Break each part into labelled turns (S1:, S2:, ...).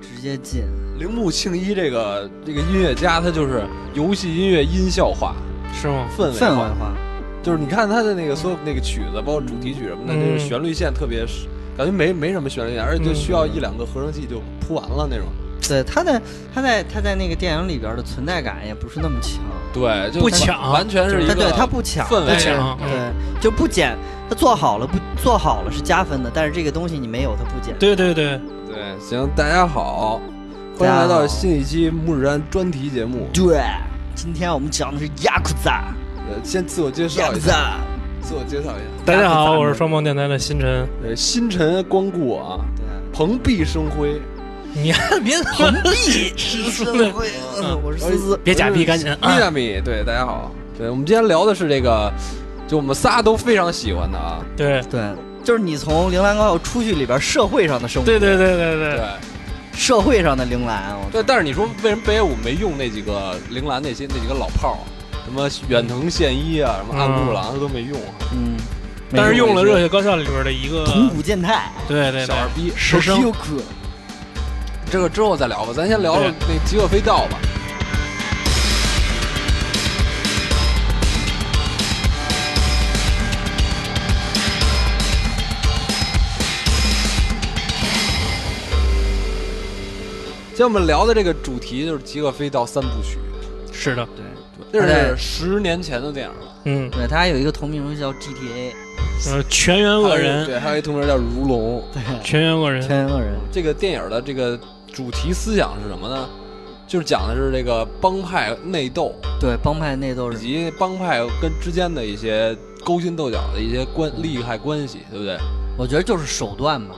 S1: 直接进。
S2: 铃木庆一这个这个音乐家，他就是游戏音乐音效化、
S3: 是吗？
S2: 氛
S1: 氛
S2: 化
S1: 围，化，
S2: 就是你看他的那个所有那个曲子，包括主题曲什么的，
S3: 嗯
S2: 就是旋律线特别是，感觉没没什么旋律线，而且就需要一两个合成器就铺完了那种。
S1: 对他在他在他在那个电影里边的存在感也不是那么强，
S2: 对，就
S3: 不
S2: 它
S3: 抢
S2: 完全是一
S1: 他
S2: 个
S1: 对他不抢，
S2: 氛围
S3: 不抢
S2: 感
S3: 嗯
S1: 对就不减，他做好了不做好了是加分的，但是这个东西你没有他不减。
S3: 对对对，
S2: 对，行，大家好，
S1: 大
S2: 欢
S1: 家
S2: 迎
S1: 好
S2: 来到新一期《木日安》专题节目。
S1: 对，今天我们讲的是雅库扎，
S2: 呃，先自我介
S1: 雅
S2: 绍
S1: 库
S2: 一下，
S1: 扎，
S2: 自我介绍一下。
S3: 大家好，我是双胞电台的新晨。
S2: 呃，星辰光顾啊，
S1: 对，
S2: 蓬荜生辉。
S3: 你还别
S1: 蓬荜
S3: 是
S1: 生
S3: 是
S1: 辉，
S3: 嗯
S1: 嗯我是思思，
S3: 别假
S2: 逼，
S3: 逼，赶紧
S2: 米
S3: 啊！
S2: 亚米，对，大家好，对我们今天聊的是这个，就我们仨都非常喜欢的啊，
S3: 对
S1: 对，就是你从铃兰高校出去里边社会上的生活，
S3: 对对对对
S2: 对
S3: 对，
S1: 社会上的铃兰，我
S2: 对，但是你说为什么北野武没用那几个铃兰那些那几个老炮儿，啊什么远藤宪一啊，什么岸部郎他都没用啊，
S1: 嗯，
S3: 但是用了《
S1: 这
S3: 热血高嗯校》里边的一个，
S1: 铜鼓健太，
S3: 对对
S2: 小
S3: 对，
S2: 二逼，
S3: 师生
S1: Tokyo-kun
S2: 这个之后再聊吧，咱先聊聊
S3: 对
S2: 那极恶飞盗吧。今天我们聊的这个主题就是《极恶飞盗》三部曲，
S3: 是的，
S1: 对
S2: 这
S1: 对
S2: 是
S3: 哎
S2: 十年前的电影了。
S3: 嗯，
S1: 对，他还有一个同名游戏叫 GTA，
S3: 呃，全员恶
S2: 还有
S3: 人，
S2: 对，还有一同名叫《如龙》。
S1: 对，
S3: 全员恶人，
S1: 天恶人，
S2: 这个电影的这个主题思想是什么呢？就是讲的是这个帮派内斗，
S1: 对，帮派内斗
S2: 以
S1: 人，
S2: 及帮派跟之间的一些勾心斗角的一些关利害关系，对不对？
S1: 我觉得就是手段吧，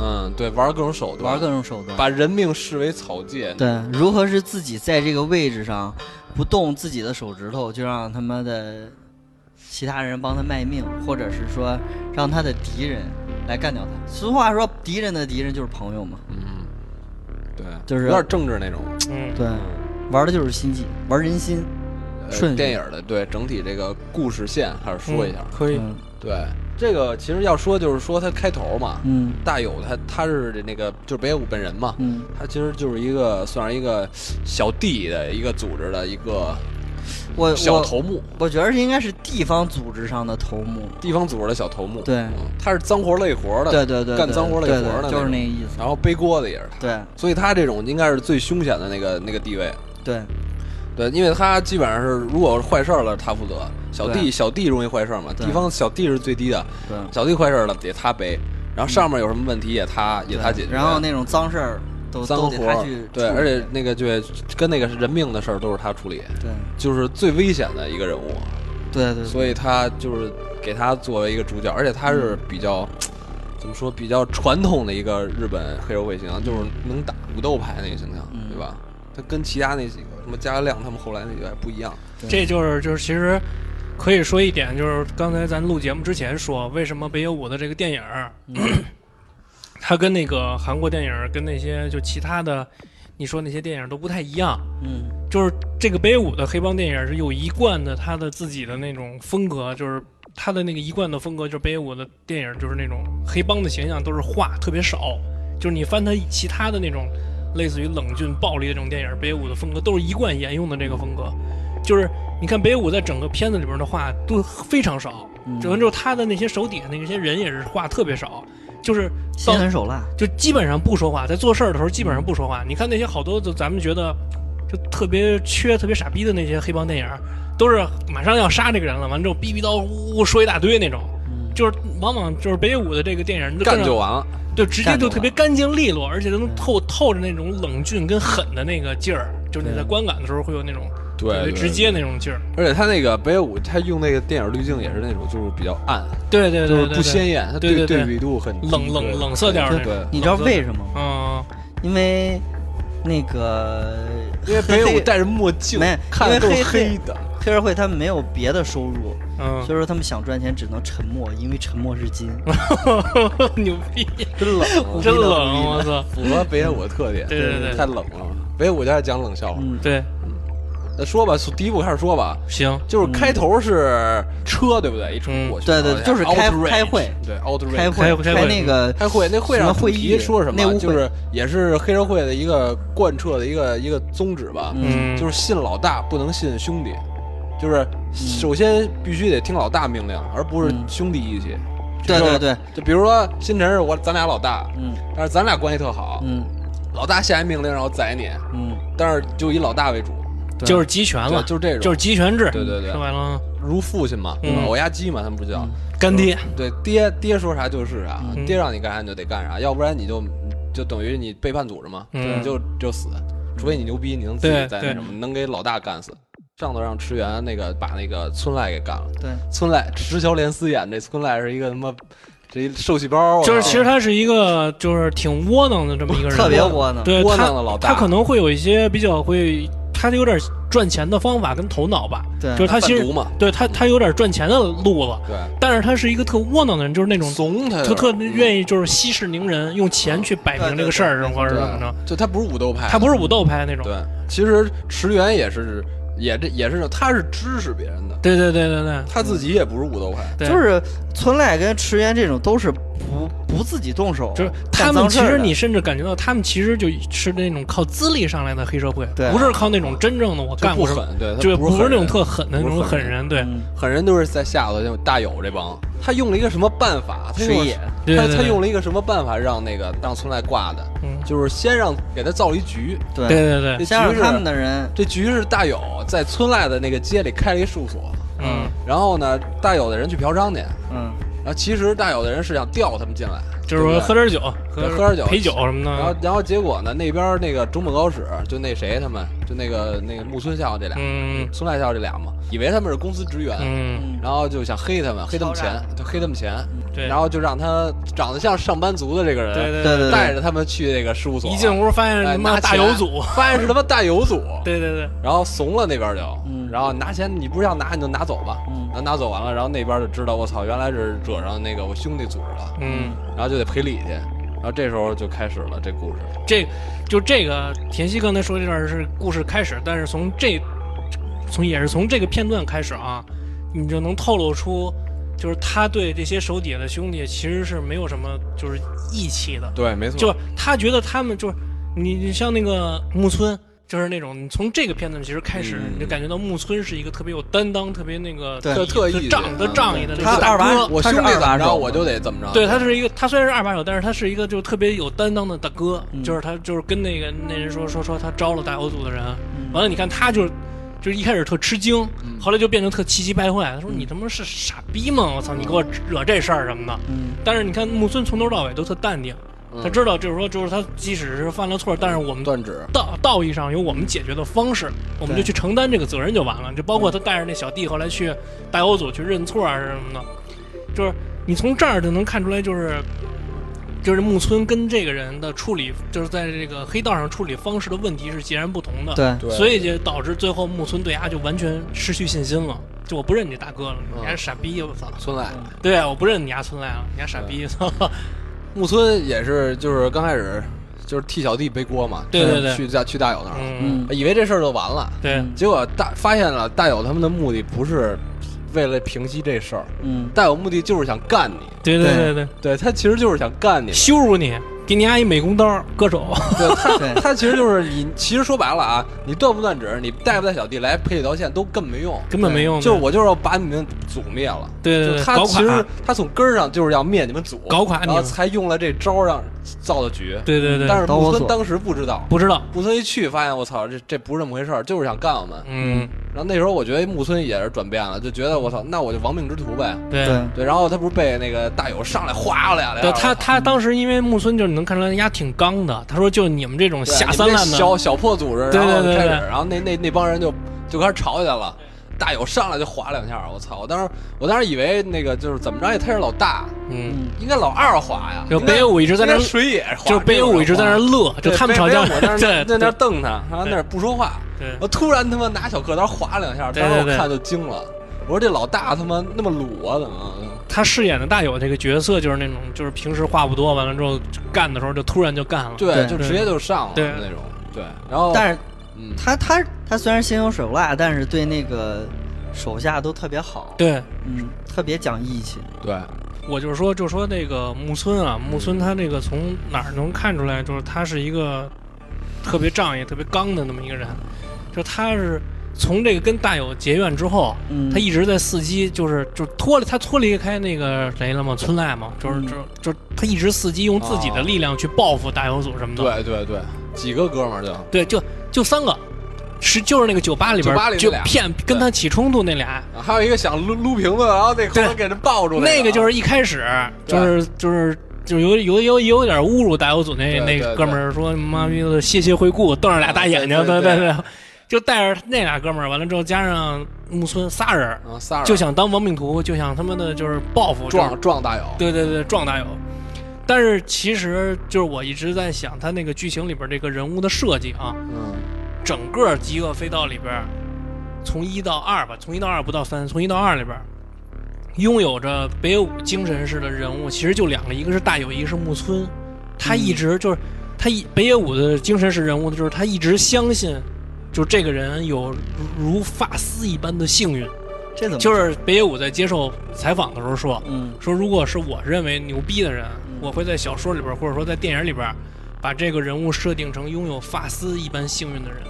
S2: 嗯，对，玩各种手段，
S1: 玩各种手段，
S2: 把人命视为草芥。
S1: 对，如何是自己在这个位置上不动自己的手指头，就让他妈的其他人帮他卖命，或者是说让他的敌人来干掉他。俗话说，敌人的敌人就是朋友嘛，
S2: 嗯，对，
S1: 就是
S2: 有点政治那种。
S3: 嗯，
S1: 对，玩的就是心计，玩人心，
S2: 呃
S1: 顺序
S2: 电影的对整体这个故事线还是说一下。
S3: 可以，
S1: 嗯
S2: 对，这个其实要说就是说它开头嘛，
S1: 嗯
S2: 大友他他是那个就是北野武本人嘛，
S1: 嗯，
S2: 他其实就是一个算是一个小弟的一个组织的一个
S1: 呃我
S2: 小
S1: 我
S2: 头目，
S1: 我觉得是应该是地方组织上的头目，
S2: 地方组织的小头目。
S1: 对
S2: 嗯，他是脏活累活的，
S1: 对对对，
S2: 干
S1: 对
S2: 脏活累
S1: 对
S2: 活
S1: 对
S2: 的那
S1: 就是
S2: 种
S1: 那个意思，
S2: 然后背锅的也是他，
S1: 对
S2: 所以他这种应该是最凶险的那个那个地位。
S1: 对
S2: 对，因为他基本上是，如果坏事儿了，他负责；小弟
S1: 对
S2: 小弟容易坏事儿嘛，
S1: 对
S2: 地方小弟是最低的，
S1: 对。
S2: 小弟坏事儿了得他背，然后上面有什么问题也他也
S1: 对
S2: 他解决。
S1: 然后那种脏事儿都
S2: 脏
S1: 都
S2: 活
S1: 得
S2: 儿
S1: 他去
S2: 对，
S1: 处理
S2: 而且那个就跟那个人命的事儿都是他处理，
S1: 对
S2: 就是最危险的一个人物。
S1: 对对对
S2: 所以他就是给他作为一个主角，而且他
S3: 嗯
S2: 是比较、怎么说比较传统的一个日本黑社会
S3: 嗯
S2: 形象，就是能打武斗派那个形象，
S1: 嗯
S2: 对吧？他跟其他那几个什么加亮他们后来那几个还不一样，
S3: 这就是就是其实可以说一点，就是刚才咱录节目之前说，为什么北野武的这个电影儿，
S1: 嗯
S3: 它跟那个韩国电影儿跟那些就其他的你说那些电影儿都不太一样，
S1: 嗯
S3: 就是这个北野武的黑帮电影儿是有一贯的他的自己的那种风格，就是。他的那个一贯的风格就是北野武的电影，就是那种黑帮的形象都是话特别少，就是你翻他其他的那种类似于冷峻暴力的这种电影，北野武的风格都是一贯沿用的这个风格。就是你看北野武在整个片子里边的话都非常少，
S1: 嗯，
S3: 整完之后他的那些手底下那些人也是话特别少，就是
S1: 心
S3: 到
S1: 狠手辣，
S3: 就基本上不说话，在做事儿的时候基本上不说话。你看那些好多就咱们觉得就特别缺、特别傻逼的那些黑帮电影儿，都是马上要杀这个人了，完之后逼逼叨呜呜说一大堆那种。
S1: 嗯
S3: 就是往往就是北野武的这个电影，
S2: 干就完了。
S3: 就直接
S1: 干就
S3: 就
S1: 完
S3: 特别干净利落，而且都能
S1: 嗯
S3: 透透着那种冷峻跟狠的那个劲儿，就是你在
S1: 对
S3: 观感的时候会有那种特
S2: 对，
S3: 别直接那种劲儿。
S2: 而且他那个北野武，他用那个电影滤镜也是那种，就是比较暗，
S3: 对对
S2: 就是
S3: 对，
S2: 不鲜艳，他
S3: 对对
S2: 对
S3: 对
S2: 比度很低
S3: 冷冷冷色调那
S2: 对
S3: 种。
S2: 对，
S1: 你知道为什么吗？
S3: 嗯，
S1: 因为那个
S2: 因为北野武戴着墨 镜
S1: 没，
S2: 看着
S1: 因
S2: 都
S1: 为
S2: 是
S1: 黑
S2: 黑的。
S1: 黑社会他们没有别的收入，
S3: 嗯
S1: 所，以说他们想赚钱只能沉默，因为沉默是金。
S3: 牛逼，
S2: 真冷，啊
S3: 真冷，啊我操！
S2: 符合北野武的特点。
S3: 对对对
S2: 太冷了。北野武家讲冷笑话。
S1: 嗯，
S3: 对，
S2: 那呃说吧，从第一部开始说吧，
S3: 行，
S2: 就是
S1: 嗯
S2: 开头是车，对不对？一车
S3: 嗯
S2: 过去，
S1: 对对
S2: 然后
S1: 就是开
S2: outrage，
S1: 开会
S2: 对 out
S1: 开
S3: 开
S1: 会
S3: 会开会
S1: 那个
S2: 开会那会
S1: 什么
S2: 上
S1: 会
S2: 主
S1: 议
S2: 题说什
S1: 内
S2: 么
S1: 务？会
S2: 就是也是黑社会的一个贯彻的一个一个宗旨吧，
S1: 嗯
S3: 嗯，
S2: 就是信老大不能信兄弟，就是首先必须得听老大命令，而不是
S1: 嗯
S2: 兄弟义气。
S1: 对对对，
S2: 就比如说新辰是我咱俩老大，
S1: 嗯
S2: 但是咱俩关系特好，
S1: 嗯
S2: 老大下一命令让我宰你，
S1: 嗯，
S2: 但是就以老大为主，
S1: 对
S3: 就是集权
S2: 对
S3: 了，
S2: 就是这种，
S3: 就是集权制，
S2: 对对对
S3: 说白了，
S2: 如父亲嘛，
S3: 嗯
S2: 老压鸡嘛，他们不叫。
S1: 嗯
S3: 干爹，
S2: 对，爹爹说啥就是啥、
S3: 嗯
S2: 爹让你干啥你就得干啥，要不然你就就等于你背叛组织嘛，
S3: 嗯
S2: 你就就死，除非你牛逼，你能自己
S3: 对
S2: 在那
S3: 对
S2: 什么，能给老大干死。上头让池原那个把那个村濑给干了，
S1: 对，
S2: 村濑石桥莲司演这村濑是一个他妈这一受气啊包，
S3: 就是
S2: 我操
S3: 其实他是一个就是挺窝囊的这么一个人，
S1: 特别窝囊，
S3: 对
S2: 窝
S3: 他
S2: 囊的老大，
S3: 他可能会有一些比较会，他有点赚钱的方法跟头脑吧，
S1: 对，
S3: 就是他
S2: 贩
S3: 其实
S2: 毒嘛，
S3: 对他他有点赚钱的路子，
S2: 对，
S3: 但是他是一个特窝囊的人，就是那种
S2: 怂他
S3: 特特
S2: 意，
S3: 愿意就是息事宁人，用钱去摆平这个事儿，
S1: 对对对
S3: 或者
S2: 啊对
S3: 怎么着，
S2: 就他不是武斗派的，
S3: 嗯他不是武斗派那种，
S2: 对，其实池原也是也这也是他是支持别人的，
S3: 对对对对对
S2: 他自己也不是武斗派，
S3: 对，
S1: 就是村濑跟池原这种都是不不自己动手，
S3: 就是他
S1: 干
S3: 们
S1: 脏
S3: 其
S1: 事儿
S3: 实
S1: 的
S3: 你甚至感觉到他们其实就是那种靠资历上来的黑社会，
S1: 对
S3: 不是靠那种真正的我
S2: 啊就
S3: 干
S2: 不
S3: 过什么，
S2: 狠，对，他
S3: 就是不
S2: 是
S3: 是那种
S2: 狠人
S3: 特狠的那
S2: 不
S3: 种
S2: 是狠
S3: 狠
S2: 人
S3: 人，对
S1: 嗯
S2: 狠人都是在下头，像大友这帮，他用了一个什么办法？他
S1: 水
S2: 用了
S1: 野，
S3: 对
S2: 他
S3: 对
S2: 他
S3: 对
S2: 用了一个什么办法让那个让村濑挂的？
S3: 嗯
S2: 就是先让给他造了一局，
S3: 对
S1: 对，
S3: 对对，
S2: 这局
S1: 加上
S2: 是
S1: 他们的人，
S2: 这局是大友在村濑的那个街里开了一事务所，
S3: 嗯，
S2: 然后呢，大友的人去嫖娼去，
S1: 嗯，
S2: 然后其实大友的人是想调他们进来，
S3: 就
S2: 对
S3: 是说
S2: 不对
S3: 喝点酒，
S2: 对喝点酒
S3: 陪酒什么
S2: 然后
S3: 的，，
S2: 然后结果呢？那边那个中本高史，就那谁他们，就那个那个木村孝这俩，
S3: 嗯
S2: 村濑孝这俩嘛，以为他们是公司职员，
S3: 嗯，
S1: 嗯
S2: 然后就想黑他们，黑他们
S1: 敲
S2: 钱
S1: 诈，
S2: 就黑他们钱，
S3: 对，
S2: 然后就让他长得像上班族的这个人，
S3: 对
S1: 对对
S2: 带着他们去那个事务所，
S3: 一进屋发现
S2: 哎
S3: 他妈
S2: 拿
S3: 大
S2: 钱
S3: 有组，
S2: 发现是他妈大友组，
S3: 对对对，
S2: 然后怂了那边就，
S1: 嗯
S2: 然后拿钱你不是要拿你就拿走吧，
S1: 嗯
S2: 然后拿走完了，然后那边就知道我操，原来是惹上那个我兄弟组织了，
S3: 嗯，
S2: 然后就得赔礼去，然后这时候就开始了这故事，
S3: 这就这个田曦刚才说这段是故事开始，但是从这从也是从这个片段开始啊，你就能透露出，就是他对这些手底下的兄弟其实是没有什么就是义气的，
S2: 对，没错，
S3: 就是他觉得他们就是你你像那个木村。就是那种，你从这个片段其实开始，
S2: 嗯
S3: 你就感觉到木村是一个特别有担当、特别那个
S1: 对
S2: 特特
S3: 就
S2: 意嗯
S3: 仗
S2: 的
S3: 都仗义的那
S1: 他
S3: 个大
S1: 二把
S3: 哥，
S2: 我
S1: 他
S2: 兄
S1: 是
S2: 弟
S1: 二
S2: 怎
S1: 把
S2: 么着
S1: 手
S2: 我就得怎么着，
S3: 对，他是一个，他虽然是二把手，但是他是一个就是特别有担当的大哥，
S1: 嗯
S3: 就是他就是跟那个那人说说说他招了大友组的人，
S1: 嗯
S3: 完了你看他就是就是一开始特吃惊，
S2: 嗯
S3: 后来就变成特气急败坏，他说
S1: 嗯
S3: 你他妈是傻逼吗？我操，你给我惹这事儿什么的。
S1: 嗯，
S3: 但是你看木村从头到尾都特淡定，
S2: 嗯
S3: 他知道就是说就是他即使是犯了错，但是我们
S2: 断指，
S3: 道道义上有我们解决的方式，我们就
S1: 对
S3: 去承担这个责任就完了。就包括他带着那小弟后来去大欧组去认错啊什么的，就是你从这儿就能看出来，就是就是木村跟这个人的处理，就是在这个黑道上处理方式的问题是截然不同的。
S1: 对，
S2: 对，
S3: 所以就导致最后木村对他就完全失去信心了，就我不认你大哥了，
S1: 嗯
S3: 你还是傻逼，我操！
S2: 村濑。
S3: 对啊，我不认你家村来了，你还傻逼，操！
S1: 啊
S2: 木村也是，就是刚开始就是替小弟背锅嘛，
S3: 对对对
S2: 去大去大友那儿，呃
S3: 嗯，
S2: 以为这事儿就完了，
S3: 对，
S1: 嗯
S2: 结果大发现了大友他们的目的不是为了平息这事儿，
S1: 嗯，
S2: 大友目的就是想干你，
S3: 对对对对，
S2: 对他其实就是想干你，
S3: 羞辱你，给你阿一美工刀，割手。
S2: 对他
S1: 对
S2: 他其实就是你，其实说白了啊，你断不断指，你带不带小弟来赔礼道歉都根本没用，
S3: 根本没用的。
S2: 就是我就是要把你们组灭了。
S3: 对对
S2: 就
S3: 对，
S2: 他
S3: 搞
S2: 其实
S3: 垮，
S2: 他从根儿上就是要灭你们组，
S3: 搞垮你
S2: 然后
S3: 们。
S2: 才用了这招儿让造的局。
S3: 对对对，
S2: 但是
S1: 导
S2: 木
S1: 火
S2: 村
S1: 索
S2: 当时不知道，
S3: 不知道，
S2: 木村一去发现我操，这这不是这么回事儿，就是想干我们。
S3: 嗯，
S2: 然后那时候我觉得木村也是转变了，就觉得我操，那我就亡命之徒呗。
S3: 对。
S1: 对，
S2: 对，然后他不是被那个大友上来哗了俩
S3: 对
S2: 两，
S3: 他，他当时因为木村就是能看出来，人家挺刚的。他说：“就你们这种
S2: 对啊
S3: 下
S2: 你们
S3: 三
S2: 这
S3: 滥的，
S2: 小小破组织，
S3: 对
S2: 然后
S3: 对对
S2: 开始，
S3: 对
S2: 然后那那那帮人就就开始吵起来了。大友上来就划两下，我操！我当时我当时以为那个就是怎么着也他是老大，
S3: 嗯，
S1: 嗯，
S2: 应该老二划呀。
S3: 就
S2: 应该
S3: 北野武一直在那
S2: 应
S3: 儿
S2: 该，水野划，
S3: 就是北野武一直在那儿
S2: 对。
S3: 乐，就他们吵架，
S2: 我 在
S3: 对
S2: 那在那儿
S3: 对
S2: 瞪他，然后那儿不说话。
S3: 对
S2: 我突然他妈拿小刻刀划两下，
S3: 对
S2: 当时
S3: 对
S2: 我
S3: 对
S2: 看就惊了，我说这老大他妈那么鲁啊，怎么？
S3: 他饰演的大友这个角色就是那种，就是平时话不多，完了之后干的时候就突然就干了。
S2: 对，
S1: 对
S2: 就直接就上了
S3: 对
S2: 那种。对，然后
S1: 但是
S2: 嗯，
S1: 他他他虽然心狠手辣，但是对那个手下都特别好，
S3: 对
S1: 嗯，特别讲义气。
S2: 对，
S3: 嗯我就是说，就说那个木村啊，木村他这个从哪儿能看出来，就是他是一个特别仗义、特别刚的那么一个人。就他是从这个跟大友结怨之后，
S1: 嗯，
S3: 他一直在伺机，就是就脱离他脱离开那个谁了嘛，村濑嘛，就是
S1: 嗯
S3: 就就他一直伺机用自己的力量去报复大友组什么的。
S2: 对对对，几个哥们儿就
S3: 对，就就三个，是就是那个酒吧里边
S2: 酒吧里那
S3: 就
S2: 俩
S3: 骗跟他起冲突那俩，
S2: 啊还有一个想撸撸瓶子，然后那哐
S3: 对
S2: 当给人抱住
S3: 那
S2: 个
S3: 个
S2: 啊
S3: 就是一开始就
S2: 对
S3: 是就是。就是有有有有点侮辱大友组那
S2: 对
S3: 那
S2: 对
S3: 哥们儿说妈逼的谢谢惠顾，瞪着俩大眼睛，
S2: 啊对对
S3: 对
S2: 对
S3: 对，就带着那俩哥们儿，完了之后加上木村仨人儿，
S2: 啊，仨人
S3: 就想当亡命徒，就想他妈的就是报复就是
S2: 撞撞大友，
S3: 对对对，撞大友。但是其实就是我一直在想，他那个剧情里边这个人物的设计啊，
S2: 嗯，
S3: 整个《极恶飞盗》里边，从一到二吧，从一到二不到三，从一到二里边，拥有着北野武精神式的人物，其实就两个，一个是大友，一个是木村。他一直就是、他一北野武的精神式人物，就是他一直相信，就这个人有如如发丝一般的幸运。
S1: 这怎么
S3: 就是北野武在接受采访的时候说，
S1: 嗯
S3: 说如果是我认为牛逼的人
S1: 嗯，
S3: 我会在小说里边儿或者说在电影里边儿，把这个人物设定成拥有发丝一般幸运的人。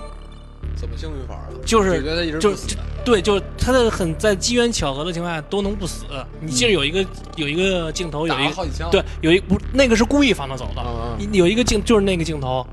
S2: 怎么幸运法啊？
S3: 就
S2: 就是觉得一直
S3: 就
S2: 不死
S3: 对，就是他的很在机缘巧合的情况下都能不死。你记得有一个有一个镜头，有
S2: 嗯打
S3: 一
S2: 了
S3: 个
S2: 好几枪，
S3: 对，有一不那个是故意放他走的。
S2: 嗯，嗯
S3: 有一个镜就是那个镜头，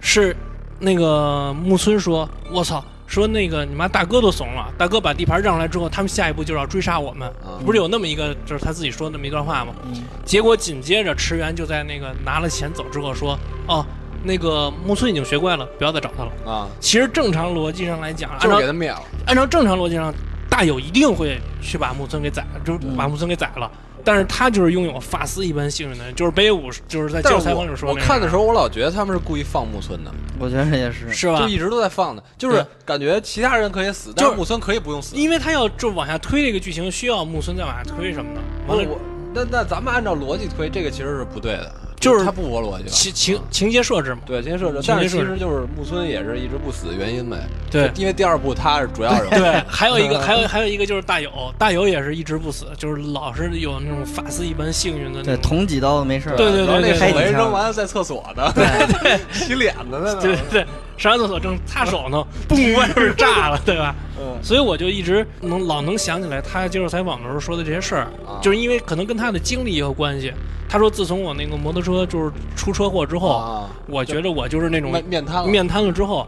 S3: 是那个木村说：“我操，说那个你妈大哥都怂了，大哥把地盘让出来之后，他们下一步就要追杀我们。”
S2: 啊
S3: 不是有那么一个，就是他自己说的那么一段话吗？
S1: 嗯
S3: 结果紧接着池原就在那个拿了钱走之后说：“哦，那个木村已经学乖了，不要再找他了。
S2: 啊”，
S3: 其实正常逻辑上来讲，按
S2: 就是
S3: 照
S2: 给他灭了，
S3: 按照正常逻辑上，大友一定会去把木村给宰，就是
S1: 嗯
S3: 把木村给宰了。但是他就是拥有发丝一般幸运的人，就是北野武，就是在接
S2: 哎
S3: 受
S2: 但是
S3: 采
S2: 我
S3: 访里说
S2: 我
S3: 那个
S2: 看的
S3: 人
S2: 时候，我老觉得他们是故意放木村的，
S1: 我觉得也是，
S3: 是吧
S2: 就？一直都在放的，就是感觉其他人可以死，
S3: 就是
S2: 但是木村可以不用死。
S3: 因为他要就往下推这个剧情，需要木村再往下推什么的。
S2: 不
S3: 完
S2: 是
S3: 了，
S2: 我，那那咱们按照逻辑推，这个其实是不对的，
S3: 就是
S2: 他不符合逻辑吧。嗯
S3: 情情情节设置嘛，
S2: 对，先设置
S3: 情，节
S2: 但是
S3: 设
S2: 其
S3: 置
S2: 实就是木村也是一直不死的原因呗。
S3: 对
S2: 就因为第二部他是主要人物。
S3: 对，还有一个，还有还有一个就是大友，大友也是一直不死，就是老是有那种发丝一般幸运的那
S1: 对，
S3: 种。
S1: 捅几刀没事儿。
S3: 对对
S2: 然后那
S3: 对对
S2: 手雷
S1: 对
S2: 扔完了在厕所呢， 洗脸呢在那。
S3: 对对对，上完厕所正擦手呢，嘣，外边炸了，对吧？
S2: 嗯
S3: 所以我就一直能老能想起来他接受采访的时候说的这些事儿，
S2: 啊
S3: 就是因为可能跟他的经历也有关系。他说，自从我那个摩托车就是出车祸之后，
S2: 啊，
S3: 我觉得我就是哦那种
S2: 面面瘫了，
S3: 面瘫了之后，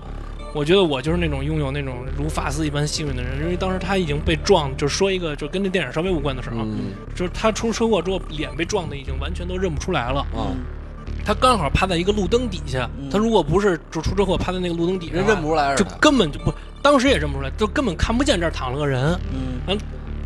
S3: 我觉得我就是那种拥有那种如发丝一般幸运的人，因为当时他已经被撞，就说一个就跟这电影稍微无关的事儿啊，
S2: 嗯
S3: 就是他出车祸之后脸被撞的已经完全都认不出来了。
S2: 啊，
S1: 嗯
S3: 他刚好趴在一个路灯底下，
S1: 嗯
S3: 他如果不是就出车祸趴在那个路灯底下啊，
S2: 人认不出来是
S3: 就
S2: 他
S3: 根本就不，当时也认不出来，就根本看不见这儿躺了个人。
S1: 嗯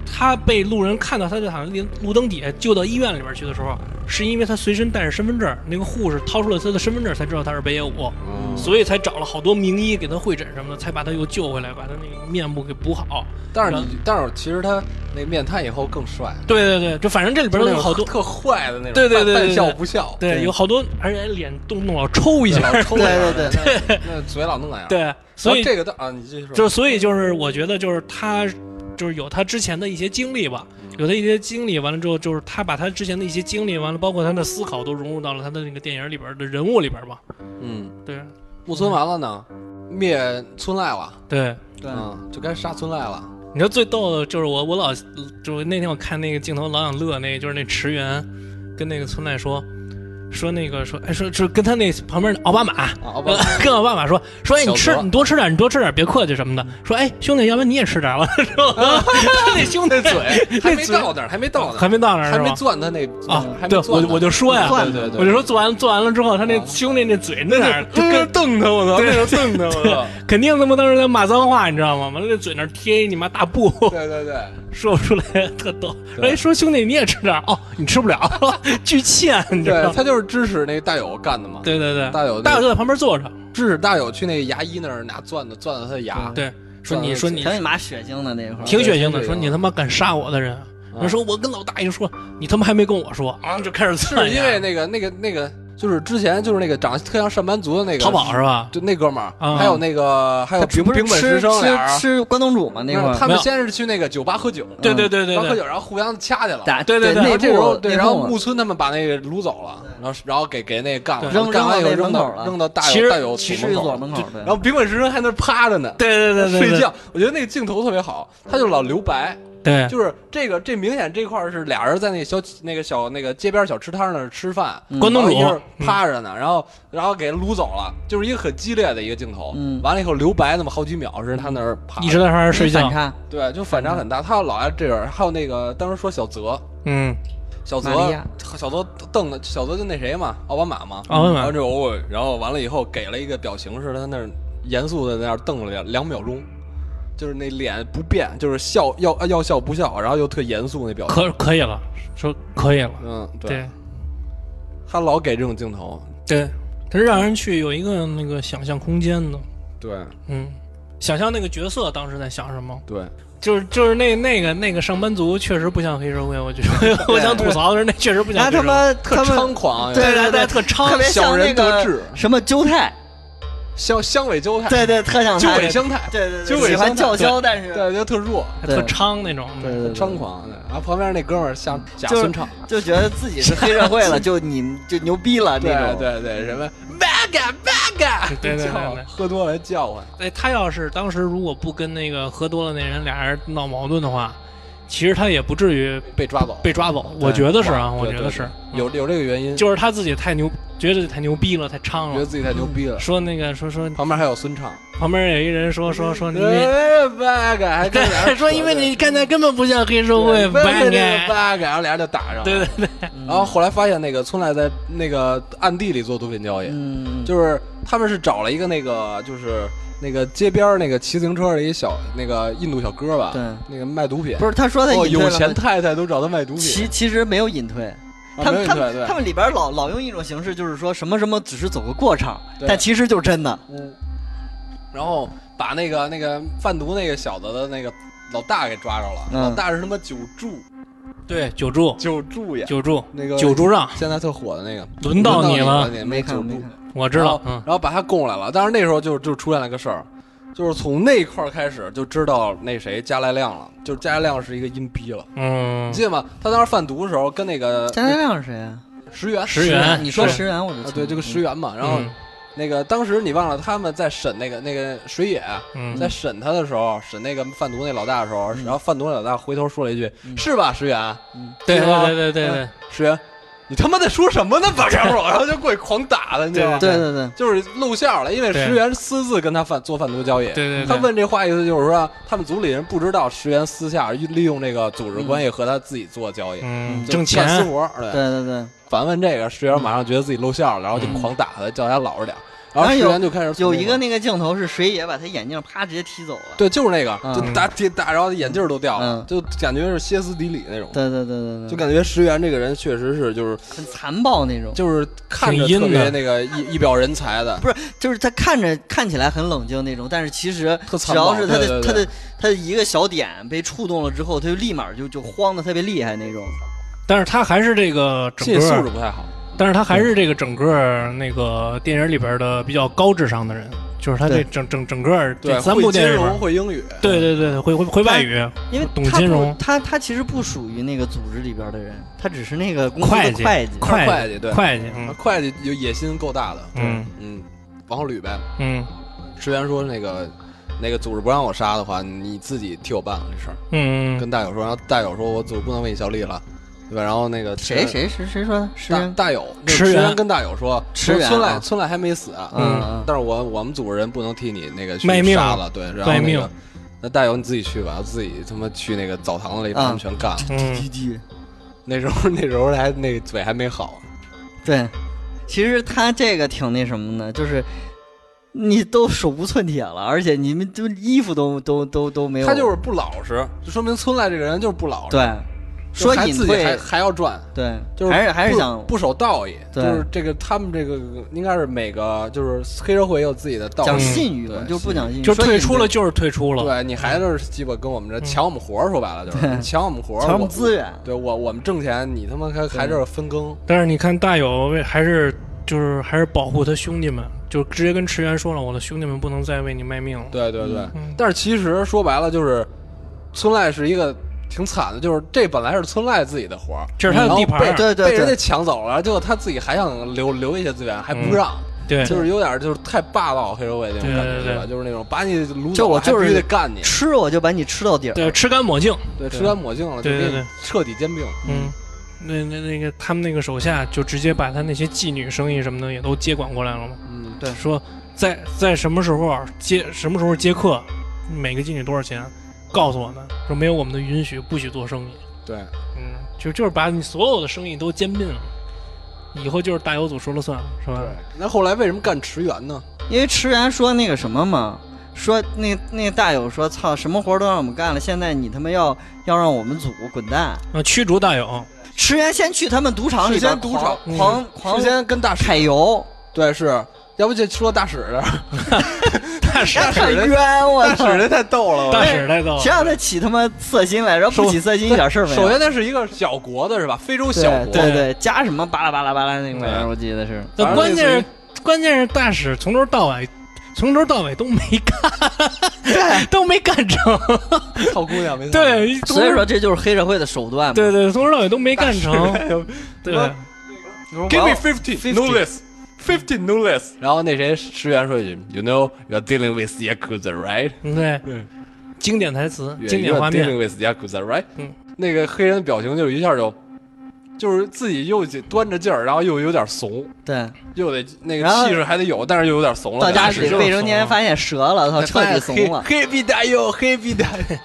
S3: 他被路人看到他就躺在路灯底下，救到医院里边去的时候，是因为他随身带着身份证，那个护士掏出了他的身份证才知道他是北野武，
S2: 嗯
S3: 所以才找了好多名医给他会诊什么的，才把他又救回来，把他那个面部给补好。
S2: 但是
S3: 嗯
S2: 你，但是其实他那面瘫以后更帅，
S3: 对对对，就反正这里边
S2: 就是那
S3: 有
S2: 种
S3: 好多，
S2: 特坏的那种，
S3: 对对对对
S2: 半
S3: 对
S2: 半笑不笑，
S3: 对，有好多，而且脸动不动老抽一下，
S2: 老抽
S1: 对
S2: 那样
S1: 对
S2: 那 那嘴老弄那样。然
S3: 对，
S2: 后
S3: 所以
S2: 这个倒啊，你继续说，
S3: 就是所以就是我觉得就是他就是有他之前的一些经历吧，有他一些经历完了之后，就是他把他之前的一些经历完了，包括他的思考都融入到了他的那个电影里边的人物里边吧。
S2: 嗯，
S3: 对
S2: 木村完了呢，灭村濑了，
S3: 对，
S1: 对，
S2: 嗯，就该杀村濑了。
S3: 你知道最逗的就是我我老就是那天我看那个镜头老想乐，那个就是那池原跟那个村濑说。说那个说哎说说跟他那旁边的奥巴马，
S2: 啊，奥巴 马
S3: 跟奥巴马说说哎你吃
S2: 小罗
S3: 你多吃点你多吃点别客气什么的，说哎兄弟要不然你也吃点 吧，是吧？他那兄弟
S2: 那嘴还没
S3: 嘴
S2: 到那儿，还没到那
S3: 还
S2: 儿，
S3: 没到那儿是
S2: 还没
S3: 吧
S2: 攥他那
S3: 啊
S2: 还，没
S3: 对
S2: 攥
S3: 我
S2: 呢
S3: 我就说呀，
S2: 对对对，
S3: 我就说做完做完了之后，他那兄弟那嘴那哪儿就跟
S2: 瞪他，我操，
S3: 对
S2: 那时候瞪他，我操，
S3: 肯定他妈当时在骂脏话，你知道吗？完了那嘴那儿贴一你妈大布，
S2: 对对对，
S3: 说不出来，特逗。
S2: 对
S3: 哎，说兄弟你也吃点儿哦，你吃不了， 巨欠，你知道
S2: 对
S3: 吗？
S2: 他就是支持那大友干的嘛，
S3: 对对对，
S2: 大友那
S3: 大友就在旁边坐着，
S2: 支持大友去那个牙医那儿拿钻子钻子他的牙，
S3: 对，说
S2: 大友
S3: 你说你
S1: 全你妈血腥的那一块儿。
S3: 挺血腥的，
S2: 对
S3: 说你他妈敢杀我的人，
S2: 啊
S3: 人说我跟老大爷说，你他妈还没跟我说啊，就开始
S2: 是
S3: 刺
S2: 因为那个那个那个就是之前就是那个长得特像上班族的那个
S3: 淘宝是吧？
S2: 就那哥们儿，
S3: 啊
S2: 还有那个还有
S1: 他吃
S2: 丙
S1: 不是
S2: 丙本
S1: 吃
S2: 师生俩
S1: 吃
S2: 人，
S1: 吃关东煮吗？那
S2: 没
S1: 会
S2: 有
S1: 儿
S2: 他
S3: 没
S2: 们
S3: 有
S2: 先是去那个酒吧喝酒，
S3: 对对对对
S2: 然后喝
S3: 对，
S2: 酒，然后互相掐去了。
S1: 打
S3: 对对对
S2: 然后
S1: 内
S2: 这时候
S1: 部
S2: 对，
S1: 内
S2: 然后
S1: 部
S2: 木
S1: 嘛
S2: 村他们把那个掳走了，然后然后给给那干了，
S3: 对
S2: 然后干完以后
S1: 扔
S2: 扔
S1: 到那门口
S2: 到
S1: 了
S2: 扔到大
S3: 其
S2: 有
S3: 实
S2: 大有
S1: 骑
S2: 所
S1: 士
S2: 门
S1: 所
S2: 口，
S1: 门口，对
S2: 然后丙本师生还在那趴着呢。
S3: 对对对对，
S2: 睡觉，我觉得那个镜头特别好，他就老留白，
S3: 对，
S2: 就是这个这明显这块儿是俩人在那小那个小那个街边小吃摊儿那儿吃饭，
S1: 嗯
S3: 关东
S2: 然后
S3: 煮
S2: 一会儿趴着呢，然后然后给撸走了，就是一个很激烈的一个镜头。
S1: 嗯
S2: 完了以后留白那么好几秒是他那儿趴着，
S3: 嗯一直在上面睡
S1: 反
S3: 觉，
S1: 差
S2: 对，就反差很大。他老爱这样，还有那个当时说小泽，
S3: 嗯，
S2: 小泽
S1: 玛利亚
S2: 小泽瞪的小泽就那谁嘛，奥巴马嘛，
S3: 奥巴
S2: 然后
S3: 马，
S2: 就偶尔，然后完了以后给了一个表情，是他那儿严肃的在那儿瞪了两两秒钟，就是那脸不变，就是笑要要笑不笑，然后又特严肃那表情。
S3: 可可以了，说可以了，
S2: 嗯，对，
S3: 对
S2: 他老给这种镜头，
S3: 对，它是让人去有一个那个想象空间的，
S2: 对
S3: 嗯，想象那个角色当时在想什么。
S2: 对，
S3: 就是就是那那个那个上班族确实不像黑社会，我觉得 我想吐槽的是那确实不像
S1: 然后
S3: 黑
S1: 他
S3: 社会，
S1: 妈
S2: 特
S1: 他
S2: 猖
S1: 们
S2: 狂，
S1: 对
S3: 对
S1: 对对
S3: 特
S1: 特
S3: 猖
S1: 别
S2: 小
S1: 像那
S2: 人得志
S1: 个，什么纠太，
S2: 香香尾纠太，
S1: 对对，特像
S2: 鸠
S1: 他，
S2: 尾
S1: 对
S2: 香太，
S1: 对
S2: 鸠
S1: 对，
S2: 尾
S1: 喜欢
S2: 香
S1: 叫
S2: 菜
S1: 嚣，但是
S2: 对，就特弱，
S3: 特猖那种。
S1: 对对对
S2: 猖狂。对然后旁边那哥们儿像贾
S1: 就是
S2: 孙畅，
S1: 就觉得自己是黑社 会了，就你们就牛逼了
S2: 对
S1: 那种。
S2: 对对，什么 bag bag，
S3: 对对对对对
S2: 喝多了叫唤，
S3: 哎，他要是当时如果不跟那个喝多了那人俩人闹矛盾的话，其实他也不至于
S2: 被抓走。
S3: 被抓走。我觉得是啊，
S2: 对
S3: 我
S2: 对
S3: 觉
S2: 对
S3: 得是，
S2: 有有这个原因，
S3: 就是他自己太牛，觉得自己太牛逼了，太猖
S2: 觉得
S3: 了。
S2: 自己太牛逼了。
S3: 说那个说说
S2: 旁边还有孙畅，
S3: 旁边有一人说说说你，
S2: 哎八嘎，还跟俩
S3: 对，
S2: 人
S3: 说因为你看他根本不像黑社会，
S2: 对
S3: 不
S2: 对对
S3: 该。
S2: 八嘎，然后俩人就打上了。
S3: 对对对，
S1: 嗯
S2: 然后后来发现那个村濑在那个暗地里做毒品交易，
S1: 嗯，
S2: 就是他们是找了一个那个就是那个街边儿那个骑自行车的一小那个印度小哥吧，
S1: 对，
S2: 那个卖毒品
S1: 不。是他说他
S2: 哦，
S1: 隐退
S2: 有
S1: 了
S2: 钱
S1: 吗，
S2: 太太都找他卖毒品，
S1: 其其实没有隐退，
S2: 啊
S1: 他
S2: 没
S1: 们
S2: 有
S1: 他
S2: 对对
S1: 们他们里边老老用一种形式，就是说什么什么只是走个过场，
S2: 对
S1: 但其实就是真的。
S2: 嗯，然后把那个那个贩毒那个小子的那个老大给抓着了，
S1: 嗯
S2: 老大是他妈九柱，
S3: 对九柱
S2: 九柱呀，
S3: 九柱
S2: 那个
S3: 九柱让
S2: 现在特火的那个，
S3: 轮到你了，
S2: 你
S1: 没看
S2: 九
S1: 过
S2: 柱
S1: 没看，过
S3: 我知道，
S2: 然后
S3: 嗯，
S2: 然后把他供来了。但是那时候就就出现了个事儿，就是从那一块儿开始就知道那谁加来亮了，就是加来亮是一个阴逼了。
S3: 嗯
S2: 你，记得吗？他当时贩毒的时候跟那个
S1: 加加亮是谁啊？
S2: 石原
S3: 石原
S1: 嗯你说
S3: 是
S1: 石原，我就
S2: 啊
S1: 记，
S2: 对，
S1: 得
S2: 这个石原嘛。然后
S3: 嗯
S2: 那个当时你忘了他们在审那个那个水野，啊
S3: 嗯
S2: 在审他的时候，审那个贩毒那老大的时候，
S1: 嗯
S2: 然后贩毒那老大回头说了一句：“
S1: 嗯
S2: 是吧，石原？”
S1: 嗯
S3: 对
S2: 是吧
S3: 对对对对
S2: 石原，你他妈在说什么呢，八嘎我，然后就过去狂打他，你知道吗？
S1: 对对对，
S2: 就是露馅儿了，因为
S3: 对
S2: 石原私自跟他贩做贩毒交易。
S3: 对对对，
S2: 他问这话意思就是说，他们组里人不知道石原私下利用这个组织关系和他自己做交易，
S3: 嗯
S2: 就
S3: 挣
S2: 干私
S3: 钱，
S2: 活儿。对，
S1: 对对对，
S2: 反问这个石原，马上觉得自己露馅儿了，然后就
S3: 嗯
S2: 狂打他，叫他老实点儿。
S1: 然
S2: 然
S1: 后
S2: 后石
S1: 有
S2: 原就开始
S1: 有一个那
S2: 那
S1: 个镜头是水野把他眼镜啪直接踢走了。
S2: 对，就是那个，
S1: 嗯
S2: 就打踢打，然后眼镜儿都掉了
S1: 嗯，
S2: 就感觉是歇斯底里那种。
S1: 对对对对对，
S2: 就感觉石原这个人确实是，就是
S1: 很残暴那种，
S2: 就是看着
S3: 挺阴
S2: 特别
S3: 的
S2: 那个一一表人才的，
S1: 就是他看着看起来很冷静那种，但是其实
S2: 特
S1: 只
S2: 残
S1: 要
S2: 暴
S1: 是他的
S2: 对对对
S1: 他的他的一个小点被触动了之后，他就立马就就慌的特别厉害那种。
S3: 但是他还是这个整
S2: 心理素质
S3: 个，
S2: 不太好。
S3: 但是他还
S2: 嗯
S3: 是这个整个那个电影里边的比较高智商的人，就是他这
S1: 对
S3: 整整整个
S2: 对，
S3: 这三部
S2: 会
S3: 电
S2: 金
S3: 影里边
S2: 融，，会英语，
S3: 对对对，会会会外语，
S1: 因为
S3: 懂
S1: 他
S3: 金
S1: 不
S3: 融
S1: 他他其实不属于那个组织里边的人，他只是那个公司
S3: 会
S1: 的
S3: 计
S1: 会计。
S3: 会
S2: 会
S3: 计
S2: 计对，
S3: 会计，嗯
S2: 会计有野心够大的，
S3: 嗯
S2: 嗯，往后捋呗。
S3: 嗯
S2: 石原说那个那个组织不让我杀的话，你自己替我办了这事儿，
S3: 嗯嗯，
S2: 跟大友说，然后大友说我组织不能为你效力了，对吧？然后那个
S1: 谁谁谁谁说的？石
S2: 大
S1: 原？
S2: 大友那
S3: 石
S2: 石
S3: 原
S2: 跟大友说，
S1: 石
S2: 说
S1: 原
S2: 村
S1: 啊
S2: 濑村濑还没死啊，
S1: 嗯嗯
S2: 但是我我们组织人不能替你那个去
S3: 卖命
S2: 杀了，对，然后
S3: 卖
S2: 那
S3: 命
S2: 个那大友你自己去吧，自己他妈去那个澡堂子里
S1: 啊
S2: 把他们全干了。
S3: 嗯
S1: 滴滴。
S2: 那时候那 时候还那嘴还没好，
S1: 对，其实他这个挺那什么的，就是你都手无寸铁了，而且你们就衣服都都都都没有。
S2: 他就是不老实，就说明村濑这个人就是不老实。
S1: 对，
S2: 就
S1: 说
S2: 还
S1: 隐
S2: 自己还
S1: 退，
S2: 还要赚，
S1: 对，
S2: 就是
S1: 还是还是
S2: 不
S1: 想
S2: 不守道义，就
S1: 对
S2: 是这个他们这个应该是每个就是黑社会也有自己的道
S1: 讲
S2: 义，嗯
S1: 信誉嘛，
S2: 对
S1: 就不讲信誉，
S3: 就
S1: 说
S3: 退
S1: 隐
S3: 出
S1: 退
S3: 了就是退出了，
S2: 对你还是鸡巴跟我们这
S3: 嗯
S2: 抢我们活儿，说白了就是
S1: 对
S2: 你抢我们活儿，
S1: 抢我们
S2: 我
S1: 资源
S2: 对我我们挣钱，你他妈还还这分羹，
S3: 但是你看大友为还是就是还是保护他兄弟们，就直接跟池原说了，我的兄弟们不能再为你卖命了。
S2: 对对对。
S3: 嗯，
S2: 但是其实说白了就是，村濑是一个挺惨的，就是这本来是村濑自己的活儿，
S3: 这是他的地盘
S2: 然
S3: 儿
S2: 后，
S1: 对对
S2: 被人家
S1: 对
S2: 抢走了，结果他自己还想留留一些资源，还
S3: 嗯
S2: 不让，
S3: 对，
S2: 就是有点就是太霸道黑社会那种感觉，
S3: 对对对
S2: 吧？就是那种把你掳
S1: 就
S2: 走
S1: 我
S2: 了，还
S1: 就是
S2: 必须得干你，
S1: 吃我就把你吃到底儿。
S3: 对，呃吃干抹净。
S2: 对，
S1: 对
S2: 吃干抹净了，就
S3: 对对
S2: 给
S3: 对
S2: 你彻底兼并。
S3: 嗯，那那那个他们那个手下就直接把他那些妓女生意什么的也都接管过来了嘛。
S2: 嗯，
S1: 对
S3: 说在在什么时候啊接什么时候接客，每个妓女多少钱，告诉我们。说没有我们的允许，不许做生意。
S2: 对，
S3: 嗯，就就是把你所有的生意都兼并了，以后就是大有组说了算，是吧？
S2: 那后来为什么干池原呢？
S1: 因为池原说那个什么嘛，说那那大友说操，什么活儿都让我们干了，现在你他妈要要让我们组滚蛋。
S3: 啊，驱逐大有，
S1: 池原先去他们赌场里
S2: 事
S1: 边
S2: 先赌场
S1: 狂嗯狂
S2: 之
S1: 狂
S2: 前跟大使
S1: 揩油，
S2: 对是，要不就说到大使 这儿，
S3: 大 使
S1: 那
S2: 使
S1: 哎很
S2: 人
S1: 冤我
S2: 大
S1: 操
S2: 使！这太逗了。我
S3: 大使带 走，
S1: 谁让他起他妈色心来着？不起色心一点事儿没有。
S2: 首先，它是一个小国的是吧？非洲小
S1: 对
S2: 国，
S1: 对对，加什么巴拉巴拉巴拉那个玩意儿，
S2: 嗯
S1: 我记得是。
S3: 那
S2: 反正
S3: 关键
S2: 类
S3: 是关键是大使从头到尾。从头到尾都没干， 都没干成。
S2: 操姑娘没错。
S3: 对，从头
S1: 所以说这就是黑社会的手段嘛。
S3: 对对，从头到尾都没干
S2: 哎
S3: 成。对，
S2: ，Give me
S1: fifty,
S2: fifteen, no less. Fifty no less。然后那谁石原说一句，You know you're dealing with yakuza, right？
S3: 嗯对
S2: 对，
S3: 经典台词，经典画面
S2: You're，dealing with yakuza, right？
S3: 嗯
S2: 那个黑人表情就一下就，就是自己又紧端着劲儿，然后又有点怂，
S1: 对，
S2: 又得那个
S1: 然后
S2: 气势还得有，但是又有点怂了。
S1: 到家
S2: 大
S3: 使
S1: 里
S3: 劲儿
S1: 未成年
S3: 怂
S1: 发现折了， 操，彻底怂了。
S2: 黑逼大哟，黑逼大哟。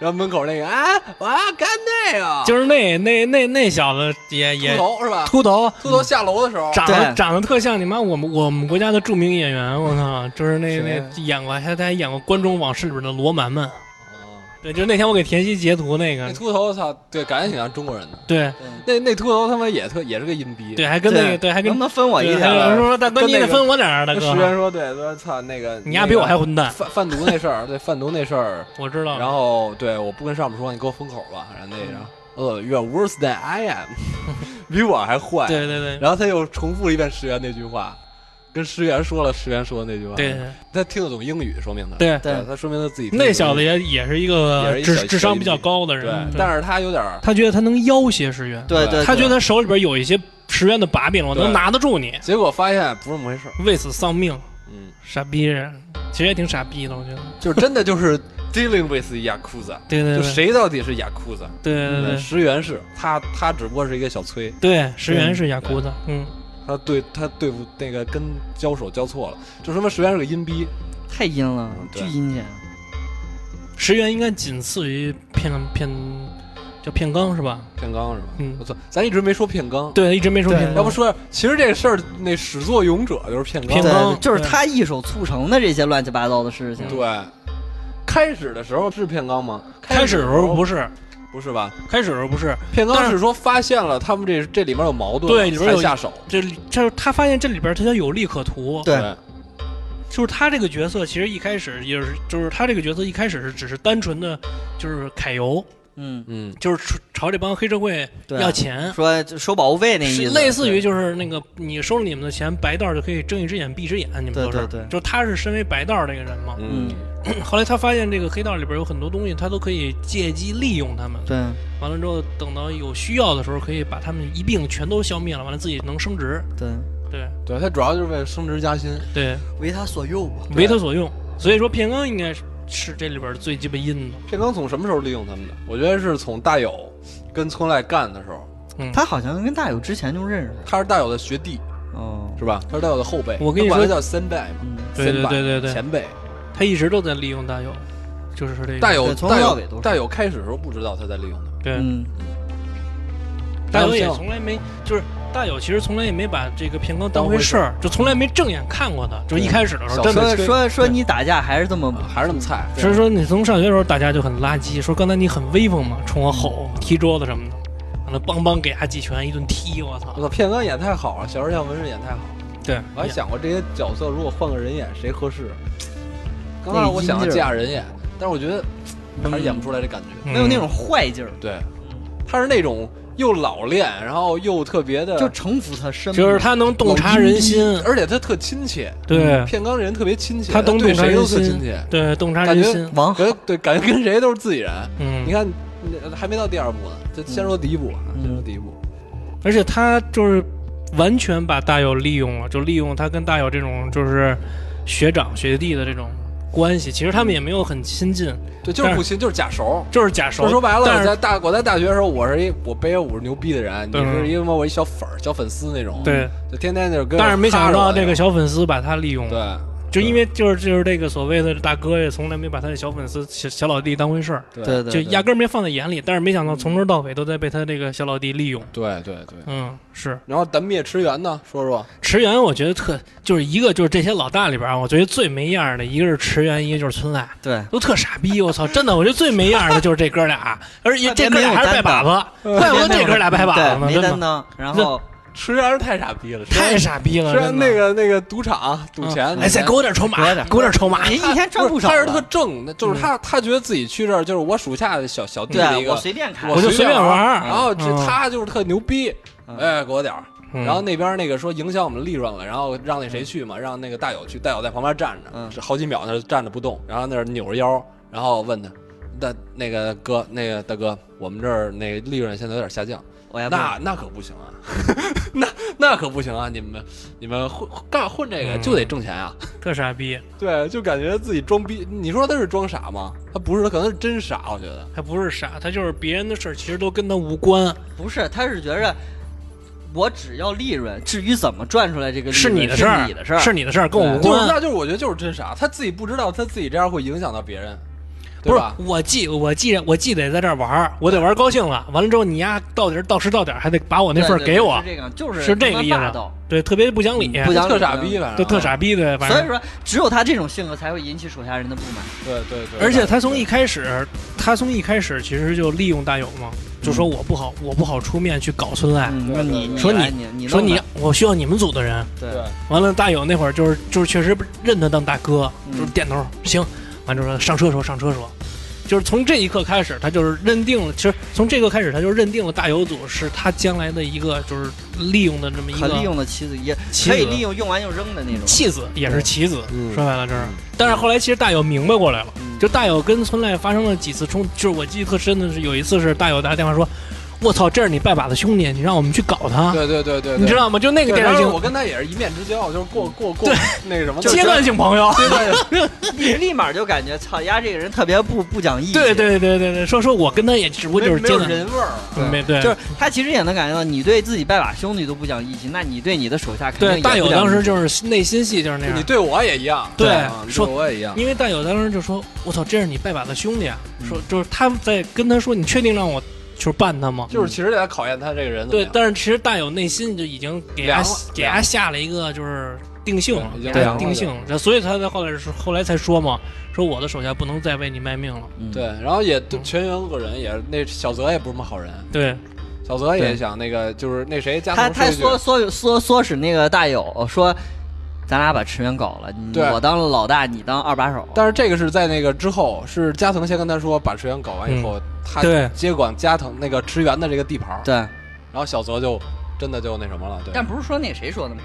S2: 然后门口那个啊，我要干那个，
S3: 就是那那那那小子也
S2: 秃
S3: 也
S2: 头是吧？
S3: 秃头，
S2: 秃头下楼的时候，
S3: 长
S1: 对
S3: 得长得特像你妈我们我们国家的著名演员，我操，就是那
S2: 谁
S3: 那演过还他还演过《关中往事》里边的罗蛮蛮，
S2: 哦
S3: 对，就是那天我给田曦截图
S2: 那
S3: 那个，
S2: 秃头操，对，感觉挺像中国人的。
S3: 对
S2: 那那秃头他妈也特也是个阴逼。
S3: 对，还跟那个对还
S1: 能
S3: 跟
S1: 不能分我一
S3: 对
S1: 点
S3: 还有
S1: 儿？啊
S3: 人说大
S2: 啊
S3: 哥
S2: 跟
S3: 你
S2: 那
S3: 得
S2: 个
S3: 分我点儿啊，大
S2: 跟石原
S3: 哥，
S2: 说，对，说操那个
S3: 你丫比我还混蛋，
S2: 贩贩毒那事儿，对贩毒那事儿，
S3: 我知道
S2: 然，后对我不跟上面说，你给我封口吧，然后那
S3: 嗯
S2: 个，呃，you're worse than I am，比 我还坏。
S3: 对对对
S2: 然后他又重复了一遍石原那句话，跟石原说了石原说的那句话。
S3: 对，对
S2: 他听得懂英语，说明他。
S3: 对。
S1: 对
S2: 他说明他自己听得懂
S3: 那小子也也是一个
S2: 也是一小
S3: 智智商比较高的
S2: 对
S3: 人，，对
S2: 但是他有点儿，
S3: 他觉得他能要挟石原，
S1: 对对，
S3: 他
S1: 对
S3: 觉得他手里边有一些石原的把柄，我
S2: 对
S3: 能拿得住你，
S2: 结果发现不是那么回事儿。
S3: 为此丧命，
S2: 嗯，
S3: 傻逼人，其实也挺傻逼的，我觉得。
S2: 就是真的就是 dealing with yakuza，
S3: 对对
S2: 就
S3: 对
S2: 谁到底是 yakuza？
S3: 对对对
S2: 石原是他，他只不过是一个小崔，
S3: 对，石原是雅库的，嗯，
S2: 他对他对付那个跟交手交错了，就说明石原是个阴逼。
S1: 太阴了
S2: 嗯，
S1: 巨
S2: 对
S1: 阴险。
S3: 石原应该仅次于片片叫片冈是吧？
S2: 片冈是吧？
S3: 嗯
S2: 我操，咱一直没说片冈，
S3: 对，一直没说
S1: 对
S3: 片冈，
S2: 要不说其实这个事儿，那始作俑者就是片冈。
S3: 片
S1: 对
S3: 冈
S1: 对，就是
S3: 对
S1: 他一手促成的这些乱七八糟的事情。
S2: 对，开始的时候是片冈吗？
S3: 开始的时候不
S2: 不
S3: 是，
S2: 不是吧？
S3: 开始的时候不是，
S2: 片
S3: 但
S2: 冈
S3: 是
S2: 是说发现了他们这这里面有矛盾，
S3: 对里边有
S2: 才下手。
S3: 这这他发现这里边他有利可图，
S1: 对
S3: 就是他这个角色其实一开始也是，就是他这个角色一开始是只是单纯的，就是揩油，
S1: 嗯，
S2: 嗯，
S3: 就是朝这帮黑社会
S1: 对，
S3: 要钱。
S1: 说就收保护费那意
S3: 是
S1: 思，
S3: 类似于就是那个你收了你们的钱，白道儿就可以睁一只眼闭一只眼，你们
S1: 对
S3: 都是，
S1: 对对
S3: 就是他是身为白道儿这个人嘛，
S1: 嗯
S3: 后来他发现这个黑道里边有很多东西，他都可以借机利用他们。
S1: 对
S3: 完了之后，等到有需要的时候，可以把他们一并全都消灭了。完了，自己能升职。
S1: 对，
S3: 对
S2: 对他主要就是为了升职加薪。
S3: 对，
S1: 为他所诱吧。
S3: 为他所用。所以说，片冈应该是是这里边最鸡巴阴的。
S2: 片冈从什么时候利用他们的？我觉得是从大友跟村濑干的时候，
S3: 嗯，
S1: 他好像跟大友之前就认识了。
S2: 他是大友的学弟，
S1: 哦，
S2: 是吧？他是大友的后辈。
S3: 我跟你
S2: 他管
S3: 说
S2: 他叫先辈嘛，
S1: 嗯，
S3: 对对
S2: senpai，
S3: 对对对
S2: 前辈。
S3: 他一直都在利用大友，就是这个
S2: 大友
S1: 对从头
S2: 大
S1: 到
S2: 友
S1: 尾都是
S2: 大友开始的时候不知道他在利用他们，
S3: 对
S1: 嗯，
S3: 大友也
S2: 大友
S3: 从来没就是大友其实从来也没把这个片冈当
S2: 当
S3: 回
S2: 回
S3: 事儿，就从来没正眼看过他。就是一开始的时候，
S2: 小
S3: 真的
S2: 时候
S1: 说说
S2: 对
S1: 说你打架还是这么嗯
S2: 啊还是那么菜。
S3: 所以说你从上学的时候打架就很垃圾，说刚才你很威风嘛，冲我吼、踢桌子什么的，完了梆梆给他几拳，一顿踢，我操
S2: 我！
S3: 嗯
S2: 操，片冈演太好啊了，小时候像文饰演太好了。
S3: 对，
S2: 我还想过这些角色如果换个人演谁合适。刚
S1: 那个
S2: 开始我想
S1: 音
S2: 要
S1: 劲儿
S2: 嫁人演，但是我觉得还是演不出来这感觉。
S3: 嗯
S1: 没有那种坏劲儿。
S2: 对，他是那种又老练，然后又特别的，
S1: 就城府他深嘛，
S3: 嗯就是他能洞察人心，
S2: 而且他特亲切。
S3: 嗯对
S2: 片冈人特别亲切，
S3: 他能
S2: 嗯对
S3: 洞察
S2: 谁
S3: 人
S2: 都特
S3: 心
S2: 亲切，，
S3: 对，洞察
S2: 感
S3: 人
S2: 觉
S3: 心。
S1: 王
S2: 感觉对，感觉跟谁都是自己人。
S3: 嗯，
S2: 你看，嗯还没到第二部呢，就先说第一部吧，
S1: 嗯
S2: 先说第一部。
S3: 而且他就是完全把大友利用了，就利用他跟大友这种就是学长学弟的这种关系。其实他们也没有很亲近，
S2: 对，就是
S3: 但
S2: 不亲，就是假熟。
S3: 就是假
S2: 说
S3: 熟。
S2: 说白了，
S3: 但
S2: 我
S3: 是
S2: 在大我在大学的时候，我是一我背着我是牛逼的人，你
S3: 嗯
S2: 是因为我一小粉儿、小粉丝那种，，
S3: 对，
S2: 就天天嗯就是跟我哈着我那种。
S3: 但是没想到这个小粉丝把他利用了，
S2: 对
S3: 就因为就是就是这个所谓的大哥也从来没把他的小粉丝小小老弟当回事儿，
S1: 对
S3: 就
S1: 对，
S3: 压根儿没放在眼里。但是没想到从头到尾都在被他这个小老弟利用。
S2: 对对对。
S3: 嗯，是
S2: 然后咱们灭池原呢，说说
S3: 池原，我觉得特就是一个就是这些老大里边儿啊，我觉得最没样儿的一个是池原，一个就是村濑。
S1: 对
S3: 都特傻逼，我操！真的，我觉得最没样儿的就是这哥俩，啊而
S1: 啊
S3: 且这哥俩还是拜把子，怪不得这哥俩拜把子
S1: 嗯对
S3: 呢，
S1: 没
S3: 真
S1: 担
S3: 的啊
S1: 当，然后
S2: 池原太傻逼了，嗯池
S3: 太
S2: 原
S3: 傻逼了，
S2: 池原
S3: 真的
S2: 那个那个赌场赌钱，
S3: 哎，再给我点筹码，给我点筹码，
S1: 你哎一天赚不少
S2: 他是
S1: 了，
S2: 特正，那就是他他觉得自己去这儿就是我属下的小小弟的一
S1: 对，
S2: 个
S1: 我，随便看
S3: 我，就随便
S2: 啊
S3: 玩儿
S2: 然哦后这
S3: 嗯
S2: 他就是特牛逼，
S1: 嗯
S2: 哎，给我点儿。
S3: 嗯
S2: 然后那边那个说影响我们利润了，然后让那谁去嘛，让那个大友去，大友在旁边站着，
S1: 嗯
S2: 是好几秒那儿站着不动，然后那儿扭着腰，然后问他，那那个哥，那个大哥，我们这儿那个利润现在有点下降，
S1: 我也不
S2: 那那可哎不行啊，那那可不行啊，你们你们混干混这个
S3: 嗯
S2: 就得挣钱啊，
S3: 特傻逼，
S2: 对，就感觉自己装逼，你说他是装傻吗？他不是，他可能是真傻，我觉得。
S3: 他不是傻，他就是别人的事儿，其实都跟他无关，
S1: 不是，他是觉着我只要利润，至于怎么赚出来这个利润
S3: 是你的
S1: 事
S3: 事儿，
S1: 你的事儿，
S3: 是你的事儿，跟我无
S1: 对
S2: 就是，
S3: 关。
S2: 那就是我觉得就是真傻，他自己不知道他自己这样会影响到别人，
S3: 不
S2: 对
S3: 是
S2: 吧？
S3: 我既我既然我既得在这儿玩儿，我得玩儿高兴了。完了之后，你丫到底是到时到点儿还得把我那
S1: 对
S3: 份儿
S1: 对
S3: 给
S1: 对
S3: 我
S1: 是，这个，就是
S3: 是这个意
S1: 他妈霸
S3: 思
S1: 道，。
S3: 对，特别不讲理，
S1: 不讲理啊
S2: 特傻逼，反正
S3: 都特。傻逼的，反
S1: 所
S3: 正哎
S1: 以说，只有他这种性格才会引起手下人的不满。
S2: 对对对。
S3: 而且他从一开始，他从一开始其实就利用大友嘛，就说我不好，我不好出面去搞村濑，
S1: 嗯，
S2: 对
S1: 说
S2: 对
S1: 你
S2: 对
S1: 你
S3: 说
S1: 来
S3: 你
S1: 你你
S3: 说
S1: 弄
S3: 你
S1: 吧
S3: 我需要你们组的人。
S1: 对
S2: 对
S3: 完了，大友那会儿就是就是确实认他当大哥，
S1: 嗯
S3: 就是点头行，完之后说上车说上车说，就是从这一刻开始，他就是认定了，其实从这个开始他就认定了大友组是他将来的一个就是利用的这么一
S1: 可利
S3: 个
S1: 用的棋子，也
S3: 棋
S1: 可以利
S3: 子。
S1: 用用完就扔的那种。
S3: 弃子也是 棋子，
S2: 嗯
S3: 说白了这是
S2: 嗯。
S3: 但是后来其实大友明白过来了，
S1: 嗯
S3: 就大友跟村濑发生了几次冲，就是我记忆特深的是有一次是大友打电话说：“我操，这是你拜把子兄弟，你让我们去搞他，
S2: 对对对对，
S3: 你知道吗？”就那
S2: 那
S3: 个电视
S2: 我
S3: 剧
S2: 跟他也是一面之交，就是过过过那个什么
S3: 阶段性朋友。
S2: 阶段
S1: 你立马就感觉操丫这个人特别不不讲义气。
S3: 对对对对对，说说我跟他也只不过就是
S2: 没
S3: 阶
S2: 有
S3: 段，
S2: 人味儿。
S1: 对
S3: 没对，
S1: 就是他其实也能感觉到，你对自己拜把兄弟都不讲义气，那你对你的手下肯定
S3: 对
S1: 也
S3: 大
S1: 不
S3: 友
S1: 讲
S3: 当时
S1: 义气
S3: 就是内心戏就是那
S2: 你
S3: 样，
S2: 对我也一样，
S3: 对
S2: 啊你
S3: 说
S2: 对我也一样。
S3: 因为大友当时就说：“我操，这是你拜把子兄弟啊！”
S1: 嗯
S3: 说就是他在跟他说：“你确定让我就是办他吗？”
S2: 就是其实在考验他这个人怎么
S3: 对，
S2: 样，
S3: 但是其实大友内心就已经给
S2: 凉
S3: 他
S2: 了
S3: 给
S2: 凉
S3: 他
S2: 了
S3: 下了一个就是定性了，
S2: 对已经
S3: 给他
S1: 凉
S3: 定
S2: 了
S3: 性，了，所以他在后来是后来才说嘛，说我的手下不能再为你卖命了。
S1: 嗯
S2: 对，然后也
S3: 嗯
S2: 全员恶人，也是那小泽也不是什么好人，
S3: 对，
S2: 小泽也
S1: 对
S2: 想那个就是那谁加
S1: 他
S2: 藤
S1: 他
S2: 说一
S1: 唆唆
S2: 句
S1: 唆唆使那个大友说，咱俩把池原搞了，你
S2: 对
S1: 我当了老大，你当二把手。
S2: 但是这个是在那个之后，是加藤先跟他说把池原搞完以后，他
S3: 嗯对
S2: 接管加藤那个池原的这个地盘儿，
S1: 对，
S2: 然后小泽就真的就那什么了，对，
S1: 但不是说那谁说的吗？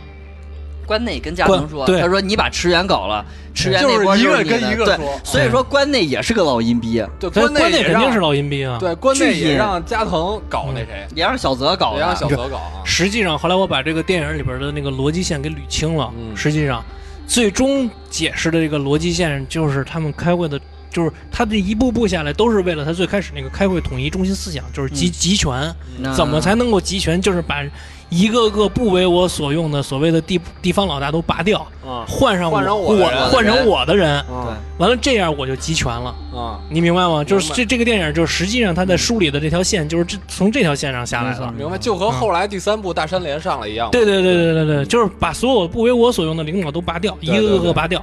S1: 关内跟加
S3: 关
S1: 藤说，
S3: 对
S1: 他说你把池原搞了，池原那
S2: 就
S1: 波
S2: 是一
S1: 就是
S2: 个
S1: 你的
S2: 跟一个
S1: 对，
S2: 说，
S1: 所以说关内也是个老阴逼，
S2: 对，
S3: 所以
S2: 内
S3: 关内
S2: 也
S3: 肯
S2: 让
S3: 定是老阴逼啊。
S2: 对关内
S1: 巨
S2: 也
S1: 阴
S2: 让加藤搞那谁，
S1: 也让小泽
S3: 嗯
S1: 搞
S2: 也让
S1: 了
S2: 小。泽搞啊，
S3: 实际上，后来我把这个电影里边的那个逻辑线给捋清了。
S2: 嗯
S3: 实际上，最终解释的这个逻辑线就是他们开会的，就是他这一步步下来都是为了他最开始那个开会统一中心思想，就是集、
S1: 嗯
S3: 集权。
S1: 那
S3: 怎么才能够集权？就是把一个个不为我所用的所谓的地地方老大都拔掉，
S1: 嗯
S2: 啊
S3: 换上
S2: 换上我
S3: 我
S2: 的人
S3: 换成我的人，
S1: 对
S2: 啊？
S3: 完了这样我就集权了。
S2: 啊，
S3: 你明白吗？就是
S2: 明白
S3: 这这个电影，就是实际上他在梳理的这条线，就是这从这条线上下来
S1: 没错
S3: 的。
S2: 明白，就和后来第三部大山连上了一样，
S3: 对对对对对对，就是把所有不为我所用的领导都拔掉，一
S2: 对
S3: 个
S2: 对对
S3: 个拔掉，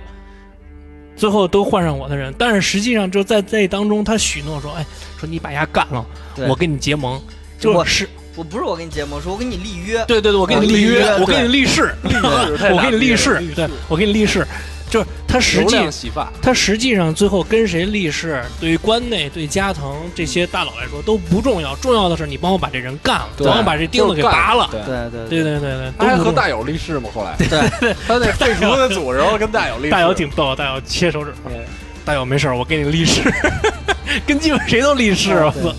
S3: 最后都换上我的人。但是实际上就在这当中，他许诺说：“哎，说你把丫干了，
S1: 对
S3: 我跟你结盟。”就是
S1: 我不是我跟你结盟，说我跟你立约，
S3: 对对对，我给你
S1: 啊
S3: 立
S1: 立约
S3: 约，我
S1: 对
S3: 给你立誓，
S2: 对，
S3: 我给你立誓，对我给你立誓。就是他实
S2: 流
S3: 际
S2: 量洗发，
S3: 他实际上最后跟谁立誓，对于关内、对加藤这些大佬来说都不重要，重要的是你帮我把这人干了，
S2: 对
S3: 帮我把这钉子给拔了。
S2: 对，
S1: 对对
S3: 对对对对，
S2: 他还
S3: 都
S2: 和
S3: 不重要
S2: 大友立誓嘛，后来
S1: 对，
S2: 他那废除的组时候跟大友立誓，
S3: 大姚挺逗，大姚切手指，
S2: 对
S3: 大姚没事儿，我给你立誓， 跟基本谁都立誓，
S2: 啊
S3: 我操，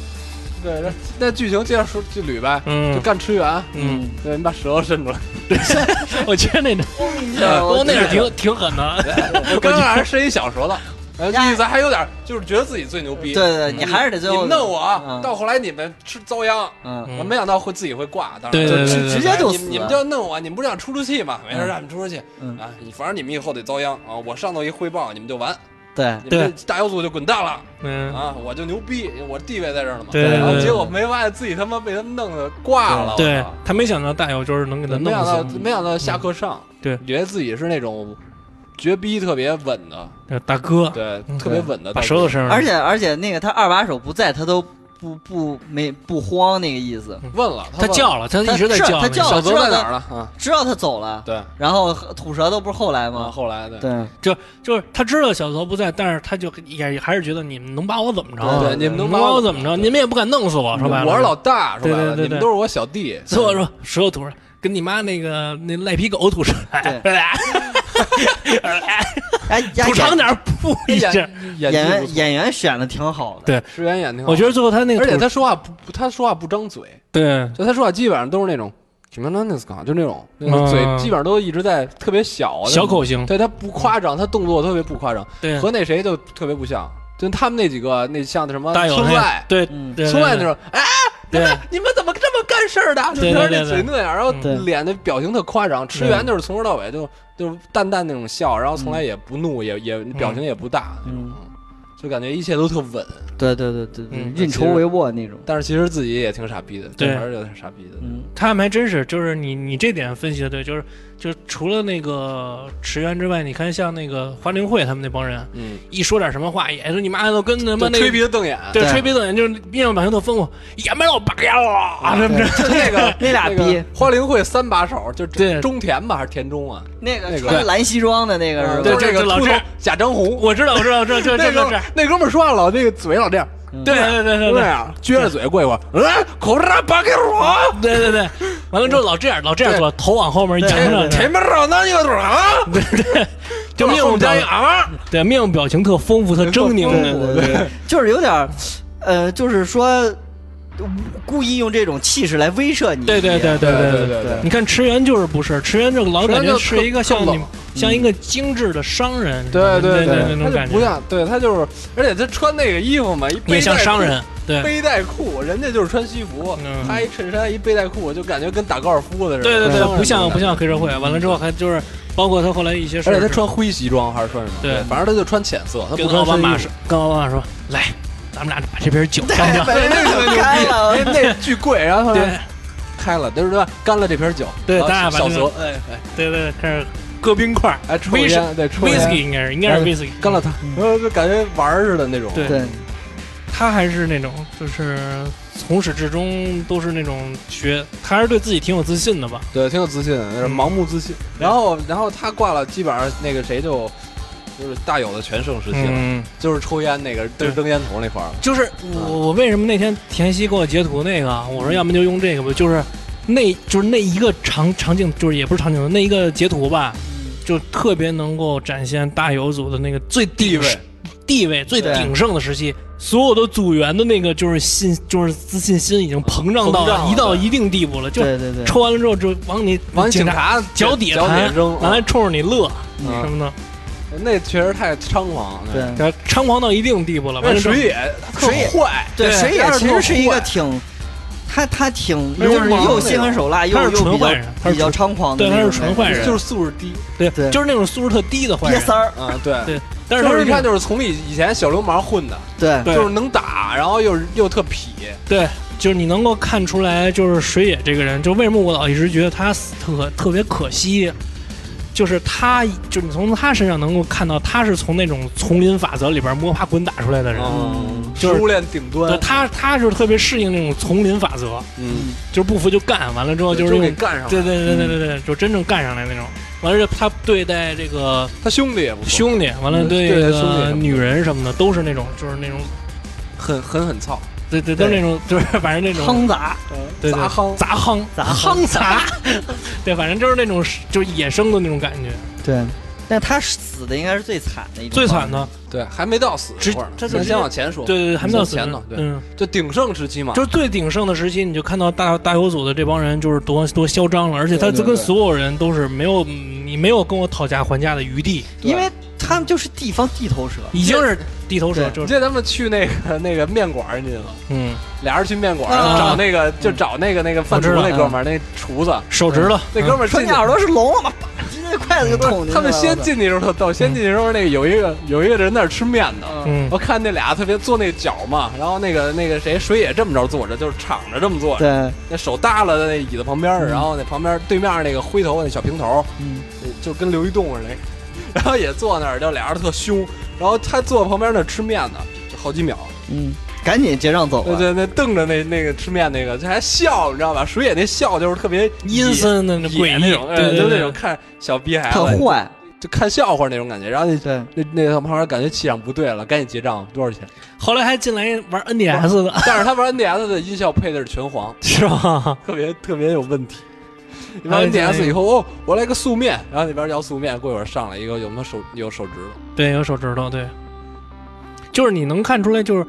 S2: 对，那那剧情接着说就捋呗，就
S3: 嗯
S2: 干吃员，
S3: 嗯，，
S2: 对你把舌头伸出来，
S3: 我觉得那种，
S2: 嗯
S3: 哦，那是挺挺狠
S2: 啊
S3: 的，
S2: 我刚开始伸一小舌头，然后这意思还有点就是觉得自己最牛逼，
S1: 对对，你还是得最
S2: 嗯你
S1: 后
S2: 们弄我啊，
S1: 嗯
S2: 到后来你们吃遭殃，
S1: 嗯，
S2: 我没想到会自己会挂，当然
S3: 对
S2: 就
S3: 对对
S1: 直直接就
S2: 你
S1: 死
S2: 们你们就要弄我，你们不是想出出气吗？没事，
S1: 嗯
S2: 让你们出出气
S1: 嗯
S2: 啊！你反正你们以后得遭殃啊！我上头一汇报，你们就完，
S1: 对
S2: 你们这大小组就滚蛋了
S3: 嗯，
S2: 啊！我就牛逼，我地位在这儿了嘛。
S3: 对
S1: 对
S2: 然后
S3: 对
S2: 结果没发现自己他妈被他们弄的挂了，
S3: 对
S2: 我操
S3: 他没想到大姚就是能给他
S2: 没想到
S3: 弄死，
S2: 没想到下课上，
S3: 对
S2: 觉得自己是那种绝逼特别稳的，
S3: 那大哥
S2: 对
S3: 嗯，
S2: 特别稳的，
S3: 把舌头伸上来，
S1: 而且而且那个他二把手不在，他都不不没不慌那个意思，
S2: 问了，
S3: 他
S2: 问
S3: 叫了，他一直在
S1: 是
S3: 叫，
S1: 他叫
S2: 小
S1: 了
S2: 泽
S1: 知道
S2: 在
S1: 他
S2: 哪儿了啊？
S1: 知道他走了，
S2: 对，
S1: 然后吐舌头不是后来
S2: 啊，
S1: 吗？
S2: 后来对。
S1: 对，
S3: 就是他知道小泽不在，但是他就也还是觉得你们能把我怎么着？
S2: 对你们能把
S3: 能
S2: 我
S3: 把我怎么着？你们也不敢弄死我，说白了。
S2: 我是老大，说
S3: 对
S2: 白了，
S3: 对对对
S2: 你们都是我小弟。
S3: 所 以我说舌头吐出来，跟你妈那个那赖皮狗吐出来，
S1: 哎，
S3: 吐长
S1: 演
S3: 点儿噗一下。
S2: 演
S1: 演
S2: 演技不
S1: 员
S2: 错
S1: 演员选的挺好的，
S3: 对
S2: 石原演挺好，
S3: 我觉得最后他那个
S2: 而
S3: 吐，
S2: 且他说话不，不他说话不张嘴，
S3: 对
S2: 就他说话基本上都是那种什么那那就那种，那种
S3: 嗯
S2: 嘴基本上都一直在特别小，
S3: 小，口型，
S2: 对他不夸张，他动作特别不夸张，
S3: 对
S2: 和那谁就特别不像，就他们那几个那像什么
S3: 大有
S2: 村
S3: 那
S2: 外，
S3: 对
S1: 嗯
S3: 对
S2: 村外那种，哎，
S3: 对
S2: 你们怎么这么干事儿的？啊就
S3: 对
S2: 他
S3: 对
S2: 那
S3: 对
S2: 嘴那样，然后
S1: 嗯对
S2: 脸的表情特夸张。吃
S3: 对
S2: 原就是从头到尾就就是淡淡那种笑，然后从
S3: 嗯
S2: 来也不怒，也也表情也不大，
S1: 嗯，
S2: 就感觉一切都特稳。
S1: 对对对对，对
S3: 嗯
S1: 运筹帷幄那种，
S2: 但是其实自己也挺傻逼的，
S3: 对
S2: 还是有点傻逼的。
S1: 嗯，
S3: 他们还真是，就是你你这点分析的对，就是就是除了那个池原之外，你看像那个花灵会他们那帮人，
S2: 嗯，
S3: 一说点什么话，也是你妈都跟他妈
S2: 就
S3: 那
S2: 吹鼻子瞪 眼，
S3: 对
S1: 对
S3: 吹鼻子眼，就是面上表情特丰富，也没有白呀啊什么的，
S2: 就那个
S1: 那俩逼
S2: 个花灵会三把手，就
S3: 对
S2: 中田吧还是田中啊？
S1: 那个啊
S2: 那个
S1: 穿蓝西装的那个是吧？
S2: 就
S3: 对
S2: 是那
S3: 这
S2: 个
S3: 个老
S2: 秃头
S3: 这
S2: 贾张红，
S3: 我知道，我知道，这这
S2: 那
S3: 这这
S2: 哥
S3: 这，
S2: 那哥们儿说话老那个嘴老这样，
S3: 对对对对
S2: 就那
S3: 对
S2: 样撅着嘴过一会儿，嗯，口罩扒给我。
S3: 对对对，完了之后老这样老这样做，头往后面扬
S2: 前
S3: 着，
S2: 前面找那个多啊，
S3: 就面
S2: 我
S3: 部
S2: 们
S3: 表
S2: 家一
S3: 情，
S2: 啊，
S3: 对面部表情特丰富，特狰狞
S1: 对对对对，就是有点儿，呃，就是说故意用这种气势来威慑你，
S3: 对对对对对对
S1: 对
S3: 你看池原就是不是池原这个老感觉
S2: 池
S3: 是
S2: 原就特
S3: 一个像
S2: 特
S3: 你
S2: 冷
S3: 像一个精致的商人，
S2: 对
S3: 对
S2: 对，
S3: 那种
S2: 他
S3: 感
S2: 就不
S3: 觉，
S2: 像，对他就是，而且他穿那个衣服嘛，一背带
S3: 也像商人，
S2: 裤，
S3: 对
S2: 背带裤，人家就是穿西服，
S3: 嗯
S2: 他一衬衫一背带裤，就感觉跟打高尔夫的似的，
S3: 对对
S2: 商人
S3: 对，不像
S2: 那种
S3: 不像黑社会，完了之后还就是包括他后来一些事
S2: 感
S3: 儿
S2: 觉，而且他穿灰西装还是穿什么？
S3: 对
S2: 反正他就穿浅色，他不
S3: 跟
S2: 穿
S3: 奥巴马
S2: 深
S3: 说，跟奥巴马说，来，咱们俩把这瓶酒干掉，
S1: 对，那个开了
S2: 衣服，，哎那巨贵，然后
S3: 对
S2: 他开了，对不对？干了这瓶酒，
S3: 对
S2: 然后
S3: 大家把
S2: 小
S3: 这
S2: 泽
S3: 个，
S2: 哎哎
S3: 对对对，开始割冰 块
S2: 哎，抽
S3: 威士
S2: 烟，对，抽
S3: ，whisky
S2: 烟，
S3: 应该是应该是 whisky，嗯
S2: 干了他，然后就感觉玩儿似的那种，
S3: 对
S1: 对，
S3: 他还是那种，就是从始至终都是那种学，他还是对自己挺有自信的吧？
S2: 对，挺有自信，的，
S3: 嗯
S2: 盲目自信。然后，然后他挂了，基本上那个谁就就是大有的全盛时期了，
S3: 嗯，
S2: 就是抽烟那个
S3: 对
S2: 扔扔烟头那块儿了。
S3: 就是我我为什么那天田曦给我截图那个，啊我说要么就用这个吧，就是那就是那一个场场景，就是也不是场景，那一个截图吧，
S1: 嗯
S3: 就特别能够展现大友组的那个最
S2: 地
S3: 地
S2: 位，
S3: 地位最
S1: 对
S3: 鼎盛的时期，所有的组员的那个就是信就是自信心已经膨胀到
S2: 膨胀了
S3: 一到
S2: 对
S3: 一定地步了，就
S1: 对对对，
S3: 抽完了之后就往你
S2: 往警
S3: 警察
S2: 察
S3: 脚底
S2: 脚
S3: 下
S2: 底下
S3: 弹，
S2: 扔，
S3: 完了冲着你乐
S2: 嗯
S3: 什么的。
S2: 那确实太猖狂了。
S1: 对。
S3: 然后猖狂到一定地步了，完
S2: 那
S3: 了之后
S2: 水野特
S1: 水野
S2: 坏，
S1: 对，水野
S2: 他
S1: 其实是一
S2: 特
S1: 个
S2: 坏
S1: 挺，他他挺
S2: 那就
S1: 又又
S2: 是那
S1: 心
S2: 种
S1: 狠手辣，又
S3: 他是
S1: 又
S3: 纯
S1: 比较
S3: 坏人他是
S1: 比较猖狂的
S3: 对
S1: 那
S3: 他
S1: 种
S3: 是
S1: 人，
S3: 纯坏人
S2: 就是素质低
S3: 对，
S1: 对
S3: 就是那种素质特低的坏
S1: 瘪
S3: 人。
S1: 三儿，
S2: 啊，对。
S3: 对，但是
S2: 就
S3: 他
S2: 是
S3: 是
S2: 一看就是从以以前小流氓混的，
S1: 对
S3: 对
S2: 就是能打，然后又又特痞，
S3: 对，就是你能够看出来，就是水野这个人，就为什么我老一直觉得他死特特别可惜，就是他，就是你从他身上能够看到，他是从那种丛林法则里边摸爬滚打出来的人。
S2: 嗯，
S3: 就
S2: 食
S3: 是
S2: 物链顶
S3: 对
S2: 端，
S3: 他他是特别适应那种丛林法则，
S2: 嗯，
S3: 就是不服就干，完了之后就是
S2: 给
S3: 用
S2: 干上了。
S3: 对对对对对对，就真正干上来那种。完了，他对待这个
S2: 他兄弟也不错，
S3: 兄弟，完了
S2: 嗯
S3: 对
S2: 对
S3: 这
S2: 待兄弟什么
S3: 个
S2: 的
S3: 女人什么的，都是那种，就是那种，
S2: 很很很糙，
S3: 对对，都是
S1: 对
S3: 那种，就是反正那种
S1: 夯杂，
S3: 对对
S2: 杂夯。
S3: 杂夯
S1: 杂
S3: 夯杂， 对，反正就是那种就是野生的那种感觉，
S2: 嗯
S1: 对，但他死的应该是最惨的一种，
S3: 最惨的，
S2: 对，还没到死
S3: 直
S2: 那会儿，
S3: 这就
S2: 咱
S3: 直
S2: 先
S3: 接
S2: 往前说，
S3: 对对对，还没到死
S2: 前头对
S3: 嗯，
S2: 就鼎盛时期嘛，
S3: 就是最鼎盛的时期，你就看到大大有组的这帮人就是多多嚣张了，而且他
S2: 对对对
S3: 跟所有人都是没有你没有跟我讨价还价的余地，
S2: 对
S1: 因为他们就是地方地头蛇，
S3: 已经是地头蛇，
S1: 对
S2: 你
S3: 就是
S2: 记得咱们去那个那个面馆儿，你记得吗？
S3: 嗯，
S2: 俩人去面馆儿，
S1: 啊
S2: 找那个就找那个那个贩
S3: 我
S2: 毒
S3: 知道嗯
S2: 那哥们儿，那厨子，
S3: 手指头，
S2: 嗯那哥们儿
S1: 说
S2: 进
S1: 你
S2: 去
S1: 耳朵是聋了吗？啪，直接筷子就捅进去了。
S2: 他们先进去的时候特逗，先进去的时候那个有一个有一个人在那儿吃面呢，
S3: 嗯
S2: 我看那俩特别做那脚嘛，然后那个那个谁水野这么着坐着，就是敞着这么坐着，
S1: 对，
S2: 那手耷拉在那椅子旁
S3: 嗯
S2: 边儿，然后那旁边对面那个灰头那小平头，
S1: 嗯，
S2: 就跟刘一栋似的，然后也坐那儿，就俩人特凶，然后他坐旁边那儿吃面呢，就好几秒，
S1: 嗯，赶紧结账走
S2: 对
S1: 了。
S2: 对，那瞪着那那个吃面那个，这还笑，你知道吧？水野那笑就是特别
S3: 阴森的那
S2: 野
S3: 诡
S2: 野
S3: 异
S2: 那种，哎
S3: 对对
S2: 就
S3: 对
S2: 那种看小逼孩
S1: 特
S2: 子，
S1: 坏，
S2: 就看笑话那种感觉，然后那
S1: 对，
S2: 那那个旁边感觉气场不对了，赶紧结账，多少钱？
S3: 后来还进来玩 NDS 的，
S2: 但是他玩 NDS 的音效配的是拳皇，
S3: 是吧？
S2: 特别特别有问 题。你玩 NDS 以后，哦，我来个素面，然后那边要素面，过一会儿上来一个有没有手有手指头，
S3: 对，有手指头，对，就是你能看出来，就是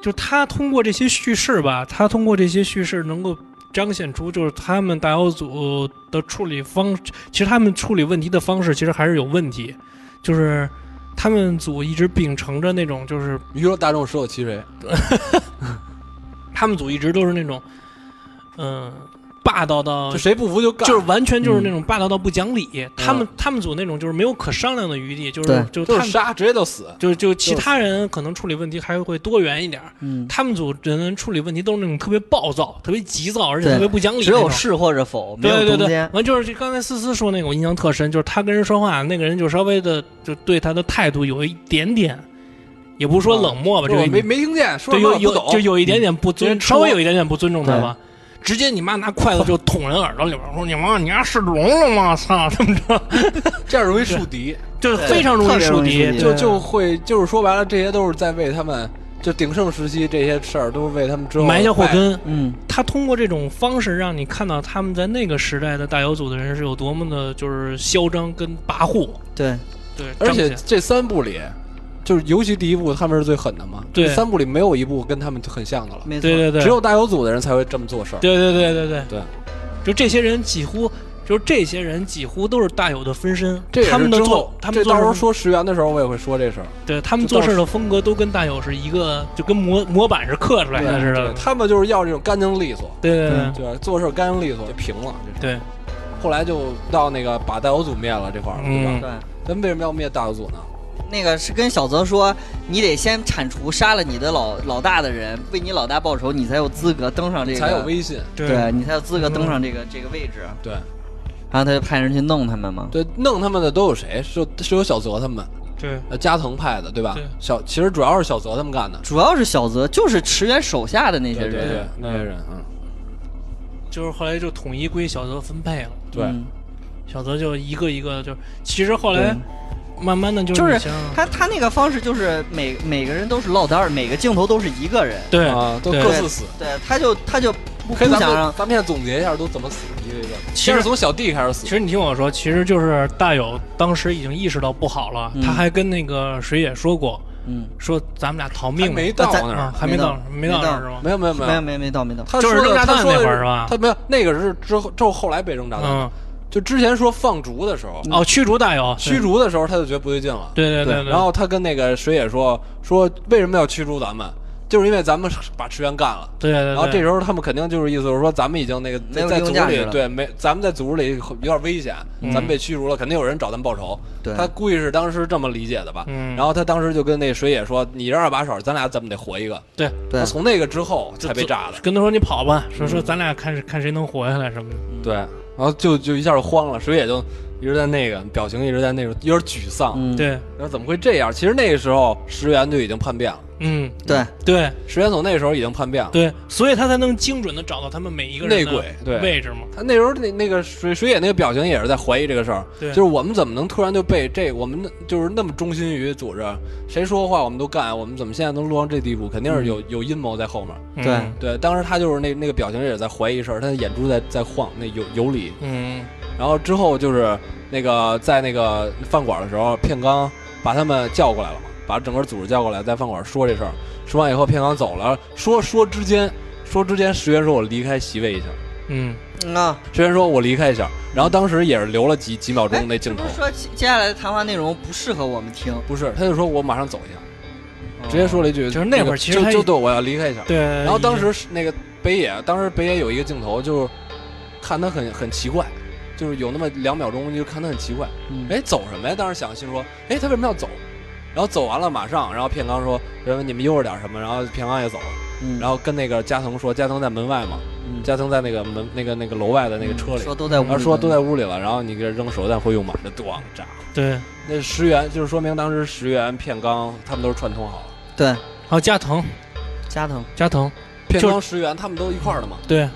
S3: 就是他通过这些叙事吧，他通过这些叙事能够彰显出，就是他们打妖组的处理方，其实他们处理问题的方式其实还是有问题，就是他们组一直秉承着那种，就是
S2: 娱乐大众十有其谁。
S3: 他们组一直都是那种，嗯、霸道到
S2: 就谁不服就干，
S3: 嗯就是完全就是那种霸道到不讲理。他们他们组那种就是没有可商量的余地，就是
S1: 对
S2: 就
S3: 就他
S2: 是
S3: 们
S2: 杀，直接就死。
S3: 就就其他人可能处理问题还会多元一点儿。
S1: 嗯，
S3: 他们组人处理问题都是那种特别暴躁、特别急躁，而且
S1: 对
S3: 特别不讲理
S1: 只
S3: 那
S1: 有
S3: 种。
S1: 是或者否，没
S3: 对
S1: 有
S3: 对
S1: 中
S3: 对，
S1: 间
S3: 完。就是刚才思思说那个，我印象特深，就是他跟人说话，那个人就稍微的就对他的态度有一点点，也不是说
S2: 啊
S3: 冷漠吧，
S2: 不
S3: 就是有
S2: 我没
S3: 一
S2: 没听见，说
S3: 对
S2: 什么
S3: 有
S2: 我不
S3: 有
S2: 懂。嗯
S3: 就有一点点不
S2: 人
S3: 尊，
S2: 戳
S3: 稍微有一点点不尊重他吧。直接你妈拿筷子就捅人耳朵里边，说你妈你丫是聋了吗？操，这么着，
S2: 这样容易树敌，
S3: 就是非常容易树
S1: 特别容
S3: 敌
S1: 易树。敌
S2: 就
S1: 对
S2: 就会就是说白了，这些都是在为他们就鼎盛时期这些事儿，都是为他们之后
S3: 埋下祸
S2: 败。
S3: 根。
S1: 嗯，
S3: 他通过这种方式让你看到他们在那个时代的大有组的人是有多么的，就是嚣张跟跋扈。
S1: 对，
S3: 对，
S2: 而且
S3: 彰显
S2: 这三部里，就是尤其第一部他们是最狠的嘛，
S3: 对
S2: 这三部里没有一部跟他们很像的了，
S1: 没错，
S3: 对对对，
S2: 只有大有组的人才会这么做事儿。
S3: 对对对对对
S2: 对，
S3: 就这些人几乎。就是这些人几乎都是大有的分身，
S2: 这也
S3: 他
S2: 是
S3: 们的
S2: 之
S3: 做
S2: 后，，
S3: 他们
S2: 这
S3: 做
S2: 到时候
S3: 事
S2: 说石原的时候，我也会说这事儿。
S3: 对他们
S2: 就到
S3: 做事的风格都跟大友是一个，就跟模模板是刻出来的似的
S2: 对，。他们就是要这种干净利索，
S3: 对对对
S1: 嗯
S2: 对，做事干净利索就平了。这事儿
S3: 对，
S2: 后来就到那个把大友组灭了这块儿了，对吧？
S3: 嗯，
S1: 对。
S2: 咱为什么要灭大友组呢？
S1: 那个是跟小泽说，你得先铲除杀了你的老老大的人，为你老大报仇，你才有资格登上这个，
S2: 才有威信。
S1: 对你才有资格登上这个、这个位置。
S2: 对
S1: 然后他就派人去弄他们嘛。
S2: 对，弄他们的都有谁？是有是有小泽他们，
S3: 对
S2: 呃，加藤派的，对吧？
S3: 对
S2: 小其实主要是小泽他们干的。
S1: 主要是小泽，就是池原手下的那些
S2: 对
S1: 人。
S2: 对对
S3: 嗯，
S2: 那些人，嗯，
S3: 就是后来就统一归小泽分配了，
S2: 对，
S1: 嗯
S3: 小泽就一个一个就，其实后来慢慢的就
S1: 就是
S3: 你想想
S1: 他他那个方式就是每每个人都是落单儿，每个镜头都是一个人。
S3: 对
S2: 啊，都
S3: 对
S2: 各自死。
S1: 对，他就他就不
S2: 可
S1: 不
S2: 以，咱
S1: 想让
S2: 们咱们现在总结一下都怎么死，一个一个。
S3: 其实
S2: 先是从小弟开始
S3: 其
S2: 死，
S3: 实你听我说，其实就是大友当时已经意识到不好了，
S1: 嗯
S3: 他还跟那个水野说过，
S1: 嗯，
S3: 说咱们俩逃
S2: 还
S3: 命吧
S2: 没到
S1: 呃咱
S2: 那
S3: 啊
S2: 儿，，
S3: 还没到
S1: 没
S3: 没到
S1: 到
S3: 那儿是吗？
S2: 没有没有
S1: 没有
S2: 有。
S1: 没有没到没到，
S2: 他
S3: 就是
S2: 说的
S3: 扔炸弹
S2: 他说的
S3: 那会儿是吧
S2: 他没有，那个是之后之后后来被扔炸弹的。
S3: 嗯，
S2: 就之前说放逐的时候，
S3: 哦，驱逐大友，
S2: 驱
S3: 逐，
S2: 逐的时候他就觉得不对劲了。
S3: 对对对对，
S2: 然后他跟那个水野说说为什么要驱逐咱们，就是因为咱们把池原干了。
S3: 对对对，
S2: 然后这时候他们肯定就是意思就是说咱们已经那个
S1: 没
S2: 在
S1: 有
S2: 在
S1: 利用
S2: 组
S1: 价值
S2: 里
S1: 了
S2: 对没咱们在组织里有点危险，
S3: 嗯
S2: 咱们被驱逐了，肯定有人找咱们报仇。
S1: 对
S2: 他估计是当时这么理解的吧。
S3: 嗯，
S2: 然后他当时就跟那水野说：“你这二把手，咱俩怎么得活一个？”
S3: 对
S1: 对
S2: 他从那个之后才被炸的。
S3: 跟他说你跑吧，
S2: 嗯
S3: 说说咱俩看是看谁能活下来什么的，
S2: 对，然后就就一下就慌了，水野就一直在那个表情一直在那种有点沮丧，
S1: 嗯，
S3: 对，
S2: 然后怎么会这样？其实那个时候石原就已经叛变了，
S3: 嗯，
S1: 对，
S3: 对
S2: 石原总那时候已经叛变了，
S3: 对，所以他才能精准的找到他们每一个人
S2: 内
S3: 的
S2: 鬼对
S3: 位置嘛。
S2: 他那时候那那个水水野那个表情也是在怀疑这个事儿，
S3: 对
S2: 就是我们怎么能突然就被这我们那就是那么忠心于组织，谁说话我们都干，我们怎么现在能落到这地步？肯定是有、有阴谋在后面。
S1: 对
S3: 嗯
S2: 对，当时他就是那那个表情也是在怀疑事儿，他的眼珠在在晃，那有有理。
S3: 嗯，
S2: 然后之后就是那个在那个饭馆的时候，片刚把他们叫过来了嘛，把整个组织叫过来，在饭馆说这事儿。说完以后，片刚走了，说说之间，说之间，石原说我离开席位一下。
S3: 嗯，
S1: 嗯啊，
S2: 石原说我离开一下，然后当时也是留了几几秒
S1: 哎
S2: 钟那
S1: 这
S2: 镜头
S1: 不，是说接接下来的谈话内容不适合我们听，
S2: 不是，他就说我马上走一下，
S1: 哦
S2: 直接说了一句，
S3: 就是那会儿
S2: 个
S3: 其实哎
S2: 就
S3: 他
S2: 就
S3: 已
S2: 对我要离开一下。
S3: 对。然
S2: 然后当时是那个北野，当时北野有一个镜头，就是看他很很奇怪，就是有那么两秒钟，就看他很奇怪，
S1: 嗯
S2: 哎，走什么呀？当时想，心说，哎，他为什么要走？然后走完了，马上，然后片刚说，然后你们悠着点什么，然后片刚也走了，
S1: 嗯，
S2: 然后跟那个加藤说，加藤在门外嘛，
S1: 嗯
S2: 加藤在那个门那个那个楼外的那个车里，
S1: 说都
S3: 嗯
S1: 在屋里
S2: 然后说都在屋里了，然后你给扔手榴弹会用吗？这咣炸，
S3: 对，然
S2: 那石原就是说明当时石原、片刚他们都是串通好了，
S1: 对
S3: 后加藤，
S1: 加藤，
S3: 加藤，
S2: 片
S3: 就
S2: 刚、石原他们都一块儿的嘛，
S3: 对，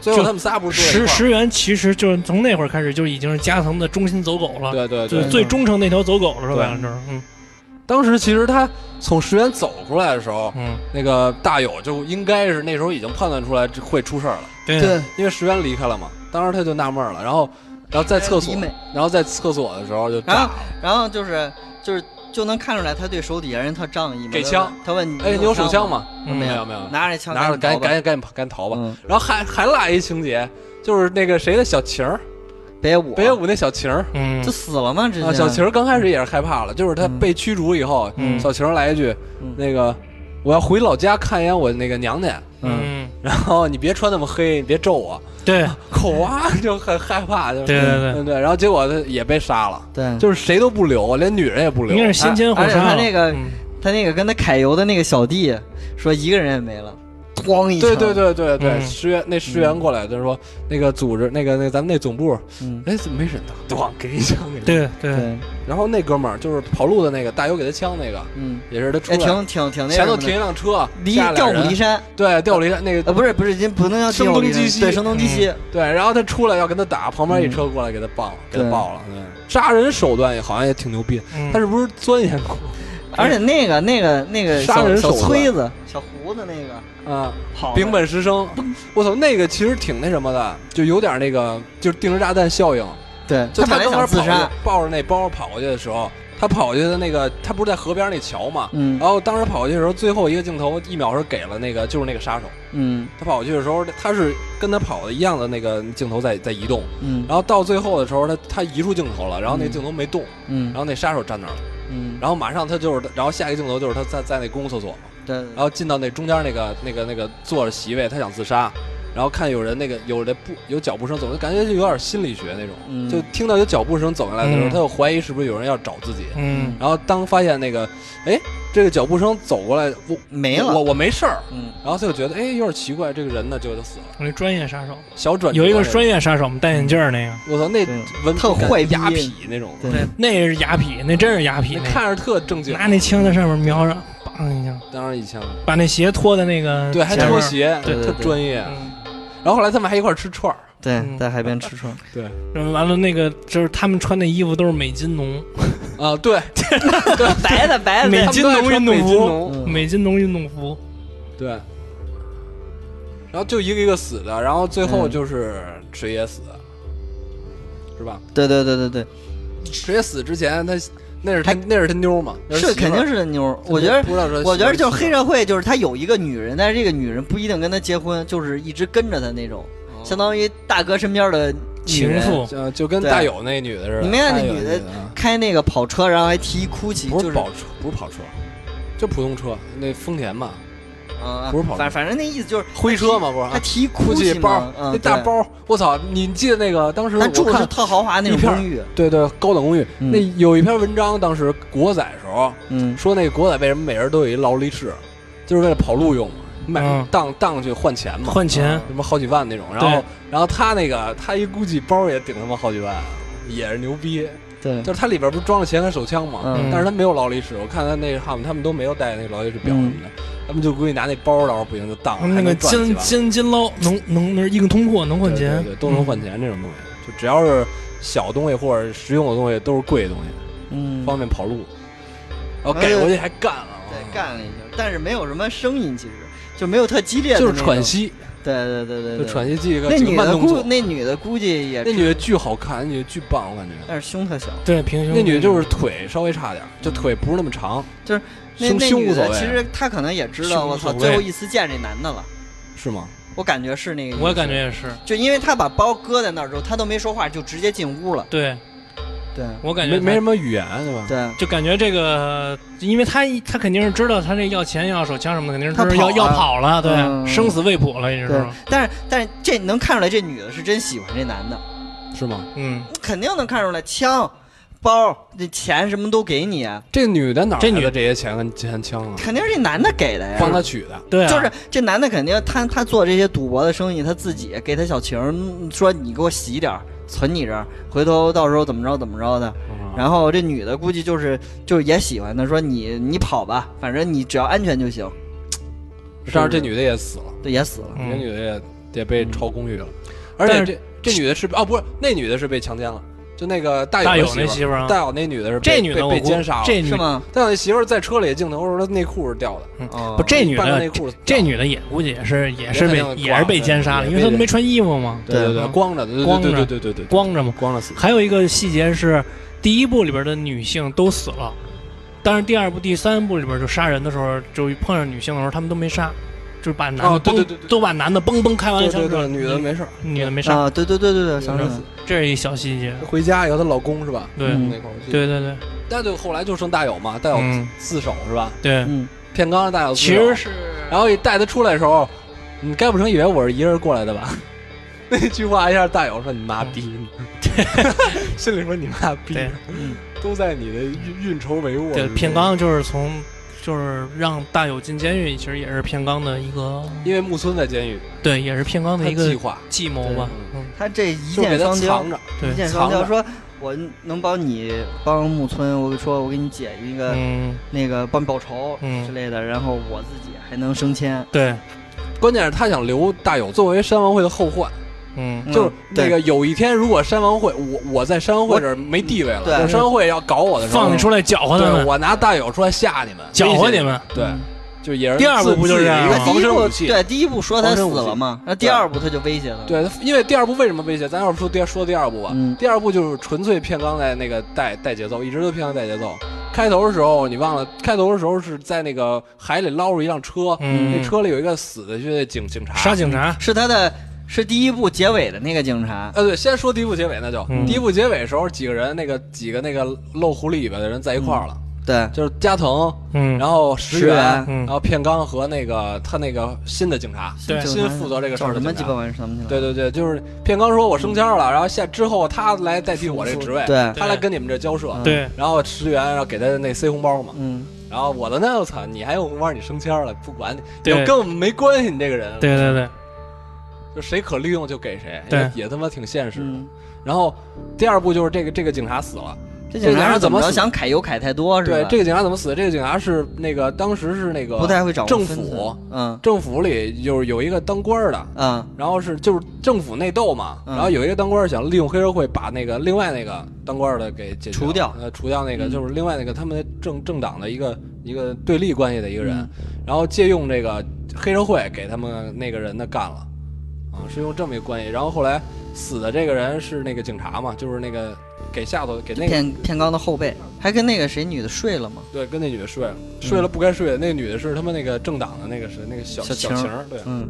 S2: 最后他们仨不是坐在
S3: 石
S2: 一块儿
S3: 石原其实就是从那会儿开始就已经是加藤的忠心走狗了，
S2: 对对
S3: 就
S2: 对
S3: 是，最忠诚那条走狗了，说白了就是，嗯
S2: 当时其实他从石原走出来的时候，
S3: 嗯，
S2: 那个大友就应该是那时候已经判断出来这会出事儿了，
S3: 对
S1: 对，
S2: 因为石原离开了嘛。当时他就纳闷儿了，然后，然后在厕所
S1: 离，美
S2: 然后在厕所的时候就炸
S1: 然
S2: 了
S1: 后。然后就是就是就能看出来他对手底下人特仗义嘛，
S2: 给
S1: 他
S2: 枪
S1: 问，他问你
S2: 哎，你有手枪？吗？
S3: 嗯
S1: 没
S2: 没
S1: 有
S2: 有没有，
S1: 啊拿着枪，
S2: 拿着赶
S1: 紧
S2: 紧赶紧赶紧赶紧逃
S1: 跑
S2: 吧。
S1: 吧，嗯
S2: 然后还还落一情节，就是那个谁的小晴儿，
S1: 别我
S2: 北野武那小晴儿
S3: 嗯
S1: 这，死了吗？直接
S2: 啊，小晴儿刚开始也是害怕了，就是他
S1: 嗯
S2: 被驱逐以后，
S3: 嗯
S2: 小晴儿来一句
S1: 嗯，
S2: 那个我要回老家看一眼我那个娘家，
S1: 嗯，
S3: 嗯，
S2: 然后你别穿那么黑，你别咒我，
S3: 对
S2: 口啊 就很害怕，就
S3: 对
S2: 是
S3: 对
S2: 对对，然后结果他也被杀了，
S1: 对，
S2: 就是谁都不留，连女人也不
S3: 对，应该
S2: 留
S3: 是。先奸后
S1: 而且
S3: 杀
S1: 他
S3: 了
S1: 那个
S3: 嗯
S1: 他那个跟他揩油的那个小弟说一个人也没了，咣一枪，
S2: 对对对对对，
S3: 嗯
S2: 石原那石原过来就是说那个组织那个那咱们那总部，
S1: 嗯，
S2: 哎怎么没人呢？咣给一枪给你。
S3: 对对，
S1: 对，
S2: 然后那哥们儿就是跑路的那个大友给他枪那个，
S1: 嗯，
S2: 也是他出
S1: 哎，
S2: 来
S1: 挺挺挺那
S2: 前头
S1: 什么的
S2: 停一辆车，
S1: 离
S2: 下来
S1: 调虎
S2: 人
S1: 离山，
S2: 对调虎离山那个
S1: 呃，不是不是，您不能叫
S2: 声
S1: 调虎
S2: 东
S1: 离
S2: 击
S1: 山
S2: 西
S1: 对，声东击
S3: 嗯
S1: 西，
S2: 对，然后他出来要跟他打，旁边一车过来给他爆了，给他
S1: 嗯对
S2: 爆了。对，杀人手段也好像也挺牛逼，
S3: 嗯
S2: 他是不是钻研过
S1: 而且那个那个那个
S2: 杀
S1: 小
S2: 人
S1: 小
S2: 手段
S1: 崔子、小胡子那个
S2: 啊？
S1: 好
S2: 丙本实生，
S1: 嗯
S2: 我操，那个其实挺那什么的，就有点那个，就是定时炸弹效应。
S1: 对，
S2: 就
S1: 本
S2: 他
S1: 来
S2: 刚开
S1: 想
S2: 始
S1: 自
S2: 跑
S1: 杀
S2: 去，，抱着那包跑过去的时候，他跑过去的那个，他不是在河边那桥嘛？
S1: 嗯
S2: 然后当时跑过去的时候，最后一个镜头一秒是给了那个，就是那个杀手。
S1: 嗯
S2: 他跑过去的时候，他是跟他跑的一样的那个镜头在在移动。
S1: 嗯
S2: 然后到最后的时候，他他移出镜头了，然后那
S1: 嗯
S2: 镜头没动，
S1: 嗯
S2: 然后那杀手站那儿了。
S1: 嗯，
S2: 然后马上他就是，然后下一个镜头就是他在在那公共厕所嘛，
S1: 对，
S2: 然后进到那中间那个那个那个坐着席位，他想自杀，然后看有人那个有的步有脚步声走，就感觉就有点心理学那种，
S1: 嗯
S2: 就听到有脚步声走进来的时候，
S3: 嗯
S2: 他就怀疑是不是有人要找自己，
S3: 嗯
S2: 然后当发现那个，哎，这个脚步声走过来，我
S1: 没
S2: 我
S1: 了，
S2: 我没事儿，
S1: 嗯
S2: 然后他就觉得哎有点奇怪，这个人呢就就死了，
S3: 那专业杀手，
S2: 小转折
S3: 有一个
S2: 那种
S3: 专业杀手，我们戴眼镜儿那个，
S2: 我操那
S1: 对
S2: 文
S1: 特
S2: 感
S1: 坏
S2: 觉雅
S1: 逼
S2: 痞那种，
S1: 对
S3: 对，那是雅痞，那真是雅痞
S2: 那
S3: 那个，
S2: 看着特正经，
S3: 拿那枪在上面瞄上，梆一下，
S2: 当然一枪，
S3: 把那鞋脱在那个
S2: 对，还
S3: 嗯前
S2: 拖
S3: 面，
S2: 鞋，
S1: 对
S2: 特
S1: 对对
S2: 专业。
S3: 嗯
S2: 然后后来他们还一块儿吃串儿，
S1: 对，
S3: 嗯
S1: 在海边吃串，
S3: 然后完了那个就是他们穿的衣服都是美津浓，
S2: 啊，对，
S1: 白的白
S3: 美
S2: 他们
S3: 津
S2: 都爱
S3: 浓
S2: 穿
S3: 运动
S2: 美津
S3: 服，
S1: 嗯
S2: 浓，
S3: 美津浓运动服，
S2: 对。然后就一个一个死的，然后最
S1: 嗯
S2: 后就是水野死，是吧？
S1: 对对对对对，
S2: 水野死之前，他那是他那是他妞嘛？那
S1: 是
S2: 媳妇儿
S1: 肯定是个妞儿，我觉得。
S2: 不知道是
S1: 我觉得就是黑
S2: 人，
S1: 社会，就是他有一个女人，但是这个女人不一定跟他结婚，就是一直跟着他那种，
S2: 哦
S1: 相当于大哥身边的女
S3: 情
S1: 人。
S3: 妇，
S2: 呃就跟大友那女的似的。
S1: 你没看那
S2: 大友
S1: 女的
S2: 的啊
S1: 开那个跑车，然后还提 GUCCI，
S2: 不
S1: 就是是
S2: 跑车，不是跑车，就普通车，那丰田嘛，
S1: 啊，
S2: 不是跑车
S1: 反反正那意思就是
S2: 灰车嘛，不是
S1: 他
S2: 啊？
S1: 提
S2: 估
S1: GUCCI
S2: 计包
S1: 嘛，嗯
S2: 那大，包，我操！你记得那个当时
S1: 对但住
S2: 我
S1: 的是
S2: 看
S1: 特豪华那种
S2: 一片儿
S1: 公寓，
S2: 对对高等公寓
S1: 嗯
S2: 那有一篇文章，当时国仔时候，
S1: 嗯
S2: 说那个国仔为什么每人都有一劳力士，就是为了跑路用嘛，买
S3: 嗯
S2: 当当去换钱嘛，
S3: 换钱
S2: 啊什么好几万那种。然后然后他那个他一估计包也顶他妈好几万，也是牛逼。
S1: 对，
S2: 就是它里边不是装了钱和手枪吗？
S1: 嗯
S2: 但是他没有劳力士，我看他那哈姆他们都没有带那劳力士表什么的，他们就估计拿那包到时候不行就当了，
S3: 嗯那
S2: 还
S3: 个
S2: 能赚几
S3: 金
S2: 万
S3: 金金捞能能那是硬通货能换
S2: 对
S3: 钱嗯
S2: 对，对，都能换钱这种东西，就只要是小东西或者实用的东西都是贵的东西，
S1: 嗯，
S2: 方便跑路。然后
S1: 哎
S2: 给
S1: 呦
S2: 回去还干了，啊
S1: 对，干了一下，但是没有什么声音，其实就没有特激烈的，
S2: 就是喘，息，
S1: 对对对对
S2: 就
S1: 对，
S2: 喘息几个
S1: 那
S2: 几个
S1: 女
S2: 慢
S1: 的
S2: 动
S1: 估
S2: 作。
S1: 那女的估计也
S2: 那，女的巨好看，那女的巨棒，我感觉。
S3: 哎
S1: 但是胸特小，
S3: 对平胸
S2: 那女的就是腿稍微差点，就腿不是那么长，
S1: 就是那
S2: 胸
S1: 那
S2: 胸
S1: 女
S2: 无所
S1: 的
S2: 谓，
S1: 其实她可能也知
S3: 胸
S1: 道，
S3: 无
S1: 我操，
S3: 所谓
S1: 最后一次见这男的了，
S2: 是吗？
S1: 我感觉是那个，
S3: 我也感觉。也是，
S1: 就因为她把包搁在那儿之后，她都没说话，就直接进屋了。
S3: 对
S1: 对
S3: 我感觉
S2: 没没什
S3: 么，
S2: 么语言对吧？
S1: 对，
S3: 就感觉这个，因为他他肯定是知道他这要钱要手枪什么的，肯定
S1: 他
S3: 是知道要要跑了，对，
S1: 嗯
S3: 生死未卜了，你知道
S1: 对
S3: 吗？，
S1: 但是但是这能看出来，这女的是真喜欢这男的，
S2: 是吗？
S3: 嗯，
S1: 肯定能看出来，枪、包、这钱什么都给你，啊
S2: 这女的哪儿
S3: 这
S2: 来
S3: 女
S2: 的这些钱跟钱枪啊？
S1: 肯定是这男的给的呀。
S2: 帮她取的，
S3: 对啊，
S1: 就是这男的肯定他他做这些赌博的生意，他自己给他小情儿嗯说你给我洗点儿存你这儿，回头到时候怎么着怎么着的。
S3: 嗯
S1: 然后这女的估计就是就是也喜欢他，说你你跑吧，反正你只要安全就行。
S2: 但是这女的也死了，
S1: 对也死了，
S3: 嗯
S2: 这女的也也被抄公寓了，而
S3: 但
S2: 且
S3: 是
S2: 这这女的是哦不是那女的是被强奸了，就那个大
S3: 大
S2: 友
S3: 友
S2: 的
S3: 那
S2: 媳
S3: 媳妇儿啊
S2: 大友那女的是被
S3: 这女的
S2: 被
S3: 我
S2: 被
S3: 估
S2: 奸杀了，
S3: 这女
S1: 是吗？
S2: 大友那媳妇儿在车里镜头说她内裤是掉的，
S1: 哦，
S3: 嗯不这女
S2: 半个
S3: 的
S2: 内裤是掉
S3: 这
S2: 的
S3: 女的也估计也是也是
S2: 也肯
S3: 被
S2: 定
S3: 也是被
S2: 挂
S3: 奸杀了，
S2: 也
S3: 因为她
S2: 被
S3: 没穿衣服嘛，
S2: 对对对
S3: 嗯
S2: 光着的对
S3: 光
S2: 对
S3: 着
S2: 对对对对对
S3: 光着嘛。
S2: 光着死，
S3: 还有一个细节是，第一部里边的女性都死了，但是第二部、第三部里边就杀人的时候，就碰上女性的时候，他们都没杀，就是把男的
S2: 哦对
S3: 崩、
S2: 对对对
S3: 都把男的崩崩开完
S2: 对
S3: 了枪嗯
S2: 对
S3: 之后，
S2: 对，女的嗯没事儿，
S3: 女的没杀，
S1: 啊，对对对对对，想起来了，
S3: 这是一小细节。
S2: 回家以后她老公是吧？
S3: 对、
S1: 嗯
S2: 那块儿我记得，
S3: 对对对
S2: 但就后来就剩大友嘛，大友
S3: 嗯
S2: 自首是吧？
S3: 对，
S1: 嗯，
S2: 片刚的大友自
S3: 其
S2: 首
S3: 实是
S2: 然后一带他出来的时候，你该不成以为我是一人过来的吧？ 那句话一下，大友说：“你妈逼！” 心里说：“你妈逼
S3: 嗯对！”
S1: 嗯
S2: 都在你的运运筹帷幄。
S3: 对呃片，冈就是从就是让大友进监狱，其实也是片冈的一个
S2: 因为木村在监狱，
S3: 对，也是片冈
S2: 他
S3: 的一
S2: 计
S3: 个
S2: 划
S3: 计谋吧。嗯，
S1: 他这一
S2: 就
S1: 箭
S2: 给他
S1: 双雕
S2: 藏，着，
S1: 一
S3: 对，
S1: 箭双雕，
S2: 藏着
S1: 说我能帮你帮木村，我说我给你解一个
S3: 嗯，
S1: 那个帮你报仇
S3: 嗯
S1: 之类的，然后我自己还能升迁。
S3: 对，
S2: 关键是他想留大友作为山王会的后患，
S3: 嗯，
S1: 嗯
S2: 就是
S1: 对
S2: 那个有一天如果山王会，我我在山王会这儿没地位了，
S1: 对
S2: 就是山王会要搞我的时候，
S3: 放你出来搅和他
S2: 对
S3: 们，
S2: 我拿大友出来吓你们，
S3: 搅和
S2: 威胁
S3: 你们，嗯
S2: 对，就也是
S3: 第二部
S2: 自
S3: 不就
S2: 自
S3: 是
S2: 己
S3: 这样
S2: 一个
S3: 吗
S1: 第
S2: 啊防
S1: 一
S2: 身
S1: 部
S2: 武器？
S1: 对第一部说他
S2: 防
S1: 死
S2: 身武器
S1: 了嘛，那第二部他就威胁他。，
S2: 对，因为第二部为什么威胁？咱要是说第二说第二部吧，
S1: 嗯
S2: 第二部就是纯粹片刚在那个带带节奏，一直都片刚带节奏。开头的时候你忘了，开头的时候是在那个海里捞着一辆车，
S3: 嗯
S2: 那车里有一个死的就是警警察。
S3: 杀警察，
S1: 是他的，是第一部结尾的那个警察。
S2: 呃，对，先说第一部结尾，那就、
S3: 嗯
S2: 第一部结尾的时候，几个人那个几个那个露狐狸尾巴的人在一块儿了，
S1: 对，
S2: 就是加藤，
S3: 嗯，
S2: 然后石
S1: 石
S2: 原，
S1: 原
S3: 嗯
S2: 然后片冈和那个他那个新的警察，
S3: 对
S1: 警察
S2: 新负责这个事
S1: 叫
S2: 儿
S1: 什
S2: 的
S1: 么
S2: 警
S1: 鸡
S2: 察
S1: 巴。玩意儿想不起来。
S2: 对对对，就是片刚说我升迁了，然后下之后他来代替我这职位，
S1: 对
S2: 他来跟你们这交涉，
S1: 嗯
S3: 对，
S2: 然后十元，然后给他那塞红包嘛，
S1: 嗯，
S2: 然后我的呢，我操，你还有红包，你升迁了，不管你，
S3: 对
S2: 就跟我们没关系，你这个人，
S3: 对对对，
S2: 就谁可利用就给谁，
S3: 对
S2: 也也他妈挺现实的。
S1: 嗯，
S2: 然后第二步就是这个这个警察死了，
S1: 这
S2: 警
S1: 警
S2: 察
S1: 察
S2: 是
S1: 是
S2: 怎
S1: 怎
S2: 么
S1: 么
S2: 死
S1: 着？想揩油揩太多是
S2: 对
S1: 吧？，
S2: 这个警察怎么死的？这个警察是那个当时是那个
S1: 不太会掌握
S2: 政
S1: 分寸
S2: 府，
S1: 嗯
S2: 政府里就是有一个当官儿的，
S1: 嗯
S2: 然后是就是政府内斗嘛，
S1: 嗯
S2: 然后有一个当官儿想利用黑社会把那个另外那个当官儿的给解决
S1: 除掉
S2: 呃，除掉那个
S1: 嗯
S2: 就是另外那个他们政政党的一个一个对立关系的一个人，
S1: 嗯
S2: 然后借用这个黑社会给他们那个人的干了，啊，是用这么一个关系，然后后来死的这个人是那个警察嘛，就是那个给下头给那个
S1: 片片冈的后背，还跟那个谁女的睡了嘛？
S2: 对跟那女的睡了，
S1: 嗯
S2: 睡了不该睡的，那个女的是他们那个政党的那个是那个小
S1: 小
S2: 小
S1: 情儿
S2: 情儿对。
S1: 嗯，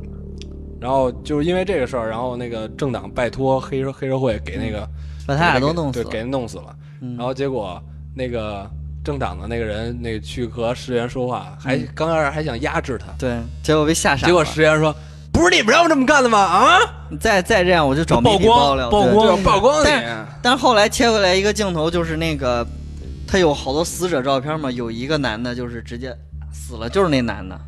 S2: 然后就是因为这个事儿，然后那个政党拜托黑社黑社会给那个
S1: 把嗯他俩都弄死
S2: 对，给
S1: 了。
S2: 弄死了。
S1: 嗯
S2: 然后结果那个政党的那个人，那个去和石原说话，还
S1: 嗯
S2: 刚开始还想压制他，
S1: 对，结果被吓傻了。
S2: 结果石原说：“不是你们让我这么干的吗？啊，
S1: 你再再这样，我就找媒体
S3: 曝光
S1: 爆料。
S3: 曝
S1: 对
S3: 光
S2: 对，曝光你！”啊
S1: 但但是后来切回来一个镜头，就是那个他有好多死者照片嘛，有一个男的就是直接死了，就是那男的，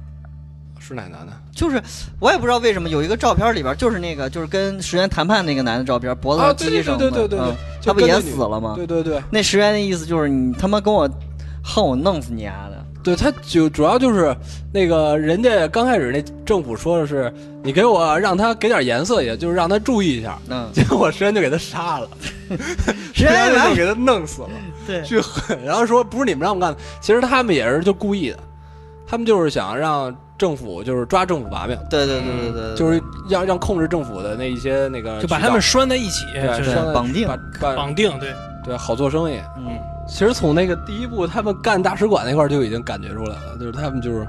S2: 是哪男的？
S1: 就是我也不知道为什么有一个照片里边就是那个就是跟石原谈判那个男的照片，脖子
S2: 啊，
S1: 上
S2: 对
S1: 系
S2: 对
S1: 绳
S2: 对
S1: 子，
S2: 对对对对
S1: 嗯，
S2: 就
S1: 他不
S2: 跟
S1: 也
S2: 那女
S1: 死了吗？
S2: 对对对，
S1: 那石原的意思就是你他妈跟我恨我弄死你丫、的，
S2: 对，他就主要就是那个人家刚开始那政府说的是，你给我让他给点颜色，也就是让他注意一下。
S1: 嗯，
S2: 结果石原就给他杀了，
S1: 石
S2: 石
S1: 原
S2: 原就
S1: 来
S2: 给他弄死了，
S1: 对
S2: 巨狠。然后说不是你们让我干的，其实他们也是就故意的，他们就是想让政府就是抓政府把柄，
S1: 对对对对对，
S2: 就是让让控制政府的那一些那个
S3: 就把
S2: 渠
S3: 他
S2: 道
S3: 们拴在一起，
S2: 对
S3: 就是
S1: 是
S2: 拴在
S1: 绑定
S2: 把把
S3: 绑定，对，
S2: 对好做生意。
S1: 嗯，
S2: 其实从那个第一部他们干大使馆那块儿就已经感觉出来了，就是他们就是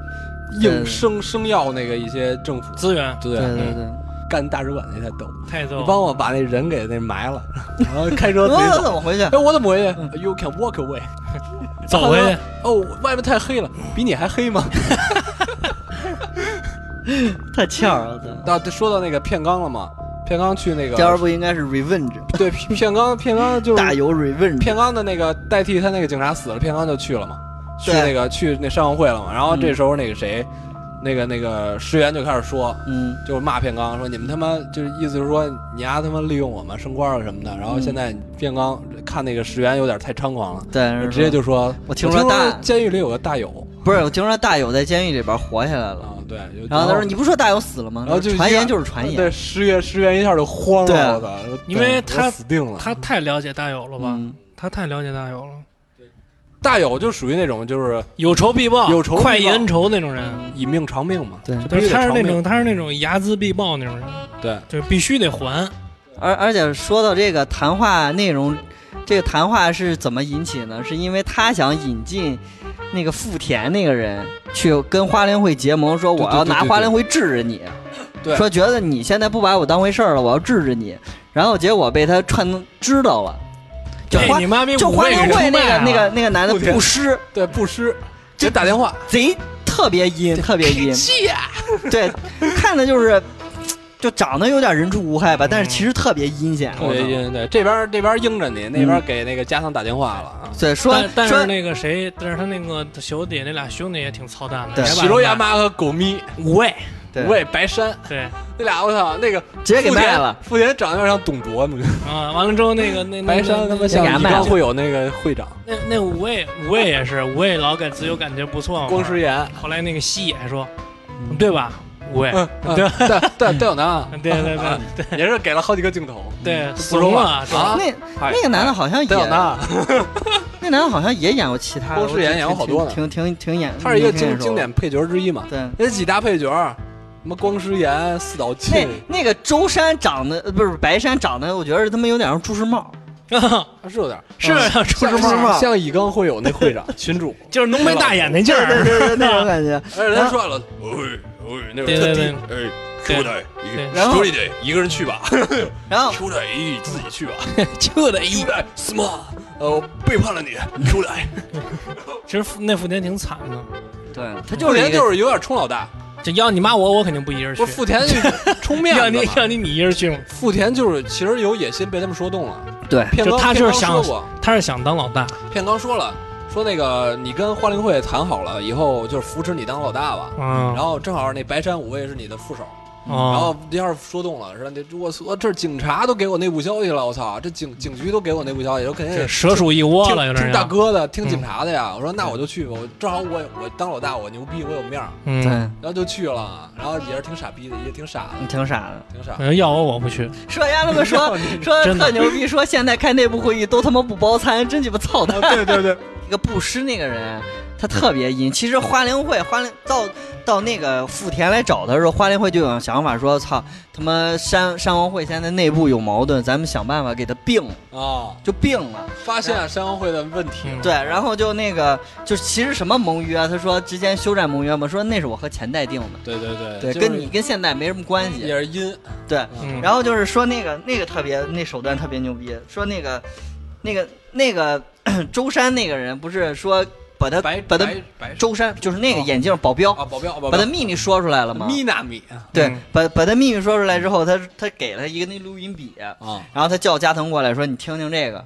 S2: 硬
S1: 对
S2: 生生要那个一些政府，
S3: 资源
S2: 对不
S1: 对
S2: 对？
S1: 对对。
S2: 干大使馆那才逗，
S3: 太逗
S2: 你
S3: 了。
S2: 帮我把那人给那埋 了，然后开车自己
S1: 我
S2: 走。
S1: 怎么回去？
S2: 哎，我怎么回
S1: 嗯
S2: 去？You can walk away。
S3: 走回去，
S2: 哦，外面太黑了，比你还黑吗？
S1: 太欠了，
S2: 那说到那个片冈了嘛，片冈去那
S1: 第二
S2: 个
S1: 部应该是 revenge，
S2: 对片冈片冈就
S1: 大
S2: 是
S1: 有 revenge。
S2: 片冈的那个代替他那个警察死了，片冈就去了嘛，去
S1: 对
S2: 那个去那商会了嘛。然后这
S1: 嗯
S2: 时候那个谁，那个那个石原就开始说，
S1: 嗯，
S2: 就是骂片冈说你们他妈就是意思就是说你丫他妈利用我们升官了啊什么的。然后
S1: 嗯
S2: 现在片冈看那个石原有点太猖狂了，
S1: 对，是
S2: 直接
S1: 说
S2: 就说
S1: 我听说大
S2: 监狱里有个大友
S1: 不是，我听说大友在监狱里边活下来了。
S2: 啊，对，有
S1: 然后他说：“你不说大友死了吗？”
S2: 然后就
S1: 传
S2: 一下
S1: 言就是传言。
S2: 对，石原石原一下就慌
S1: 对啊
S2: 了，我操！
S3: 因为
S2: 我
S3: 他
S2: 死定了。
S3: 他太了解大友了吧？
S1: 嗯，
S3: 他太了解大友了，
S2: 大友就属于那种就是
S3: 有仇必报，
S2: 有仇必报
S3: 快意恩仇那种人。
S2: 以命偿命嘛，
S1: 对。
S2: 必须得
S3: 他是那
S2: 偿命
S3: 种他是那种睚眦必报那种人，
S2: 对，
S3: 就是必须得还。
S1: 而而且说到这个谈话内容，这个谈话是怎么引起呢？是因为他想引进那个富田那个人去跟花莲会结盟，说我要
S2: 对对对
S1: 拿
S2: 对
S1: 花莲会治着你，
S2: 对
S1: 说觉得你现在不把我当回事儿了，我要治着你。然后结果被他串知道了，就
S3: 哎
S1: 花、
S3: 你妈逼
S1: 就
S3: 五
S1: 花
S3: 位
S1: 莲
S3: 给
S1: 会
S3: 出
S1: 那
S3: 卖
S1: 个
S3: 啊了
S1: 那个那个男的
S2: 啊富田
S1: 布施
S2: 对，不施，给打电话，
S1: 贼特别阴，特别阴，
S2: 气呀！
S1: 对，看的就是就长得有点人畜无害吧，但是其实特别阴险。
S2: 嗯特别阴，对，这边这边应着你，那
S1: 嗯
S2: 边给那个家桑打电话了啊。
S1: 对，说
S3: 但但
S1: 说
S3: 是那个谁，但是他那个小弟那俩兄弟也挺操蛋的，
S1: 对
S3: 也把
S2: 喜罗亚妈和狗咪，
S3: 五位，
S1: 对
S2: 五位白山
S3: 对
S2: 那俩，我操，那个
S1: 直接给
S2: 富田
S1: 卖了。
S2: 富田长得有点像董卓，你知道吗
S3: 啊，完了之后那个那那
S2: 白山他妈
S3: 那那
S1: 给
S2: 像
S1: 他
S2: 你
S1: 卖
S2: 刚
S1: 了
S2: 会有那个会长
S3: 那那五位五位也是五位老感自由感觉不错嘛，
S2: 光师爷，
S3: 后来那个西野说，对吧？五位，
S2: 嗯，嗯对 对对，有男，
S3: 对对对
S2: 也是给了好几个镜头，
S3: 对，
S2: 嗯不容
S3: 怂了，是吧
S2: 啊
S1: 那
S2: 哎
S1: 那个男的好像
S2: 对有
S1: 也，
S2: 男，
S1: 那男的好像也演过其他的，
S2: 郭世妍演过好多呢
S1: 挺挺挺挺演，
S2: 他是一个
S1: 挺眼
S2: 经
S1: 熟
S2: 经典嗯配角之一嘛。
S1: 对。
S2: 那几大配角儿，什么光师爷、四岛
S1: 那
S2: 庆，
S1: 那个周山长得呃不是白山长得，我觉得他妈有点像朱时茂，
S2: 他是有点儿
S3: 是啊，出
S1: 朱
S3: 师
S1: 时
S3: 帽，
S1: 茂，
S2: 像以刚会友那会长群 主，
S3: 就是浓眉大眼那劲
S1: 对对
S3: 儿，
S1: 对对，那种感觉。
S2: 而且
S1: 然
S2: 他
S1: 后
S2: 说了，
S4: 喂喂，哎那
S3: 对
S4: 个特
S3: 对对
S4: 地哎，
S3: 对
S4: 出来一
S3: 对
S4: 个，
S1: 然后
S4: 出来得一个人去吧，
S1: 然后
S4: 出来一自己去吧，
S3: 就得一
S4: 出。来 smart，呃，我背叛了你，出来，
S3: 其实富那富田挺惨的，
S1: 对他就
S2: 就是连
S1: 一个
S2: 就是有点冲老大，
S3: 这要你妈我，我肯定不一人去
S2: 不。是富田 冲面
S3: 要你
S2: 子嘛。
S3: 要你你一人去嘛，
S2: 富田就是其实有野心，被他们说动了。
S1: 对
S2: 片
S3: 就
S2: 刚
S3: 他
S2: 片
S3: 就是
S2: 刚
S3: 想
S2: 说过，
S3: 他是想当老大，
S2: 片刚说了，说那个你跟花灵会谈好了，以后就是扶持你当老大吧。
S3: 嗯
S2: 然，后正好那白山五卫是你的副手，然
S3: 哦，
S2: 后一下说动了，说那我操，这警察都给我内部消息了，我操，这警警局都给我内部消息，我肯定
S3: 这
S2: 得
S3: 蛇鼠一窝了，有
S2: 听
S3: 点嗯
S2: 听大
S3: 像。
S2: 哥的，听警察的呀。我说那我就去吧，我正好我我当老大，我牛逼，我有面儿，
S3: 嗯，
S1: 对，
S2: 然后就去了，然后也是挺傻逼的，也挺傻的，
S1: 挺傻的。
S2: 挺傻
S3: 反。嗯正要我我不去。
S1: 说丫他妈 说说
S3: 真
S1: 特
S3: 的
S1: 牛逼，说现在开内部会议都他妈不包餐， 真鸡巴操蛋！
S2: 对对 对，
S1: 那个布施那个人，他特别阴。其实花莲会花莲到到那个富田来找他的时候，花莲会就有想法说，操他妈山山王会现在内部有矛盾，咱们想办法给他并了，
S2: 啊，
S1: 就并了。
S2: 发现山王会的问题，
S3: 嗯
S1: 对，然后就那个就其实什么盟约，啊他说之间休战盟约嘛，说那是我和前代定的，
S2: 对对对
S1: 对，
S2: 就是
S1: 跟你跟现代没什么关系。
S2: 也是阴，啊
S1: 对，
S3: 嗯，
S1: 然后就是说那个那个特别那手段特别牛逼，说那个那个那个 舟山那个人不是说把他
S2: 白
S1: 把他
S2: 白白
S1: 舟山就是那个
S2: 哦
S1: 眼镜保镖、
S2: 啊，保镖保
S1: 把他
S2: 镖，
S1: 秘密说出来了吗？
S2: 米纳米啊
S1: 对
S3: 嗯，
S1: 把把他秘密说出来之后，他他给了一个那录音笔，
S2: 啊，
S1: 然后他叫加藤过来说你听听这个，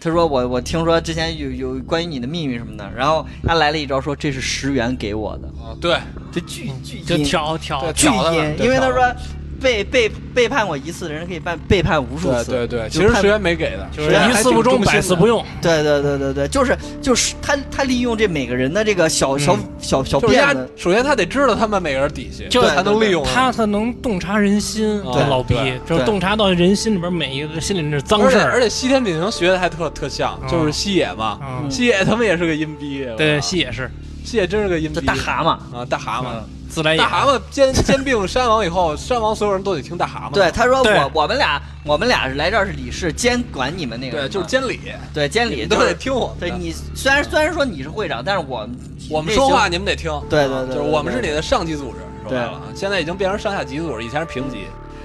S1: 他说我我听说之前有有关于你的秘密什么的，然后他来了一招说这是十元给我的，
S2: 啊，对，
S1: 这巨巨
S3: 嗯就
S1: 阴
S3: 挑挑
S2: 对
S1: 巨
S2: 挑他们
S1: 阴，
S2: 对
S1: 因为他
S2: 挑他
S1: 说背背背叛我一次的人可以背背叛无数
S2: 对
S1: 次，
S2: 对对，
S1: 就
S2: 其实
S1: 看
S2: 石原没给的，
S3: 就是
S1: 是啊
S3: 一次不忠，百次不用。
S1: 对对对对对，就是就是他他利用这每个人的这个小小
S3: 嗯
S1: 小小
S2: 就是
S1: 辫
S2: 他
S1: 子，
S2: 首先他得知道他们每个人底细，
S3: 就
S2: 这才能利用啊
S3: 他他能洞察人心，
S2: 对
S3: 这老逼
S2: 哦对
S3: 就是洞察到人心里边每一个心里那脏
S2: 而
S3: 事
S2: 且
S3: 儿
S2: 而。且西田敏行学的还特特像，
S3: 嗯
S2: 就是西野嘛，
S3: 嗯，
S2: 西野他们也是个阴逼，我
S3: 对，
S2: 操
S3: 戏也是
S2: 西野真是个阴
S1: 这
S2: 逼
S1: 大蛤蟆，
S2: 啊，大蛤蟆，
S3: 自来也
S2: 大。蛤蟆兼兼并山王以后，山王所有人都得听大蛤蟆的，
S1: 对，他说
S3: 对
S1: 我我们俩我们俩是来这儿是理事监管你们那个人
S2: 对，
S1: 嘛，
S2: 就是监理，
S1: 对监
S2: 你
S1: 理
S2: 们
S1: 就
S2: 都
S1: 是
S2: 得听我
S1: 对
S2: 们的，
S1: 你虽然虽然说你是会长，但是我们
S2: 我们
S1: 内
S2: 说
S1: 心
S2: 话你们得听，啊
S1: 对对对对
S2: 就是我们是你的上级组织，说白了啊，现在已经变成上下级组织，以前是 平级，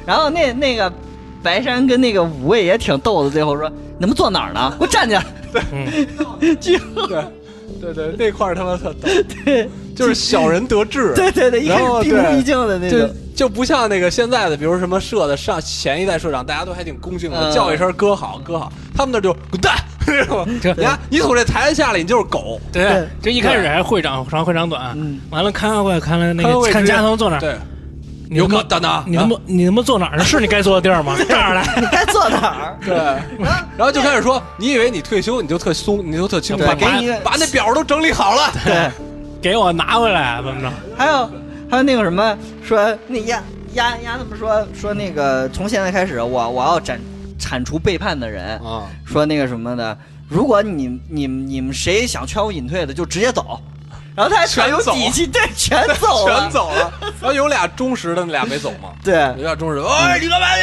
S1: 然后那那个白山跟那个五位也挺逗的，最后说你们坐哪儿呢？给我站起来！
S3: 嗯，
S2: 对对对，那块儿他妈特逗，就是小人得志，
S1: 对对对，一开
S2: 然后
S1: 始毕恭毕敬的那
S2: 就
S1: 种。
S2: 就不像那个现在的，比如什么社的上前一代社长，大家都还挺恭敬的，
S1: 嗯
S2: 叫一声哥好哥好，他们那就滚蛋，是 吧
S3: 这
S2: 你看你从这台子下来，你就是狗。
S3: 对
S1: 对，
S3: 这一开始还是会长长会长短，
S1: 嗯
S3: 完了看外看了那
S2: 看
S3: 个
S2: 外
S3: 看
S2: 直接
S3: 家头坐哪儿，
S2: 对，
S3: 你
S2: 有
S3: 他妈
S2: 可能啊
S3: 你他妈你他妈坐哪儿呢？是你该坐的地儿吗？ 这儿来，
S1: 你该坐哪儿？
S2: 对，然后就开始说，你以为你退休你就特松，你就特轻
S1: 对
S2: 松，把
S1: 给你一个
S2: 把那表都整理好了。
S1: 对，
S3: 给我拿回来，怎么着？
S1: 还有还有那个什么说那丫丫丫他们说说那个从现在开始我我要斩铲除背叛的人，
S2: 啊，
S1: 说那个什么的，如果你你你们谁想劝我隐退的，就直接走。然后他还很有
S2: 全走啊
S1: 底气，对，全走啊了，
S2: 全走了。然后有俩忠实的，那俩没走嘛。
S1: 对
S2: 有，俩忠
S1: 嗯
S2: 实，哎，你干嘛去？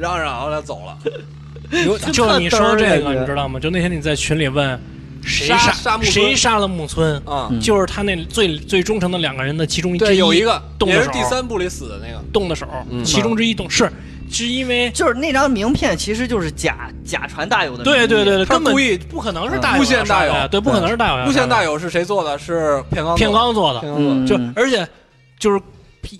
S2: 嚷嚷，然后他走了。
S3: 就你说这
S1: 特嘚
S3: 个，
S1: 儿
S3: 你知道吗？就那天你在群里问，谁
S2: 杀
S3: 杀
S2: 杀木村
S3: 谁杀了木村？
S2: 啊，
S1: 嗯
S3: 就是他那最最忠诚的两个人的其中之
S2: 对，有一个
S3: 动
S2: 也
S3: 的
S2: 是
S3: 手，
S2: 第三部里死的那个。
S3: 动的手，
S2: 嗯
S3: 其中之一动是是因为
S1: 就是那张名片其实就是假假传大友的名义，
S3: 对对对对，
S2: 他
S3: 根本
S2: 故意嗯
S3: 不可能是大友
S2: 诬陷
S3: 要杀
S2: 大
S3: 的
S2: 友嗯
S3: 对，不可能是大友，
S2: 诬陷大，友是谁做的？是片冈做的。
S3: 片冈做的，
S2: 片冈做的。
S1: 嗯，
S3: 就而且就是。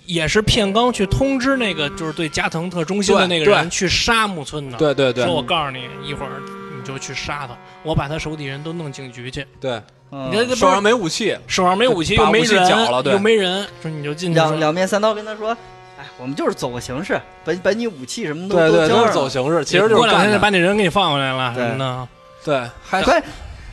S3: 也是片冈去通知那个，就是对加藤特忠心的那个
S2: 对
S3: 人去杀木村的。
S2: 对对对
S3: 说我告诉你，一会儿你就去杀他，我把他手底人都弄警局去。
S2: 对，
S1: 嗯
S3: 你看这
S2: 手上没武器，
S3: 手上没武器，
S2: 把
S3: 又没
S2: 武器
S3: 人
S2: 缴了，对
S3: 又没人，说你就进去
S1: 两
S3: 说。
S1: 两面三刀跟他说，哎，我们就是走个形式，本本你武器什么都
S2: 对
S1: 都
S2: 对，都
S1: 交
S2: 是
S1: 上
S2: 走
S1: 了。
S2: 形式，其实就
S3: 过
S2: 是
S3: 两
S2: 干
S3: 天就
S2: 的。
S3: 把你人给你放回来了
S1: 对
S3: 什么的。
S2: 对，还
S1: 关键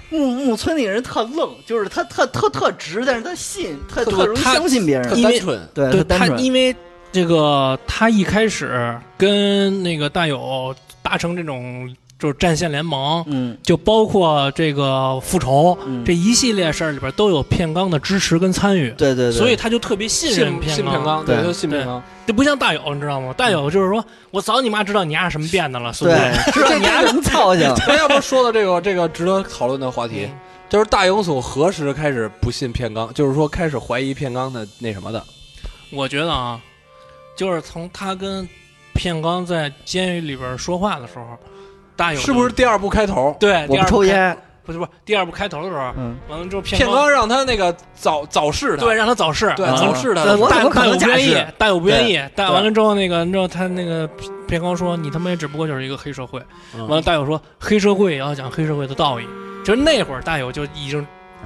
S1: 木木村那个人特愣，就是他特特特直，但是他信，特
S2: 特
S1: 特容易
S3: 他
S1: 相信别人
S2: 特，
S3: 因为
S2: 单纯。
S1: 对
S3: 对
S1: 他
S3: 他
S1: 呃单，纯，
S3: 因为这个他一开始跟那个大友达成这种就是战线联盟，
S1: 嗯
S3: 就包括这个复仇
S1: 嗯，
S3: 这一系列事儿里边都有片冈的支持跟参与，
S1: 对对对，
S3: 所以他就特别信任
S2: 信
S3: 片
S2: 信片
S3: 冈。
S2: 冈，对，
S1: 对
S2: 就信片冈。
S3: 这不像大友，你知道吗？大友就是说我早你妈知道你丫是什么变的了，孙子。
S1: 嗯对，知道你还能操性，
S2: 那要不说到这个这个值得讨论的话题
S3: 嗯，
S2: 就是大勇所何时开始不信片冈，就是说开始怀疑片冈的那什么的。
S3: 我觉得啊，就是从他跟片冈在监狱里边说话的时候，大有
S2: 是不是第二部开头？
S3: 对？
S1: 我
S3: 第二
S1: 不
S3: 部
S1: 抽
S3: 开，
S1: 烟，
S3: 不是不是第二部开头的时候，
S1: 嗯，
S3: 完了之后片
S2: 片冈让他那个早早逝他，
S3: 对让他早逝，
S2: 对
S1: 啊
S2: 早逝他
S1: 对
S2: 的时
S1: 我
S2: 候。
S1: 怎
S3: 大
S1: 么可
S3: 大有
S1: 能
S3: 不
S1: 假
S3: 愿意
S1: 释，
S3: 大有不愿意，
S1: 对
S3: 但完了之后那个，你知道他那个片冈说你他妈也只不过就是一个黑社会，
S2: 嗯
S3: 完了大有说黑社会也要讲黑社会的道义，就是那会儿大有就已经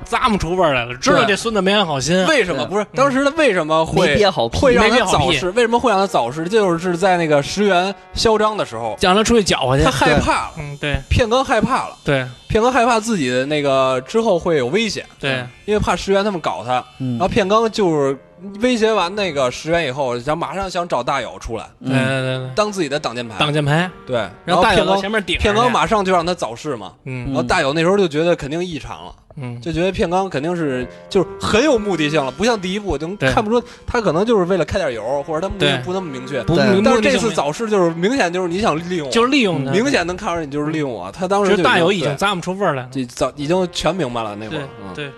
S3: 咂摸出味儿来了，知道
S2: 对
S3: 这孙子没安好心，
S2: 为什么
S1: 对
S2: 不是当时他为什么
S1: 没
S2: 会
S1: 憋好屁，
S2: 会让
S3: 嗯没憋
S2: 他
S3: 好
S2: 早
S3: 屁
S2: 逝？为什么会让他早逝？就是在那个石原嚣张的时候，
S3: 讲了出去搅和去
S2: 他，害怕了，
S3: 嗯，对
S2: 片冈害怕了，
S3: 对
S2: 片冈害怕自己的那个之后会有危险，
S3: 对，
S2: 因为怕石原他们搞他。
S1: 嗯
S2: 然后片冈就是威胁完那个石原以后，想马上想找大友出来
S1: 嗯，
S3: 对对对
S2: 当自己的挡箭牌，
S3: 对，挡箭牌。
S2: 对，然
S3: 让
S2: 后
S3: 大友
S2: 片
S3: 在
S2: 冈
S3: 前面顶着
S2: 片冈
S3: 去，
S2: 马上就让他早逝嘛。
S3: 嗯
S2: 然后大友那时候就觉得肯定异常了，
S3: 嗯，
S2: 就觉得片冈肯定是就是很有目的性了，不像第一部就能
S3: 对
S2: 看不出他可能就是为了开点油，或者他目的
S3: 对
S2: 不那么明确。
S3: 不
S1: 对
S3: 明
S2: 但是
S3: 目的
S2: 这
S3: 性
S2: 次
S3: 没
S2: 早逝就是明显就是你想利用我，
S3: 就是利用他，
S2: 明显能看出来你就是利用我。他当时
S3: 就是大友已
S2: 对
S3: 经咂摸出味儿来了，
S2: 这早已经全明白了那会
S3: 对
S2: 儿，嗯，
S3: 对，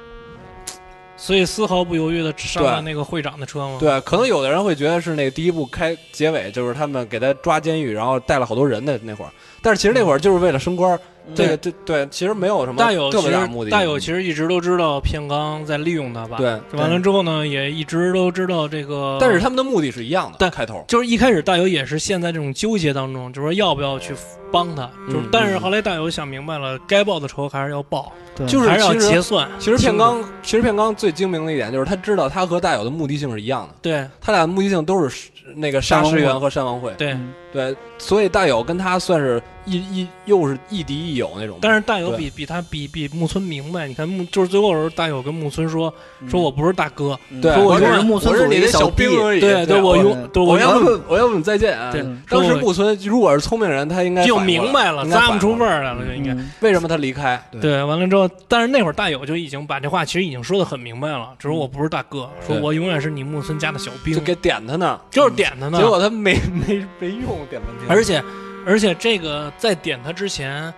S3: 所以丝毫不犹豫的上了那个会长的车嘛，
S2: 对，可能有的人会觉得是那个第一部开结尾就是他们给他抓监狱，然后带了好多人的那会儿，但是其实那会儿就是为了升官儿，
S1: 嗯
S2: 这个对对，其实没有什么
S3: 大友
S2: 特
S3: 其
S2: 别大的
S3: 实
S2: 目的，
S3: 大友其实呃一直都知道片冈在利用他吧，，
S2: 对，
S3: 完了之后呢，也一直都知道这个，
S2: 但是他们的目的是一样的，
S3: 对
S2: 开头
S3: 就是一开始大友也是陷在这种纠结当中，就是说要不要去帮他，就是
S2: 嗯
S3: 但是后来大友想明白了，该报的仇还是要报，
S1: 对
S2: 就是
S3: 还是要
S2: 其实
S3: 结算。
S2: 其实片刚，其实片刚最精明的一点就是他知道他和大友的目的性是一样的，
S3: 对
S2: 他俩的目的性都是那个杀石原和山王会。
S3: 对，
S1: 嗯
S2: 对，所以大友跟他算是一一又是亦敌亦友那种。
S3: 但
S2: 是
S3: 是大友比比他比比木村明白，你看木就是最后的时候，大友跟木村说
S2: 嗯
S3: 说我不是大哥，
S1: 嗯
S2: 对
S1: 我
S2: 我
S1: 只
S2: 就是
S1: 木村
S2: 我是
S1: 组的
S2: 你
S1: 一
S2: 的
S1: 个
S2: 小
S1: 弟
S2: 兵，而已。
S3: 对对，我
S1: 有
S3: 用对
S2: 嗯我
S3: 原
S2: 要
S3: 本
S2: 不我要不你再见啊。
S3: 对
S1: 嗯
S2: 当时
S3: 我
S2: 木村如果是聪明人，他应该
S3: 就
S2: 反过来
S3: 明白了，
S2: 应该
S3: 咂不
S2: 反
S3: 出味
S2: 过来
S3: 儿来了，就应该。
S1: 嗯
S2: 为什么他离开？
S5: 对
S3: 对，完了之后，但是那会儿大友就已经把这话其实已经说的很明白了，只是我不是大哥，说
S2: 嗯对
S3: 我永远是你木村家的小兵
S2: 就，给点他呢，
S3: 就是点他呢
S2: 结。果他没没没用，点半天。
S3: 而且，而且这个在点他之前，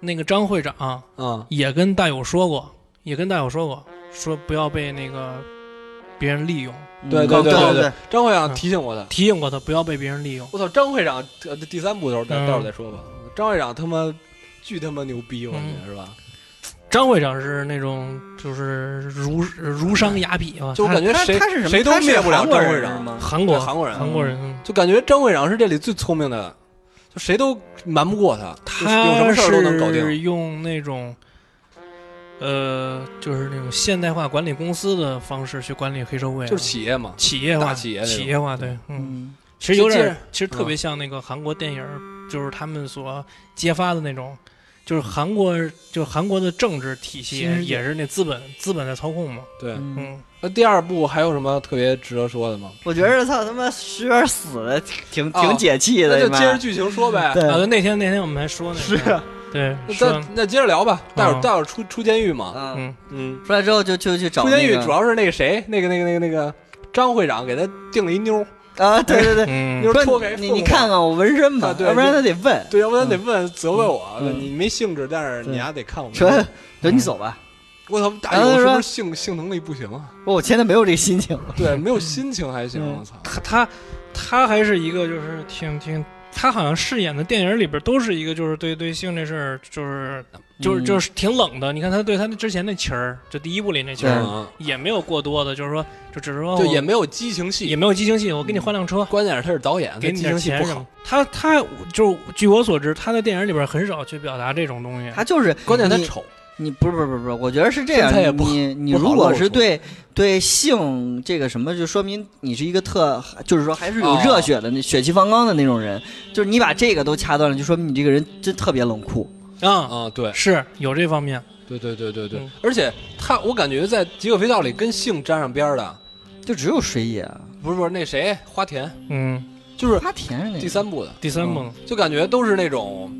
S3: 那个张会长
S2: 嗯，
S3: 也跟大友说过，也跟大友说过，说不要被那个别人利用，
S2: 嗯对
S1: 对
S2: 对对
S1: 对
S2: 对对，张会长
S3: 嗯
S2: 提醒过他。
S3: 提醒过他不要被别人利用。
S2: 我操，张会长，呃，第三部的时候待
S3: 嗯
S2: 待会儿再说吧。张会长他妈巨他妈牛逼，我感觉
S3: 嗯
S2: 是吧？
S3: 张会长是那种就是儒儒商雅痞啊，
S2: 就我感觉
S1: 他
S2: 谁
S1: 他是什么
S2: 谁都
S1: 他是
S2: 灭不了
S1: 韩国
S2: 张会
S1: 人是
S2: 长，
S3: 他
S1: 吗？
S3: 韩
S2: 对
S3: 国
S2: 韩国人，
S3: 韩国人，嗯
S2: 就感觉张会长是这里最聪明的，就谁都瞒不过他，就是有什
S3: 他
S2: 么事儿都能搞
S3: 是
S2: 定。
S3: 用那种，呃，就是那种现代化管理公司的方式去管理黑社会啊，
S2: 就是企业嘛，
S3: 企业化，
S2: 大企业那种
S3: 企业化，对，嗯，
S1: 嗯
S3: 其实有
S2: 就接
S3: 点
S2: 着，
S3: 其实特别像那个韩国电影儿，就是他们所揭发的那种，就是韩国，就是韩国的政治体系
S1: 新世界
S3: 也是那资本，资本在操控嘛，
S2: 对。
S1: 嗯，
S3: 嗯，
S2: 那第二部还有什么特别值得说的吗？
S1: 我觉着操他妈石原死了，挺
S2: 哦
S1: 挺解气
S2: 那
S1: 的，
S2: 就
S1: 你妈
S2: 接着剧情说呗。
S1: 对嗯
S3: 啊，对，啊那天那天我们还说啊那个，对，
S2: 那
S3: 说
S2: 那，那接着聊吧，待会儿
S3: 嗯
S2: 待会儿出出监狱嘛。
S1: 嗯，
S3: 嗯，
S2: 嗯，
S1: 出来之后就就去找
S2: 出监
S1: 那
S2: 狱
S1: 个
S2: 主要是那个谁，那个那个那个那个张会长给他定了一妞儿，
S1: 啊，对对对，
S3: 嗯
S2: 妞，儿脱
S1: 说
S2: 给
S1: 你
S2: 凤
S1: 你
S2: 凰
S1: 看看我纹身吧
S2: 啊，对
S1: 要不然他得问，
S2: 对，要不然得问责备我，
S1: 嗯
S2: 你没兴致，但是你
S1: 对
S2: 还得看我。
S1: 说等你走吧，
S2: 我他妈大
S1: 然后他
S2: 友是不
S1: 说
S2: 是性性能力不行 啊？
S1: 说我现在没有这个心 情，
S2: 对，没有心情还行，
S1: 嗯
S2: 我操。
S3: 他他他还是一个就是挺挺，他好像饰演的电影里边都是一个就是对对性这事儿就是就是
S1: 嗯
S3: 就是挺冷的。你看他对他那之前那情儿，就第一部里那情
S1: 对
S3: 儿
S2: 嗯，
S3: 也没有过多的，就是说就只是说
S2: 就
S3: 我
S2: 也没有激情
S3: 哦也
S2: 戏，嗯
S3: 没有激情戏，我给你换辆车。
S2: 关键是他是导演，
S3: 给
S2: 他
S3: 你
S2: 激
S3: 点
S2: 情戏
S3: 钱
S2: 不
S3: 什
S2: 好
S3: 么。？他他就是据我所知，他在电影里边很少去表达这种东西。
S1: 嗯他就是
S2: 关键他
S1: 你
S2: 丑，
S1: 你不是不是不是不是，我觉得是这样
S2: 身材也，不
S1: 你你
S2: 不好
S1: 如果
S2: 露
S1: 是
S2: 出
S1: 对对性这个什么，就说明你是一个特，就是说还是有
S2: 哦
S1: 热血的那、血气方刚的那种人，就是你把这个都掐断了，就说明你这个人真特别冷酷。
S3: 啊，
S2: 啊，对
S3: 是有这方面。
S2: 对对对对对
S3: 嗯，
S2: 而且他我感觉在《极恶飞盗》里跟性沾上边儿的，
S1: 就只有水野，
S2: 不是不是那谁花田，
S3: 嗯，
S2: 就是
S1: 他甜是那个
S2: 第，三部的，
S3: 第三部
S2: 就感觉都是那种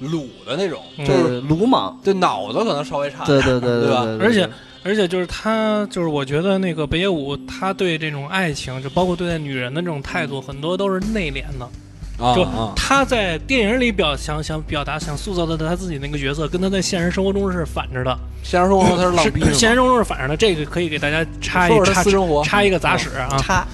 S2: 鲁的那种，
S3: 嗯
S1: 就是鲁莽。
S2: 对脑子可能稍微差，
S1: 对对对
S2: 对吧
S1: 对，
S3: 而且而且就是他，就是我觉得那个北野武，他对这种爱情，就包括对待女人的这种态度，很多都是内敛的。
S2: 啊
S3: 就
S2: 啊
S3: 他在电影里表想想表达、想塑造的他自己那个角色，跟他在现实生活中是反着的。
S2: 现实生活中他是浪逼
S3: 是现
S2: 是
S3: 实
S2: 吗，
S3: 中是反着的，这个可以给大家插一
S2: 说说他
S3: 插
S2: 私生活，
S3: 插一个 杂史啊，
S1: 他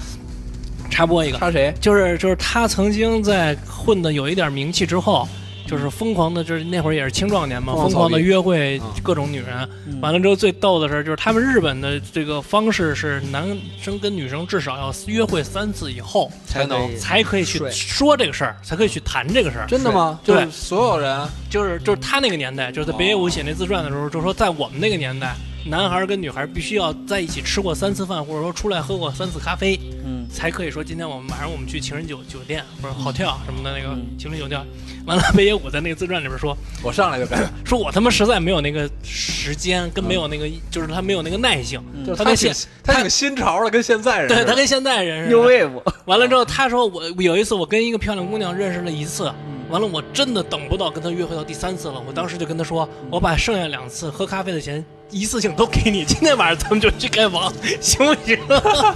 S3: 插播一个，
S2: 插谁？
S3: 就是就是他曾经在混的有一点名气之后。就是疯狂的，就是那会儿也是青壮年嘛，
S2: 疯狂
S3: 疯
S2: 操
S3: 狂的
S2: 逼
S3: 约会
S2: 嗯
S3: 各种女人。完了之后，最逗的是，就是他们日本的这个方式是，男生跟女生至少要约会三次以后，
S2: 才能
S3: 才可以去
S2: 睡
S3: 说这个事儿，才可以去谈这个事儿。
S2: 真的吗？就
S3: 对
S2: 是所有人
S3: 就是就是他那个年代，就是在北野武写那自传的时候，就说在我们那个年代，男孩儿跟女孩儿必须要在一起吃过三次饭，或者说出来喝过三次咖啡，
S1: 嗯
S3: 才可以说今天我们晚上我们去情人酒酒店或者 hotel 什么的那个
S1: 嗯
S3: 情侣酒店。完了，北野武在那个自传里边说，
S2: 我上来就干，
S3: 说我他妈实在没有那个时间，跟没有那个就是他没有那个耐性。
S1: 嗯
S2: 就是
S3: 他跟
S2: 挺
S3: 现
S2: 他
S3: 他
S2: 挺新潮的，跟现在人
S3: 对
S2: 似的
S3: 他跟现代人似
S2: 嗯
S1: ，New
S3: 的。
S1: Wave，
S3: 完了之后，他说我有一次我跟一个漂亮姑娘认识了一次，
S2: 嗯
S3: 完了，我真的等不到跟他约会到第三次了。我当时就跟他说，
S2: 嗯
S3: 我把剩下两次喝咖啡的钱一次性都给你，今天晚上咱们就去开 房，行不行？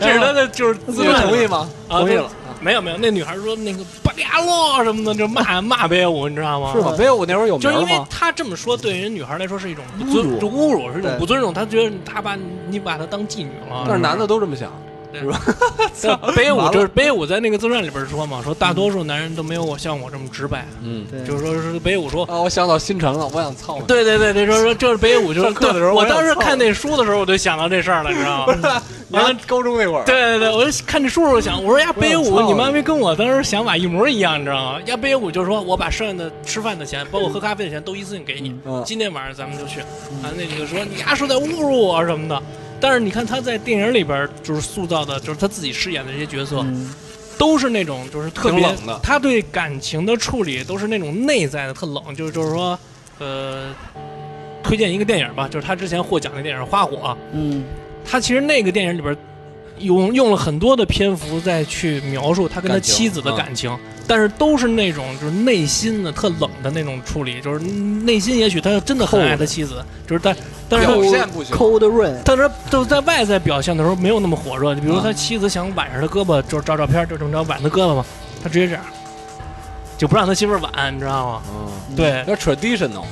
S3: 这是他的就是自
S2: 你们
S3: 愿
S2: 同意吗？
S3: 啊，
S2: 同意了
S3: 就。没有没有，那女孩说那个巴里阿洛什么的，就骂骂北野武，你知道吗？
S2: 是吗？没有我那会儿有
S3: 嗯就
S2: 名儿
S3: 是因为
S2: 吗？
S3: 他这么说，对人女孩来说是一种不尊，就侮辱，是一种
S1: 对
S3: 不尊重。他觉得他把你把她当妓女了。
S2: 但是男的都这么想，是 吧？
S3: 这嗯北武就是北武在那个自传里边说嘛，说大多数男人都没有我像我这么直白，
S2: 嗯
S1: 对，
S3: 就是说是北武说。
S2: 啊，我想到新城了，我想操你。
S3: 对对对，这说说这是北武，就是
S2: 上课的时候
S3: 对
S2: 我
S3: 我
S2: 也有
S3: 当时
S2: 操啊
S3: 看那书的时候，我就想到这事儿了，你知道吗？
S2: 你看高中那会儿，
S3: 对对对，我就看这书的时候想，我说呀，北
S2: 我
S3: 武，
S2: 操
S3: 你妈逼跟我当时想法一模一样，你知道吗？呀，北武就说我把剩下的吃饭的钱，包括喝咖啡的钱都一次性给你，
S2: 嗯，
S3: 今天晚上咱们就去。啊，那个就说你丫是在侮辱我啊什么的。但是你看他在电影里边就是塑造的，就是他自己饰演的这些角色，
S1: 嗯
S3: 都是那种就是特别
S2: 挺冷的
S3: 他对感情的处理都是那种内在的特冷，就是就是说，呃，推荐一个电影吧，就是他之前获奖的电影《花火》，
S1: 嗯，
S3: 他其实那个电影里边用用了很多的篇幅再去描述他跟他
S2: 感情
S3: 妻子的
S2: 嗯
S3: 感情，但是都是那种就是内心的特冷的那种处理，就是内心也许他真的很爱他妻子，就是但但是
S2: 表
S3: 他。
S2: 现不行，
S1: 抠的润，
S3: 但是就是在外在表现的时候没有那么火热，就比如
S2: 嗯
S3: 他妻子想挽着他胳膊，就是照照片，就这么着挽他胳膊嘛，他直接这样，就不让他媳妇儿挽，你知道吗？
S2: 嗯，
S3: 对
S2: 有点 traditional，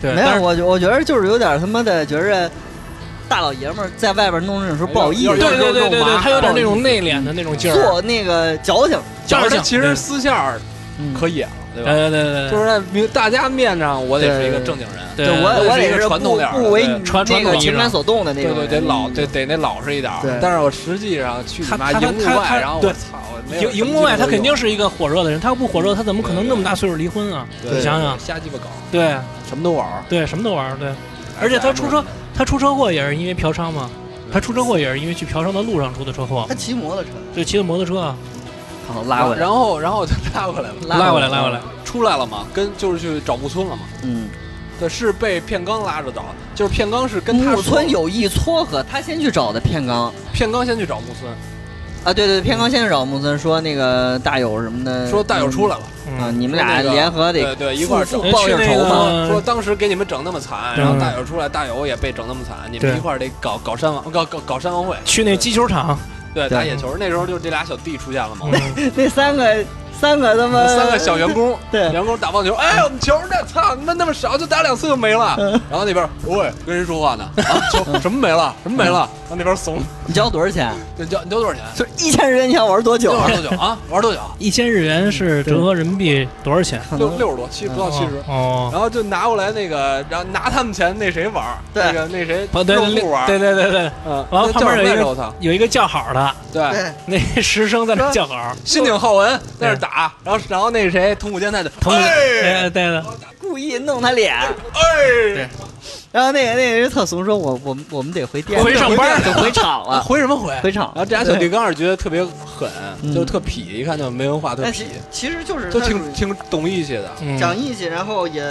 S3: 对，
S1: 没
S3: 但
S1: 有，
S3: 是
S1: 我觉我觉得就是有点他妈的，觉着大老爷们儿在外边弄这种时候不好意思，
S2: 有点
S3: 对对对对对，他有点那
S1: 不好
S3: 种
S1: 意
S3: 内敛的那种劲
S1: 思
S3: 儿，
S1: 做那个矫情，
S2: 但
S3: 矫
S2: 是他
S3: 情。
S2: 其实私下
S1: 嗯
S2: 可以啊，对
S3: 对
S2: 吧？
S3: 对对对对，
S2: 就是在明大家面上，我得是一个
S1: 对
S2: 正经人，
S3: 对
S1: 对我
S2: 对
S1: 我
S2: 是
S1: 得
S2: 一个
S1: 是
S2: 传统
S1: 不
S2: 点儿的
S1: 不为
S2: 对
S1: 那
S3: 传传统
S1: 个
S3: 意义
S1: 情感
S3: 上
S1: 所动的那
S2: 对
S1: 种
S2: 对，
S1: 人，
S2: 得老得得那老实一点儿
S1: 对。
S2: 但是我实际上去你
S3: 他
S2: 妈
S3: 他
S2: 荧幕
S3: 他他
S2: 外，然后我
S3: 对
S2: 操，
S3: 荧荧幕外他肯定是一个火热的人，他要不火热，他怎么可能那么大岁数离婚啊？
S2: 你
S3: 你想想，
S2: 瞎鸡巴搞，
S3: 对
S2: 什么都玩儿。
S3: 对，什么都玩儿，对。而且他出车，他出车祸也是因为嫖娼嘛，他出车祸也是因为去嫖娼的路上出的车祸，
S1: 他骑摩托车，
S3: 就骑的摩托车啊，
S1: 好拉回来，
S2: 然后然后就拉过来了，
S3: 拉过来，
S1: 回
S3: 拉过来，
S2: 出来了嘛，跟就是去找木村了嘛。
S1: 嗯，
S2: 对，是被片刚拉着走，就是片刚是跟他
S1: 木
S2: 说
S1: 村有意撮合，他先去找的片冈
S2: 片刚先去找木村，
S1: 啊，对对，片冈先去找木村说那个大友什么的，
S2: 说大友出来了，
S1: 啊，
S3: 嗯，
S1: 你们俩
S2: 说那个
S1: 联合得
S2: 对对，一块儿
S1: 负负
S2: 整。
S1: 报
S3: 去
S1: 应
S3: 那
S1: 仇嘛，
S3: 个
S2: 说当时给你们整那么惨，然后
S3: 嗯
S2: 大友出来，大友也被整那么惨，你们
S3: 对
S2: 一块儿得搞搞山王，搞搞搞山王会，
S3: 去那击球场，
S2: 对
S1: 对
S2: 打野球。那时候就这俩小弟出现了嘛，
S3: 嗯
S1: 那三个三个他妈
S2: 三个小员工，
S1: 对
S2: 员工打棒球，哎，我们球呢？操，他妈那么少，就打两次就没了。
S1: 嗯
S2: 然后那边喂，跟人说话呢，啊，球什么没了，什么没
S1: 嗯
S2: 了？然后那边 怂，
S1: 你交多少钱？
S2: 你交你交多少钱？
S1: 就是一千日元你想玩多久
S2: 你
S1: 啊？
S2: 玩多久啊？玩多久？
S3: 一千日元是折合人民币多少钱？
S1: 可
S2: 六
S1: 能
S2: 六十多，七不到七
S1: 嗯
S2: 十。
S3: 嗯哦，
S2: 然后就拿过来那个，然后拿他们钱那谁玩儿，
S1: 对
S2: 那个那谁
S3: 哦对
S2: 肉
S3: 对
S2: 铺玩儿，
S3: 对对对对，
S2: 嗯，
S3: 然后
S2: 那
S3: 旁
S2: 叫
S3: 边
S2: 什么来
S3: 有一
S2: 着？
S3: 个
S2: 我操，
S3: 有一个叫好的，
S2: 对，
S1: 对，
S3: 那实生在那叫好，
S2: 新井浩文在那儿打，然后然后那谁通古健太的，
S3: 同
S2: 哎
S3: 对对
S1: 故意弄他脸，
S2: 哎，
S1: 然后那个那个人特怂，说我我我们得回店，
S3: 回上班
S1: 就回厂
S2: 啊
S1: 了，
S2: 回什么 回？
S1: 回厂
S2: 然。后这俩小弟刚开始觉得特别狠，
S1: 嗯哎
S2: 就是特痞，一看就没文化，特
S1: 但
S2: 痞
S1: 其，其实就是
S2: 就
S1: 他属
S2: 挺
S1: 于
S2: 挺懂义气的。
S3: 嗯，
S1: 讲义气，然后也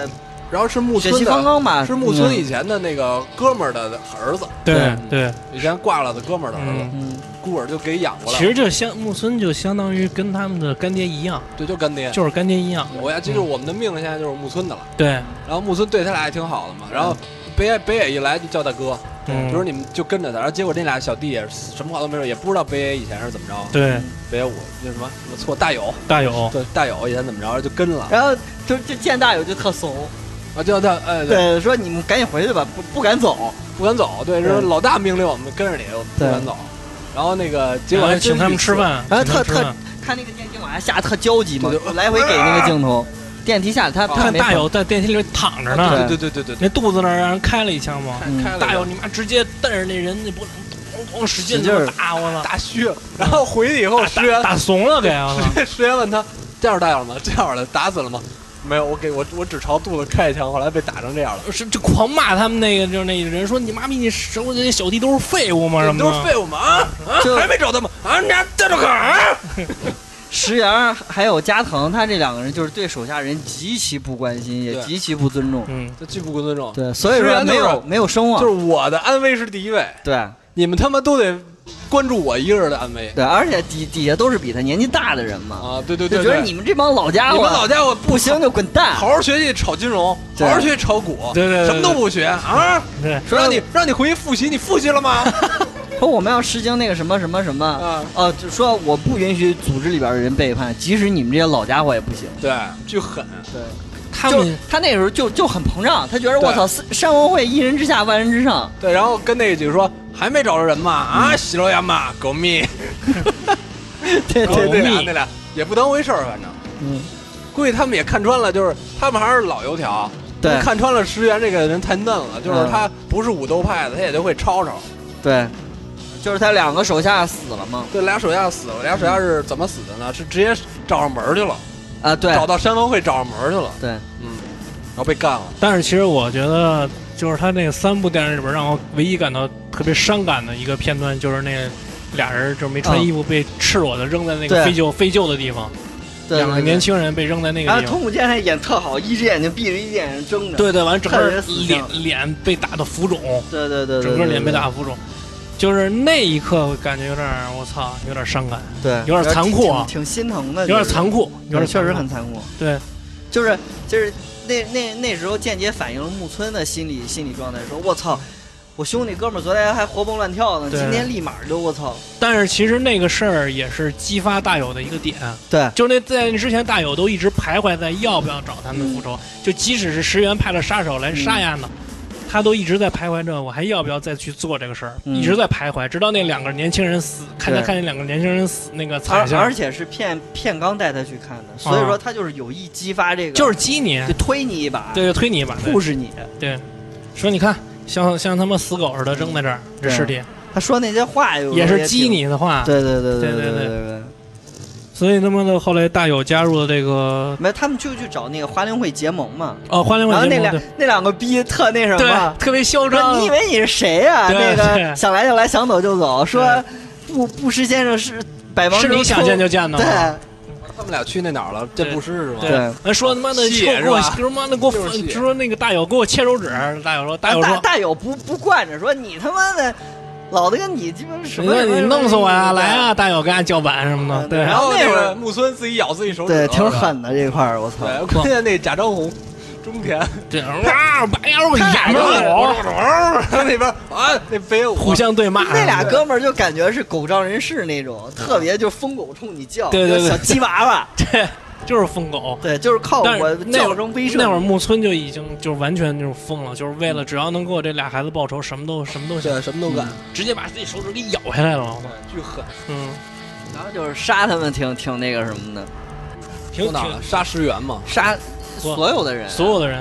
S2: 然后是木
S1: 血
S2: 村
S1: 气方
S2: 的，
S1: 刚吧，
S2: 是木村
S1: 嗯
S2: 以前的那个哥们儿的儿子，
S3: 对对，
S2: 以前挂了的哥们儿的儿子，
S3: 嗯。
S1: 嗯，
S2: 孤儿就给养过来
S3: 其
S2: 了，
S3: 实就相木村就相当于跟他们的干爹一样，
S2: 对，就干爹。
S3: 就是干爹一样。
S2: 我要记住我们的命令，现在就是木村的了。
S3: 对，
S2: 然后木村对他俩也挺好的嘛，然后北野北野一来就叫大哥，
S3: 嗯，
S2: 就说你们就跟着他，然后结果那俩小弟也是什么话都没有，也不知道北野以前是怎么着，
S3: 对
S2: 北野武那什么什么错大友，
S3: 大友，
S2: 对大友以前怎么着就跟了，
S1: 然后就就见大友就特怂，
S2: 啊就他哎对
S1: 对，说你们赶紧回去吧，不不敢走，
S2: 不敢走，对
S1: 对
S2: 说老大命令我们跟着你，我们不敢走，然后那个结
S3: 然
S2: 果
S3: 后
S2: 还真
S3: 请他们
S2: 去
S3: 吃，饭，
S1: 然后
S3: 请他
S1: 特
S3: 们吃
S1: 特
S3: 饭。
S1: 看那个电梯往下下特焦急嘛
S2: 对对，
S1: 来回给那个镜头，电梯下他
S2: 啊
S1: 他
S3: 看
S1: 没
S3: 大友在电梯里躺着呢，
S2: 对对对对对，
S3: 那肚子那儿让人开了一枪嘛。
S1: 嗯
S2: 开开了
S3: 大
S2: 一
S3: 友
S2: 个
S3: 你妈直接瞪着那人那脖子，咣咣使劲
S1: 使劲儿
S3: 地打我了，
S2: 大虚，然后回去以后石原
S3: 打怂了给我操
S2: 石原问他这样大友了吗？这样了打死了吗？没有，我给我我只朝肚子开一枪，后来被打成这样了。
S3: 是就狂骂他们那个就是那人说你妈逼你手里那小弟都是废物吗什
S2: 你
S3: 么
S2: 都是
S3: 的，
S2: 废物吗？啊啊
S1: 就，
S2: 还没找到吗？啊，你俩带着坎儿，
S1: 石原还有加藤，他这两个人就是对手下人极其不关心，也
S2: 对
S1: 极其不尊重，
S3: 嗯，
S2: 这巨不尊重。
S1: 对，所以
S2: 石
S1: 说
S2: 原
S1: 没
S2: 就是
S1: 有没有声
S2: 就
S1: 望
S2: 是，我的安危是第一位，
S1: 对
S2: 你们他妈都得关注我一个人的安危
S1: 对，而且底底下都是比他年纪大的人嘛，
S2: 啊！对对
S1: 就
S2: 对
S1: 觉
S2: 对，
S1: 得你们这帮老家
S2: 你
S1: 伙
S2: 们老家伙
S1: 不行就滚蛋，
S2: 好好学习炒金融，
S1: 对
S2: 好好学习炒股，
S3: 对对对对
S2: 什么都不学啊！
S3: 对，
S1: 说
S2: 让你让你回去复习，你复习了 吗？
S1: 说我们要实行那个什么什么什么，
S2: 啊
S1: 哦、就说我不允许组织里边的人背叛，即使你们这些老家伙也不行。
S2: 对，巨狠。
S1: 对，
S3: 他
S1: 就
S3: 们
S1: 他那时候就就很膨胀，他觉得
S2: 对
S1: 我操，四山盟会一人之下万人之上，
S2: 对，然后跟那几个说还没找着人嘛
S1: 嗯
S2: 啊，喜洛亚嘛，狗蜜，
S1: 对
S2: 然后
S1: 对
S2: 那
S3: 狗
S1: 对，
S2: 俩
S3: 蜜
S2: 那俩也不当回事儿，反正
S1: 嗯，
S2: 估计他们也看穿了，就是他们还是老油条，
S1: 对
S2: 看穿了石原这个人太嫩了，就是
S1: 嗯
S2: 他不是武斗派的，他也就会吵吵。
S1: 对，就是他两个手下死了嘛，
S2: 对，俩手下死了，俩手下是怎么死的呢？是直接找上门儿去了，
S1: 啊对
S2: 找到山峰会找上门儿去了，嗯
S1: 对，
S2: 然后被干了。
S3: 但是其实我觉得，就是他那三部电影里边，让我唯一感到特别伤感的一个片段，就是那俩人就是没穿
S1: 嗯
S3: 衣服被赤裸的扔在那
S1: 对
S3: 个废旧废旧的地方，
S1: 对啊
S3: 两个年
S1: 轻，
S3: 轻人被扔在那
S1: 然后
S3: 个地方。
S1: 通古健还演特好，一只眼睛闭着，一只眼睛睁着，
S3: 对对，完整
S1: 看
S3: 个
S1: 人死相
S3: 脸脸被打的浮肿，
S1: 对对对对，
S3: 整个
S1: 对
S3: 脸被，
S1: 对
S3: 打浮肿，就是那一刻感觉有点儿我操，有点儿伤感，
S1: 对，
S3: 有点残酷啊
S1: 挺挺心疼的，
S3: 有点儿
S1: 就是
S3: 残酷，有点儿
S1: 确实
S3: 残酷
S1: 很残酷。
S3: 对，
S1: 就是就是那那那时候间接反映了木村的心理心理状态，说我操，我兄弟哥们儿昨天还活蹦乱跳呢，
S3: 对
S1: 今天立马就我操，
S3: 但是其实那个事儿也是激发大友的一个点，
S1: 对
S3: 就是那在那之前，大友都一直徘徊在要不要找他们复仇，就即使是石原派了杀手来杀呀呢，他都一直在徘徊着，我还要不要再去做这个事儿，
S1: 嗯
S3: 一直在徘徊，直到那两个年轻人死，看他
S1: 对
S3: 看见两个年轻人死那个
S1: 而
S3: 惨象
S1: 而，且是片片刚带他去看的，所以
S3: 啊
S1: 说他就是有意激发这个，
S3: 就是激你，啊
S1: 就推你一把，
S3: 对，就推你一把，对
S1: 促使你。
S3: 对，说你看。像像他妈死狗似的扔在这儿，这
S1: 对
S3: 尸体
S1: 他说那些话有时候
S3: 也
S1: 也
S3: 是激
S1: 挺，
S3: 你的话，
S1: 对对对
S3: 对
S1: 对
S3: 对对
S1: 对，
S3: 所以他妈的后来大友加入了这个
S1: 没他们就去找那个花灵会结盟嘛，
S3: 呃花莲
S1: 然后
S3: 问
S1: 那
S3: 题
S1: 两那两个逼特那什么
S3: 对，特别嚣
S1: 说
S3: 张，
S1: 你以为你是谁呀、
S3: 对
S1: 那个
S3: 对
S1: 想来就来，想走就走。说布布施先生是百忙
S3: 是
S1: 中
S3: 你想
S1: 抽
S3: 见就见的吗？
S1: 对
S2: 他们俩去那哪儿了？见
S3: 对
S2: 布施是吗？
S1: 对
S3: 完说他妈的，
S2: 戏
S3: 给我给我
S2: 是吧
S3: 说妈的给我
S2: 就是戏
S3: 分，说那个大友给我切手指，大友说大友
S1: 大
S3: 说
S1: 大友不不惯着，说你他妈的老子跟你鸡巴什
S3: 你
S1: 么
S3: 那
S1: 什么
S3: 哎你弄死我呀，
S1: 对
S3: 来啊，大友跟俺叫板什么的，
S1: 对
S3: 对
S2: 然
S1: 然，后
S2: 后
S1: 那
S2: 那
S1: 会
S2: 个
S1: 儿
S2: 木村自己咬自己手指，
S1: 对，挺
S2: 是吧。
S1: 狠的这块儿，我操！
S2: 对，关键那贾樟红、中田
S3: 对，哇，白眼我
S1: 太
S3: 眼巴我，
S2: 那边啊，那飞舞
S3: 互相对骂，
S1: 那俩哥们儿就感觉是狗仗人势那种，特别就疯狗冲你叫，
S3: 对对对
S1: 就小鸡娃娃，
S3: 对，就是疯狗。
S1: 对，就是靠
S3: 但
S1: 我
S3: 是那
S1: 叫
S3: 会
S1: 声威
S3: 儿
S1: 慑。
S3: 那会儿木村就已经就完全就是疯了，就是为了只要能给我这俩孩子报仇，什么都什么都行，
S2: 对什么都干，
S3: 直接把自己手指给咬下来了。我操
S2: 巨狠。
S3: 嗯，
S1: 然后就是杀他们挺挺那个什么的，
S3: 挺
S2: 说哪儿
S3: 挺
S2: 了？杀石原嘛，
S1: 杀
S3: 不
S1: 所有的人，
S3: 所有的人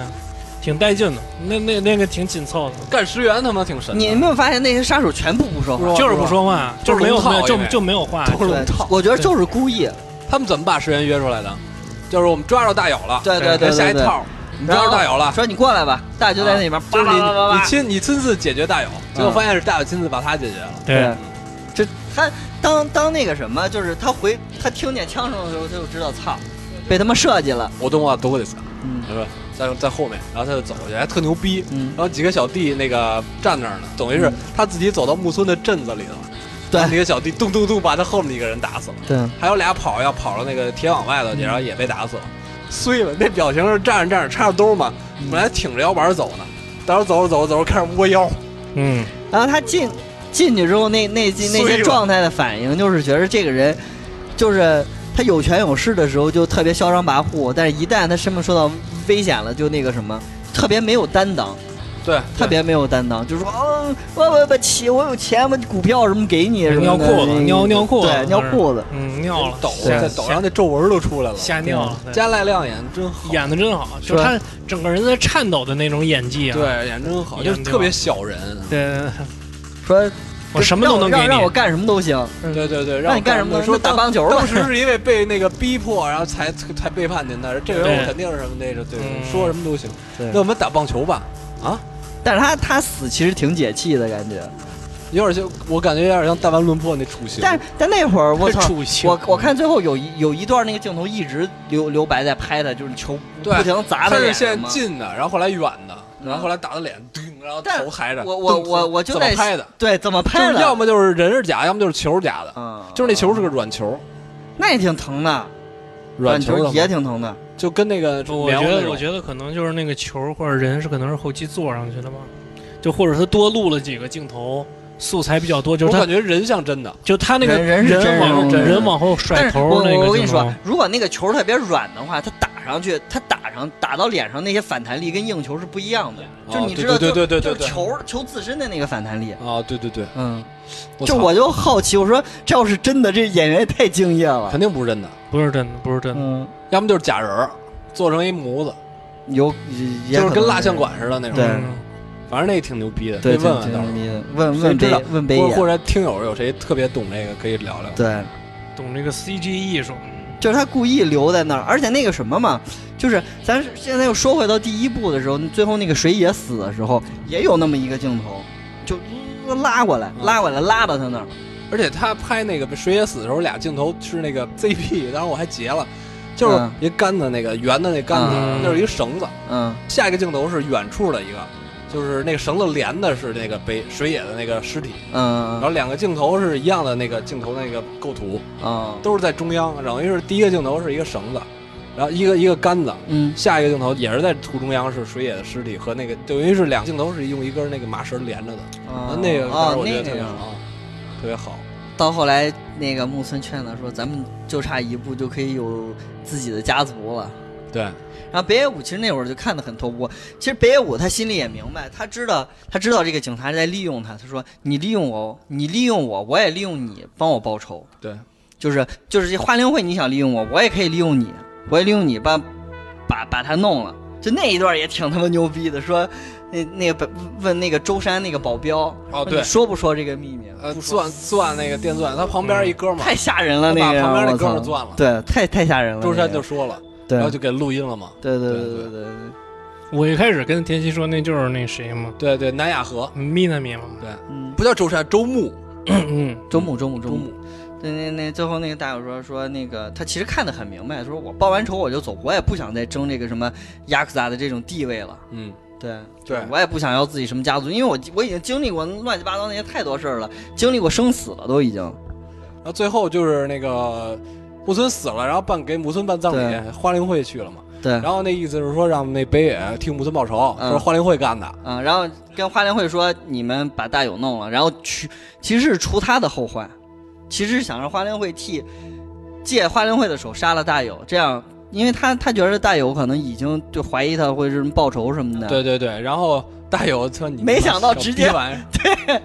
S3: 挺带劲的，那那那个挺紧凑的。
S2: 干石原他妈挺神的。
S1: 你有没有发现那些杀手全部不说话？
S3: 就是不说话，
S2: 就
S3: 就是是没有
S2: 龙套
S3: 没有
S2: 因
S3: 就
S2: 为
S3: 就没有话，
S2: 都是龙
S1: 对
S2: 套，，
S1: 我觉得就是故意。
S2: 他们怎么把石原约出来的？就是我们抓着大友了，
S1: 对对对
S2: 给他
S1: 对
S2: 下一
S1: 对
S2: 套，我们抓着大友了，
S1: 说你过来吧，大舅在那边，
S2: 就是你你
S1: 去。
S2: 亲你亲自解决大友，结果发现是大友亲自把他解决了。
S3: 对，，
S1: 啊这他当当那个什么，就是他回他听见枪声的时候，他就知道操，被他们设计了。
S2: 我动画多的是，
S1: 嗯
S2: 他说在在后面，然后他就走过去，还特牛逼。
S1: 嗯，
S2: 然后几个小弟那个站那儿呢，等于是
S1: 嗯
S2: 他自己走到木村的镇子里头，
S1: 对
S2: 那个小弟咚咚咚把他后面一个人打死了，
S1: 对
S2: 还有俩跑要跑到那个铁网外头去，然后也被打死了。碎了，那表情是站着站着插着兜嘛，
S1: 嗯
S2: 本来挺着腰板走呢，但是走着走着走着开始窝腰，
S3: 嗯，
S1: 然后他进进去之后，那那那那
S2: 碎
S1: 些
S2: 了
S1: 状态的反应，就是觉得这个人就是他有权有势的时候就特别嚣张跋扈，但是一旦他身边受到危险了，就那个什么，特别没有担当。
S2: 对，
S1: 特别没有担当，就说啊，我我我起，我有钱，我股票什么给你什么的，
S3: 哎尿裤子，尿尿裤子，
S1: 对，尿裤子，
S3: 嗯，尿了，
S2: 抖，
S1: 对
S2: 在抖上那皱纹都出来了。
S3: 吓尿了，对
S2: 加濑亮眼真好，
S3: 演的真好，就
S1: 吧
S3: 是他整个人在颤抖的那种演技啊，
S2: 对，演真好，
S3: 演
S2: 就是
S3: 得
S2: 特别小人。
S3: 对，
S1: 说
S3: 我什么都能给
S1: 让我让我
S3: 你，
S1: 干什么都行，
S2: 对对对，
S1: 让
S2: 让
S1: 你干什么都行
S2: 说
S1: 那打
S2: 当
S1: 棒球吧
S2: 当，时是因为被那个逼迫，然后才才背叛您的。这个人我
S3: 对
S2: 肯定是什么那个，对，
S3: 嗯
S2: 说什么都行。
S1: 对
S2: 那我们打棒球吧，
S1: 但是他他死其实挺解气的感觉，
S2: 有点像，我感觉有点像弹丸论破那雏形。
S1: 但但那会儿我操，
S3: 处刑
S1: 我我看最后有一有一段那个镜头一直留留白在拍他，就是球不
S2: 对
S1: 停地砸
S2: 他
S1: 他
S2: 是
S1: 脸
S2: 先
S1: 上嘛。
S2: 近的，然后后来远的，
S1: 嗯
S2: 然后后来打到脸，叮，然后
S1: 但
S2: 头抬着。
S1: 我我
S2: 噔
S1: 我我就
S2: 怎么
S1: 在
S2: 拍的？
S1: 对，怎么
S2: 就
S1: 拍
S2: 是
S1: 的？
S2: 要么就是人是假，要么就是球是假的，
S1: 嗯，
S2: 就是那球是个软球，
S1: 那也挺疼的，
S2: 软球
S1: 球
S2: 的
S1: 也
S2: 嘛，
S1: 挺疼的。
S2: 就跟那个
S3: 我觉
S2: 棉花那
S3: 得
S2: 种
S3: 我觉得可能就是那个球或者人是可能是后期做上去的吧，就或者他多录了几个镜头，素材比较多，就
S2: 我
S3: 是他
S2: 感觉人像真的，
S3: 就他那个
S1: 人人是真
S3: 往
S1: 人真人
S3: 人往后甩
S1: 但是
S3: 头
S1: 我
S3: 那
S1: 我
S3: 个
S1: 跟你
S3: 镜
S1: 说
S3: 头，，
S1: 如果那个球特别软的话，他打上去，他打上打到脸上那些反弹力跟硬球是不一样的，
S2: 哦
S1: 就是你知道，
S2: 对对对对对
S1: 就
S2: 对
S1: 就是球球自身的那个反弹力。
S2: 啊，对对对，
S1: 嗯，
S2: 我
S1: 就
S2: 操
S1: 我就好奇，我说这要是真的，这演员也太敬业了
S2: 啊肯。定不是真的，
S3: 不是真的，不是真的。
S1: 嗯，
S2: 要么就是假人儿做成一模子，
S1: 有也
S2: 就是
S1: 可
S2: 跟
S1: 能
S2: 蜡像馆似的那种。
S1: 对
S3: 嗯
S2: 反正那挺牛逼的，可以
S1: 对，
S2: 问问
S1: 挺
S2: 到时
S1: 挺
S2: 候。
S1: 牛逼的问
S2: 谁
S1: 问
S2: 知
S1: 北
S2: 道
S1: 问北
S2: 或者或
S1: 野，
S2: 者听友有谁特别懂这个，可以聊聊。
S1: 对，
S3: 懂这个 CG 艺术，
S1: 就是他故意留在那儿，而且那个什么嘛，就是咱是现在又说回到第一部的时候，最后那个水野死的时候，也有那么一个镜头，就呃拉过来，
S2: 嗯
S1: 拉过来，拉到他那儿，
S2: 而且他拍那个水野死的时候，俩镜头是那个 ZP，当时我还截了，就是
S1: 嗯
S2: 一杆子那个圆的那杆
S3: 嗯
S2: 子，就是一个绳子。
S1: 嗯
S2: 下一个镜头是远处的一个，就是那个绳子连的是那个北水野的那个尸体，然
S1: 嗯
S2: 后两个镜头是一样的那个镜头那个构图，
S1: 嗯
S2: 都是在中央，等于是第一个镜头是一个绳子，然后一个一个杆子，
S1: 嗯
S2: 下一个镜头也是在图中央是水野的尸体和那个，等于是两个镜头是用一根那个麻绳连着的，啊
S1: 嗯，
S2: 那个当时
S1: 哦
S2: 我觉
S1: 那
S2: 得
S1: 个
S2: 特别
S1: 样
S2: 好，啊特别好。
S1: 到后来那个木村劝他说，咱们就差一步就可以有自己的家族了。
S2: 对，
S1: 然后北野武其实那会儿就看得很透，我其实北野武他心里也明白，他知道他知道这个警察在利用他，他说你利用我，你利用我，我也利用你，帮我报仇。
S2: 对，
S1: 就是就是这花灵会，你想利用我，我也可以利用你，我也利用你把把把他弄了。就那一段也挺他妈牛逼的，说那那个问那个舟山那个保镖，
S2: 哦
S1: 说你
S2: 对
S1: 说不说这个秘密？
S2: 呃，
S1: 不说
S2: 钻钻那个电钻，他旁边一哥们儿，
S1: 太吓人了，
S2: 他把
S1: 那个
S2: 旁边那
S1: 我
S2: 哥们儿
S1: 操
S2: 钻了
S1: 对，太太吓人了。
S2: 周
S1: 那
S2: 山
S1: 个
S2: 就说了，
S1: 对
S2: 然后就给录音了嘛。
S1: 对对
S2: 对
S1: 对
S2: 对
S1: 对对，
S3: 我一开始跟田曦说那就是那谁嘛，
S2: 对对，南雅河
S3: 米娜米嘛，
S1: 嗯，
S2: 不叫周山，周牧，
S3: 嗯，
S1: 周牧周牧周
S2: 周
S1: 牧
S2: 牧。
S1: 对，那那最后那个大友说说那个他其实看得很明白，说我报完仇我就走，我也不想再争这个什么雅克萨的这种地位了。
S2: 嗯，
S1: 对，
S2: 对
S1: 我也不想要自己什么家族，因为我我已经经历过乱七八糟那些太多事儿了，经历过生死了都已经。
S2: 然后最后就是那个木村死了，然后办给木村办葬礼，
S1: 对
S2: 花灵会去了嘛。
S1: 对，
S2: 然后那意思是说让那北野替木村报仇，
S1: 嗯
S2: 说花灵会干的。
S1: 啊、然后跟花莲会说你们把大友弄了，然后去其实是除他的后患，其实是想让花莲会替借花莲会的手杀了大友，这样，因为他他觉得大友可能已经就怀疑他会是什么报仇什么的。
S2: 对对对，然后大友说你
S1: 啊没想到直接
S2: 完，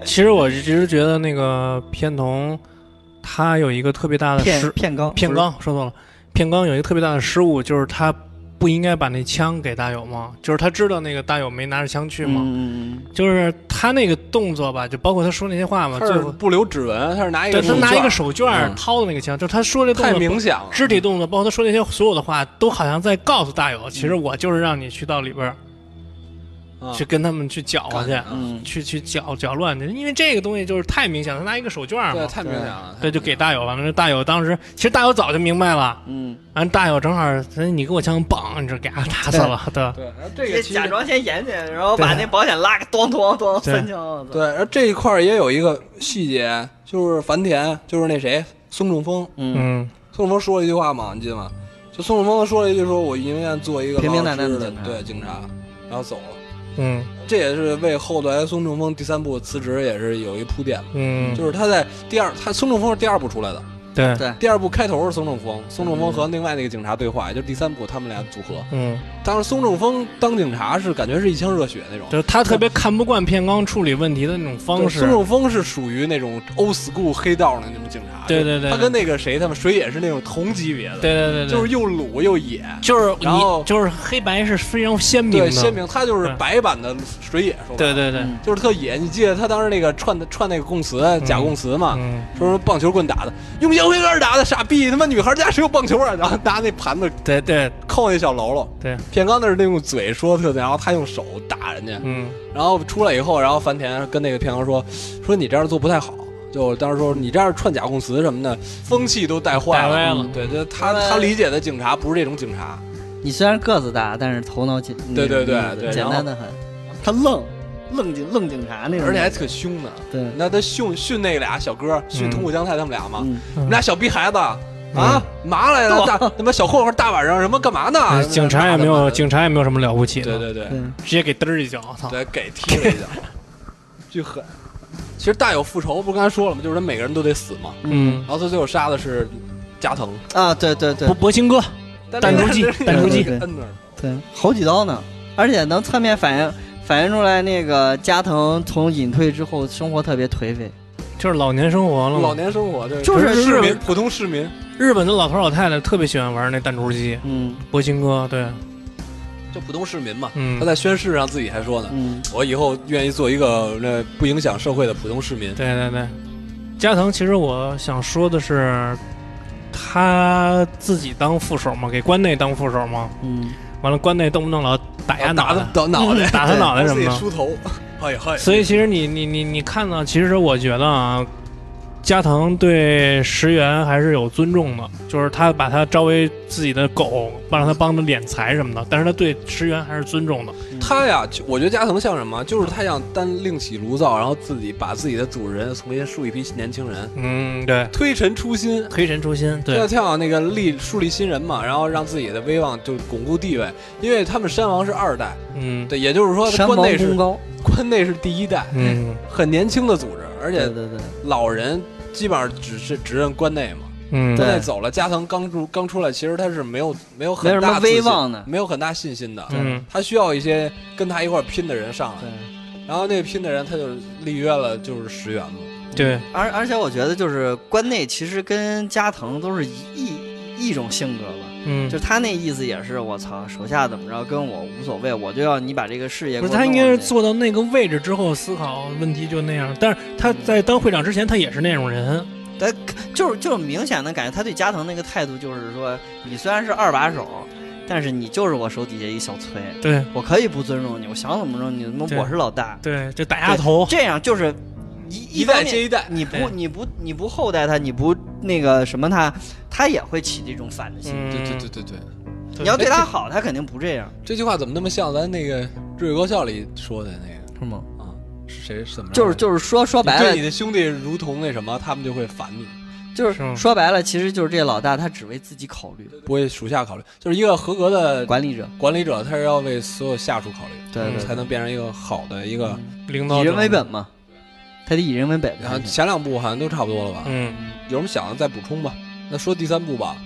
S3: 其实我一直觉得那个片桐，他有一个特别大的
S1: 骗
S3: 失
S1: 骗刚
S3: 片刚说错了，片刚有一个特别大的失误，就是他不应该把那枪给大友嘛，就是他知道那个大友没拿着枪去嘛，
S1: 嗯
S3: 就是他那个动作吧，就包括他说那些话嘛，
S2: 他
S3: 最
S2: 啊是
S3: 后
S2: 不留指纹，他是拿一
S3: 对
S2: 个
S3: 他
S2: 手
S3: 拿一
S2: 绢
S3: 个手绢儿
S1: 嗯
S3: 掏的那个枪，就是他说这动
S2: 太
S3: 作
S2: 明显了，
S3: 肢体动作，包括他说那些所有的话，都好像在告诉大友，其实我就是让你去到里边儿
S2: 啊
S3: 去跟他们去搅和去，
S1: 嗯
S3: 去去搅搅乱去，因为这个东西就是太明显了，他拿一个手绢儿
S2: 对，
S3: 嗯嘛，
S2: 太明显了。
S3: 对，就给大友了。那大友当时其实大友早就明白了，
S1: 嗯，
S3: 完大友正好，哎你给我枪，梆，你就给他打死了，对，
S2: 对，然后这
S1: 这
S2: 个其
S1: 假
S2: 实
S1: 装先演演，然后把
S3: 对
S1: 那保险拉个咣咣咣
S3: 对
S1: 三枪，我操
S2: 对，然后这一块儿也有一个细节，就是繁田，就是那谁孙仲峰，
S1: 嗯，
S3: 嗯，
S2: 孙仲峰说了一句话嘛，你记得吗？就孙仲峰说了一句说，我宁愿做一个
S1: 平平
S2: 老
S1: 淡淡
S2: 实
S1: 的
S2: 的
S1: 警察
S2: 对警察，然后走了。
S3: 嗯
S2: 这也是为后来孙仲峰第三部辞职也是有一铺垫嘛，
S3: 嗯，
S2: 就是他在第二，他孙仲峰是第二部出来的，
S3: 对，
S1: 对，
S2: 第二部开头是孙仲峰，孙仲峰和另外那个警察对话，也就是第三部他们俩组合。
S3: 嗯，
S2: 当时孙仲峰当警察是感觉是一腔热血那种，
S3: 就是他特别看不惯片刚处理问题的那种方
S2: 对
S3: 式
S2: 孙，仲峰是属于那种 old school 黑道的那种警察，
S3: 对对对
S2: 他跟那个谁他们水野是那种同级别的，
S3: 对对对对，
S2: 就是又鲁又野，
S3: 就是
S2: 然后
S3: 你就是黑白是非常鲜明
S2: 对，
S3: 的，
S2: 鲜明，他就是
S3: 对
S2: 白版的水野，说白
S3: 对
S2: 了，
S3: 对对，
S1: 嗯
S2: 就是特野。你记得他当时那个串的串那个供词假供词嘛？
S3: 嗯，
S2: 说是棒球棍打的，用烟灰缸打的，傻逼！他妈女孩家谁有棒球啊？然后拿那盘子
S3: 对对
S2: 扣那小喽啰。
S3: 对，
S2: 片刚那是那种嘴说特，然后他用手打人家，
S3: 嗯
S2: 然后出来以后，然后繁田跟那个片刚说，说你这样做不太好。就当时说你这样串假供词什么的，风气都带坏嗯
S3: 带歪了
S2: 对，就他他理解的警察不是这种警察。
S1: 你虽然个子大，但是头脑简
S2: 对对对
S1: 那个
S2: 对
S1: 简单的很，他愣愣警愣警察那种，
S2: 而且还特凶呢。
S1: 对，
S2: 那他训训那俩小哥，训
S3: 嗯
S2: 通谷将太他们俩嘛，
S1: 嗯
S2: 你们俩小逼孩子啊，嘛来了？
S1: 对
S2: 大他妈小混混大晚上什么干嘛呢？
S3: 哎警察也没
S2: 骂他
S3: 有，
S2: 们
S3: 警察也没有什么了不起的，
S2: 对对对
S1: 对，
S3: 直接给嘚儿一脚，操！
S2: 对，给踢了一脚， 巨狠。其实大有复仇，不是刚才说了吗？就是他每个人都得死嘛。
S3: 嗯
S2: 然后他最后杀的是加藤，
S1: 啊，对对对
S3: 博博兴哥，弹
S2: 但
S3: 珠
S2: 是
S3: 机
S2: 那个
S3: 弹珠机
S2: 摁那儿，
S1: 对，好几刀呢，而且能侧面反映反映出来那个加藤从隐退之后生活特别颓废。
S3: 就是老年生活了嘛。
S2: 老年生活，对，
S1: 就是
S2: 市
S1: 就是
S2: 民，普通市民，
S3: 日本的老头老太太特别喜欢玩那弹珠机，
S1: 嗯
S3: 博兴哥，对，
S2: 就普通市民嘛。
S3: 嗯
S2: 他，在宣誓上自己还说呢，
S1: 嗯，
S2: 我以后愿意做一个那不影响社会的普通市民。
S3: 对对对。加藤，其实我想说的是，他自己当副手嘛，给关内当副手嘛，
S1: 嗯，
S3: 完了关内动不动老打压脑
S2: 打
S3: 袋
S2: 他，啊打脑袋，
S3: 打他脑袋什
S2: 自
S3: 么
S2: 己
S3: 的。
S2: 梳头，哎
S4: 嗨嗨，
S3: 所以其实你你你你看到，其实我觉得啊，加藤对石原还是有尊重的，就是他把他招为自己的狗，让他帮着敛财什么的，但是他对石原还是尊重的。
S1: 嗯
S2: 他呀，就我觉得加藤像什么？就是他想单另起炉造，然后自己把自己的组织人重新树一批年轻人，
S3: 嗯，对，
S2: 推陈出新。
S3: 推陈出新，
S2: 要
S3: 对，
S2: 跳那个立树立新人嘛，然后让自己的威望就巩固地位，因为他们山王是二代，
S3: 嗯，
S2: 对，也就是说
S1: 山
S2: 关
S1: 王
S2: 内
S1: 功
S2: 是
S1: 高，
S2: 关内是第一代，
S3: 嗯
S2: 很年轻的组织，而
S1: 对
S2: 且
S1: 对对，
S2: 老人基本上只是只认关内嘛。
S3: 嗯，
S1: 对
S2: 关内走了，加藤刚出刚出来，其实他是没有没有
S1: 没
S2: 很
S1: 什
S2: 大
S1: 么
S2: 自信
S1: 威，望的。
S2: 没有很大信心的。
S3: 嗯，
S2: 他需要一些跟他一块儿拼的人上来，
S1: 对，
S2: 然后那个拼的人他就立约了，就是石原嘛。
S3: 对，
S1: 而而且我觉得就是关内其实跟加藤都是一一一种性格吧，
S3: 嗯
S1: 就，他那意思也是，我操，手下怎么着跟我无所谓，我就要你把这个事业
S3: 不
S1: 给
S3: 是
S1: 我
S3: 他应
S1: 弄
S3: 该是
S1: 下去
S3: 做到那个位置之后思考问题就那样，但是他在当会长之前，他也是那种人，
S1: 就是就是明显的感觉，他对加藤那个态度就是说，你虽然是二把手，但是你就是我手底下一小崔，
S3: 对
S1: 我可以不尊重你，我想怎么着你怎么
S3: 对
S1: 我是老大，
S3: 对，就打压头，
S1: 这样就是一
S2: 一
S1: 方
S2: 代
S1: 面
S2: 接一代，
S1: 你不
S3: 对
S1: 你不你不厚待他，你不那个什么他，他也会起这种反的心。
S3: 嗯，
S2: 对对对对对。
S1: 你要对他好，他肯定不这样，
S2: 这句话怎么那么像咱那个《日语高校》里说的那
S1: 是吗？
S2: 个啊？是谁是怎么着？
S1: 就是就是说说
S2: 你
S1: 白
S2: 对
S1: 了
S2: 你，的兄弟如同那什么，他们就会烦你，
S1: 就是
S3: 是吗
S1: 说白了，其实就是这老大他只为自己考虑，
S2: 不会属下考虑。就是一个合格的
S1: 管理者。
S2: 管理者，他是要为所有下属考虑，
S1: 对对
S2: 才能变成一个好的一
S1: 嗯
S2: 个。
S3: 领
S1: 对，
S3: 导
S1: 以人
S3: 者
S1: 为，本嘛，他得以人为本
S2: 然后
S1: 才行。
S2: 前两部好像都差不多了吧？
S3: 嗯。
S2: 有什么想的再补充吧。那说第三部吧，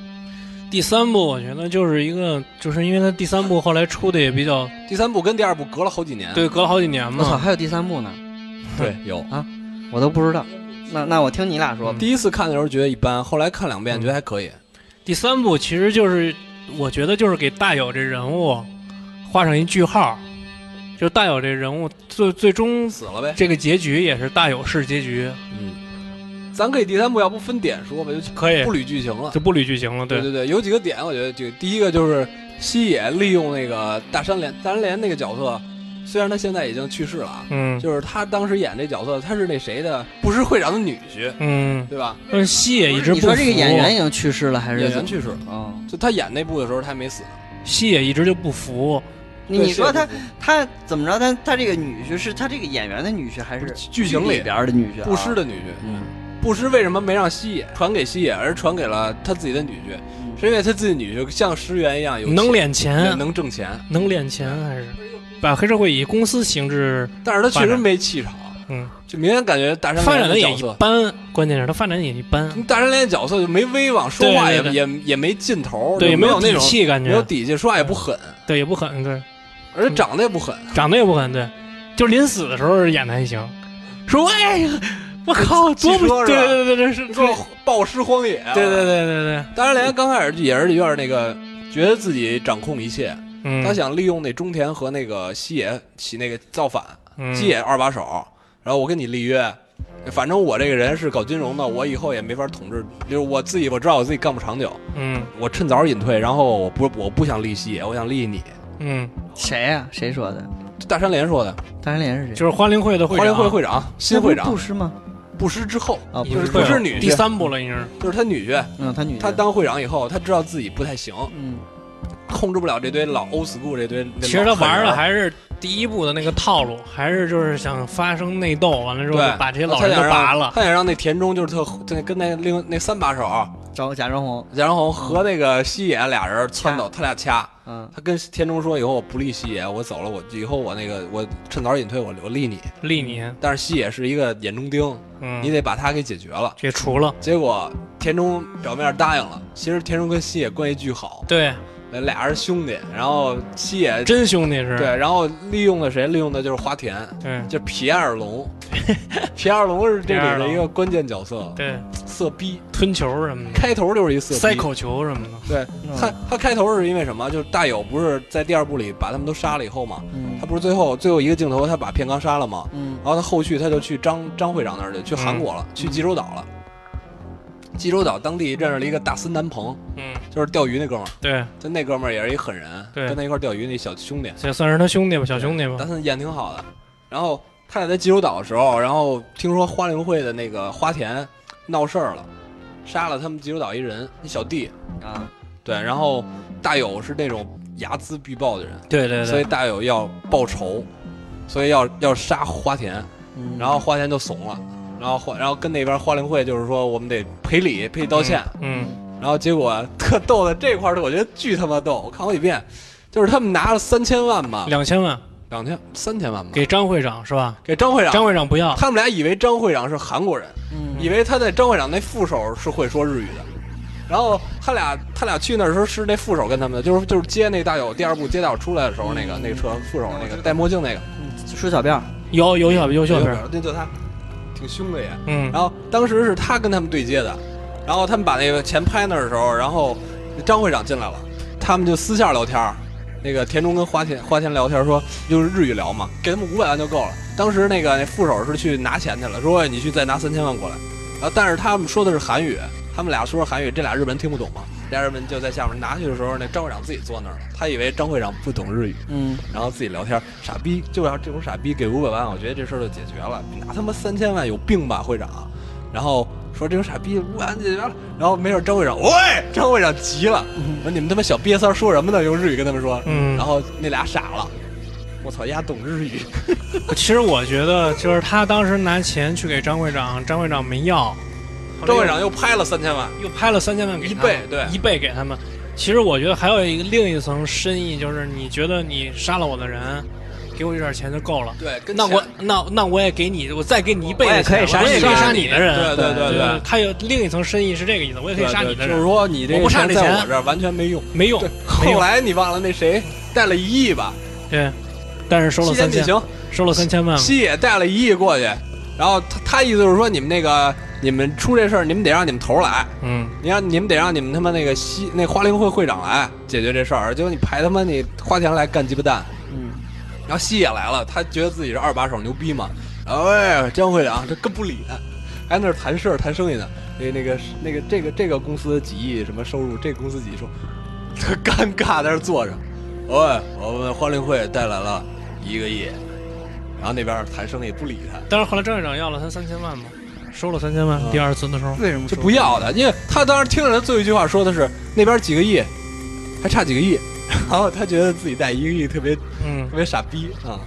S3: 第三部我觉得就是一个，就是因为他第三部后来出的也比较
S2: 第三部跟第二部隔了好几年。
S3: 对，隔了好几年
S1: 我操，
S3: 嘛。
S1: 还有第三部呢，
S2: 对，有。
S1: 我都不知道。那那我听你俩说吧。
S2: 第一次看的时候觉得一般，后来看两遍
S3: 嗯
S2: 觉得还可以。
S3: 第三部其实就是我觉得就是给大友这人物画上一句号，就是大友这人物最最终
S2: 死了呗。
S3: 这个结局也是大友式结局，
S2: 嗯，咱可以第三部要不分点说吧，就
S3: 可以
S2: 不捋剧情了。
S3: 就不捋剧情了。
S2: 对，对，有几个点，我觉得这个第一个就是西野利用那个大山连大山连那个角色，虽然他现在已经去世了啊，
S3: 嗯
S2: 就是他当时演这角色，他是那谁的，不是会长的女婿，
S3: 嗯，
S2: 对吧？
S3: 但是西野一直
S1: 你
S3: 嗯不服
S1: 说，
S3: 啊
S1: 这个演员已经去世了还是
S2: 演员去世了，
S1: 哦，
S2: 就他演那部的时候他还没死呢。
S3: 西野一直就不服，
S1: 你
S2: 对
S1: 你说他
S2: 西野不服
S1: 他怎么着？他他这个女婿是他这个演员的女婿还是
S2: 剧情
S1: 里
S2: 里
S1: 边儿的女婿、啊？
S2: 布施，的女婿，
S1: 嗯，
S2: 布施为什么没让西野传给西野，而传给了他自己的女婿？是因为他自己的女婿像石原一样有
S3: 能
S2: 钱
S3: 敛
S2: 也
S3: 钱，
S2: 能挣钱，
S3: 能敛钱还是把黑社会以公司形制，
S2: 但是他确
S3: 发
S2: 实
S3: 展
S2: 没气场，
S3: 嗯，
S2: 就明显感觉大山
S3: 发展
S2: 连
S3: 的
S2: 的
S3: 也
S2: 角
S3: 一
S2: 色。
S3: 般，关键是他发展也一般，
S2: 嗯大山连角色就没威望，说话也
S3: 对对
S2: 也也没劲头，
S3: 对，
S2: 就没有那
S3: 底
S2: 种
S3: 气嗯感
S2: 没有
S3: 觉，
S2: 底气，说话也不狠，
S3: 对，也不狠，对。
S2: 而且长得也不狠，
S3: 长得也不狠，对，就是临死的时候演的还行，说哎呀，我靠，多不
S2: 汽车是吧
S3: 对对对对是，
S2: 你
S3: 对
S2: 说暴尸荒野啊。
S3: 嗯对对对对对，
S2: 大山连刚开始也是有点那个，觉得自己掌控一切，
S3: 嗯，
S2: 他想利用那中田和那个西野起那个造反，
S3: 嗯
S2: 西野二把手，然后我跟你立约。反正我这个人是搞金融的，我以后也没法统治，就是我自己我知道我自己干不长久，
S3: 嗯
S2: 我趁早隐退，然后我不我不想立西野，我想立你。
S3: 嗯，
S1: 谁呀、谁说的？
S2: 这大山连说的，
S1: 大山连是谁？
S3: 就是花灵会的会啊
S2: 花
S3: 长，
S2: 莲会会长，啊新会长
S1: 布施吗？
S2: 布施之后，
S1: 啊，
S3: 也
S1: 不
S2: 就是是不
S3: 会
S2: 是
S3: 长
S2: 女
S3: 第
S2: 婿，
S3: 三部了，已经是，
S2: 就是他女婿。
S1: 嗯，他女婿
S2: 他当会长以后，他知道自己不太行，
S1: 嗯，
S2: 控制不了这堆老 old school 这堆。这老
S3: 其实他
S2: 狠
S3: 玩的
S2: 人啊
S3: 还是第一部的那个套路，还是就是想发生内斗，完了之后
S2: 对
S3: 就把这些老人
S2: 他
S3: 都
S2: 想让
S3: 拔了，
S2: 他想让那田中就是特对跟那另那三把手
S1: 找贾樟红，
S2: 然后和那个西野俩人撺
S1: 掐
S2: 掇他俩掐。
S1: 嗯，
S2: 他跟田中说：“以后我不立西野，我走了，我以后我那个我趁早隐退，我我立你。
S3: 立你，”
S2: 但是西野是一个眼中钉，
S3: 嗯，
S2: 你得把他给解决了。
S3: 给除了，
S2: 结果田中表面答应了，其实田中跟西野关系巨好，
S3: 对，
S2: 呃俩人兄弟，然后七爷
S3: 真兄弟是，
S2: 对，然后利用的谁？利用的就是花田，
S3: 对
S2: 就皮埃尔 龙，皮埃尔龙是这里
S3: 皮埃尔
S2: 的
S3: 龙
S2: 一个关键角色，
S3: 对，
S2: 色逼，
S3: 吞球什么的，
S2: 开头就是一色逼。
S3: 塞口球什么的，
S2: 对他，他开头是因为什么？就是大友不是在第二部里把他们都杀了以后嘛，
S1: 嗯
S2: 他不是最后最后一个镜头他把片冈杀了嘛，
S1: 嗯
S2: 然后他后续他就去张张会长那儿去，去韩国了，
S3: 嗯
S2: 去济州岛了。济州岛当地认识了一个大森南朋，
S3: 嗯，
S2: 就是钓鱼那哥们儿，
S3: 对，
S2: 就那哥们儿也是一狠人，
S3: 对
S2: 跟他一块儿钓鱼那小兄弟，
S3: 这算是他兄弟吧，小兄弟吧
S2: 大，森演挺好的。然后他俩在济州岛的时候，然后听说花灵会的那个花田闹事儿了，杀了他们济州岛一人，一小弟，
S1: 啊，
S2: 对，然后大友是那种睚眦必报的人，
S3: 对对
S2: 所以
S3: 对，
S2: 大友要报仇，所以要要杀花田，
S1: 嗯
S2: 然后花田就怂了，然后花然后跟那边花灵会就是说我们得赔礼赔礼道歉，
S3: 嗯，
S2: 然后结果 特逗的这块儿我觉得巨他妈逗，我看好几遍，就是他们拿了三千万吧
S3: 嗯，两千万
S2: 两千三千万吧，给
S3: 给张会长是吧？
S2: 给张会长，
S3: 张会长不要，
S2: 他们俩以为张会长是韩国人，
S1: 嗯
S2: 以为他在张会长那副手是会说日语的，然后他俩他俩去那儿的时候是那副手跟他们的，就是就是接那大友第二部接大友出来的时候那个那个车副手那个戴墨镜那个
S1: 梳小辫儿，
S3: 有有小有小片儿，
S2: 那就他，挺凶的也。
S3: 嗯
S2: 然后当时是他跟他们对接的，然后他们把那个钱拍那儿的时候，然后张会长进来了，他们就私下聊天儿。那个田中跟花田花田聊天说，就是日语聊嘛，给他们五百万就够了。当时那个那副手是去拿钱去了，说哎你去再拿三千万过来。然后但是他们说的是韩语，他们俩说是韩语，这俩日本人听不懂嘛。俩日本人就在下面拿去的时候，那张会长自己坐那儿了，他以为张会长不懂日语，
S1: 嗯，
S2: 然后自己聊天，傻逼就要这种傻逼给五百万，我觉得这事儿就解决了。拿他妈三千万有病吧，会长？然后说这种傻逼五百万解决了，然后没事，张会长，喂，张会长急了，我说你们他妈小瘪三儿说什么呢？用日语跟他们说，
S3: 嗯，
S2: 然后那俩傻了，我操，丫懂日语，
S3: 其实我觉得，就是他当时拿钱去给张会长，张会长没要，嗯
S2: 张会长又拍了三千万，
S3: 又又拍了三千万给他们
S2: 一倍对
S3: 一倍给他们。其实我觉得还有一个另一层深意，就是你觉得你杀了我的人，给我一点钱就够了。
S2: 对，跟
S3: 那我
S2: 钱
S3: 那那我也给你，我再给你一倍
S1: 我也
S3: 的钱，
S1: 可以杀
S3: 我也可以
S2: 你
S3: 杀你的人。
S2: 对对对
S3: 对
S2: 对
S3: 对，他有另一层深意是这个意思，我也可以杀
S2: 对
S3: 你的
S2: 就是
S3: 人，
S2: 说你这
S3: 我不差这
S2: 在
S3: 钱
S2: 我这儿完全没用。
S3: 没用
S2: 对，，
S3: 没
S2: 后
S3: 用
S2: 来你忘了那谁带了一亿吧？
S3: 对。但是收了
S2: 西田
S3: 三
S2: 进
S3: 千，
S2: 行。
S3: 收了三千万嘛，
S2: 西野带了一亿过去，然后他他意思就是说你们那个你们出这事儿，你们得让你们头儿来，
S3: 嗯，
S2: 你让你们得让你们他妈那个西那花灵会会长来解决这事儿，结果你排他妈你花田来干鸡巴蛋，
S1: 嗯，
S2: 然后西野来了，他觉得自己是二把手牛逼嘛，哎，张会长这更不理他，还在那儿谈事儿谈生意呢，那那个那个这个这个公司几亿什么收入，这个公司几亿收入，他尴尬在那儿坐着，哎，我们花灵会带来了一个亿。然后那边儿谈生意不理他，
S3: 但是后来张会长要了他三千万嘛，收了三千万
S2: 嗯，
S3: 第二次的时候，
S1: 为什么
S2: 是不要的，因为他当时听着他最后一句话说的是那边几个亿，还差几个亿， 然后他觉得自己带一个亿特别特
S3: 嗯，
S2: 别傻逼啊。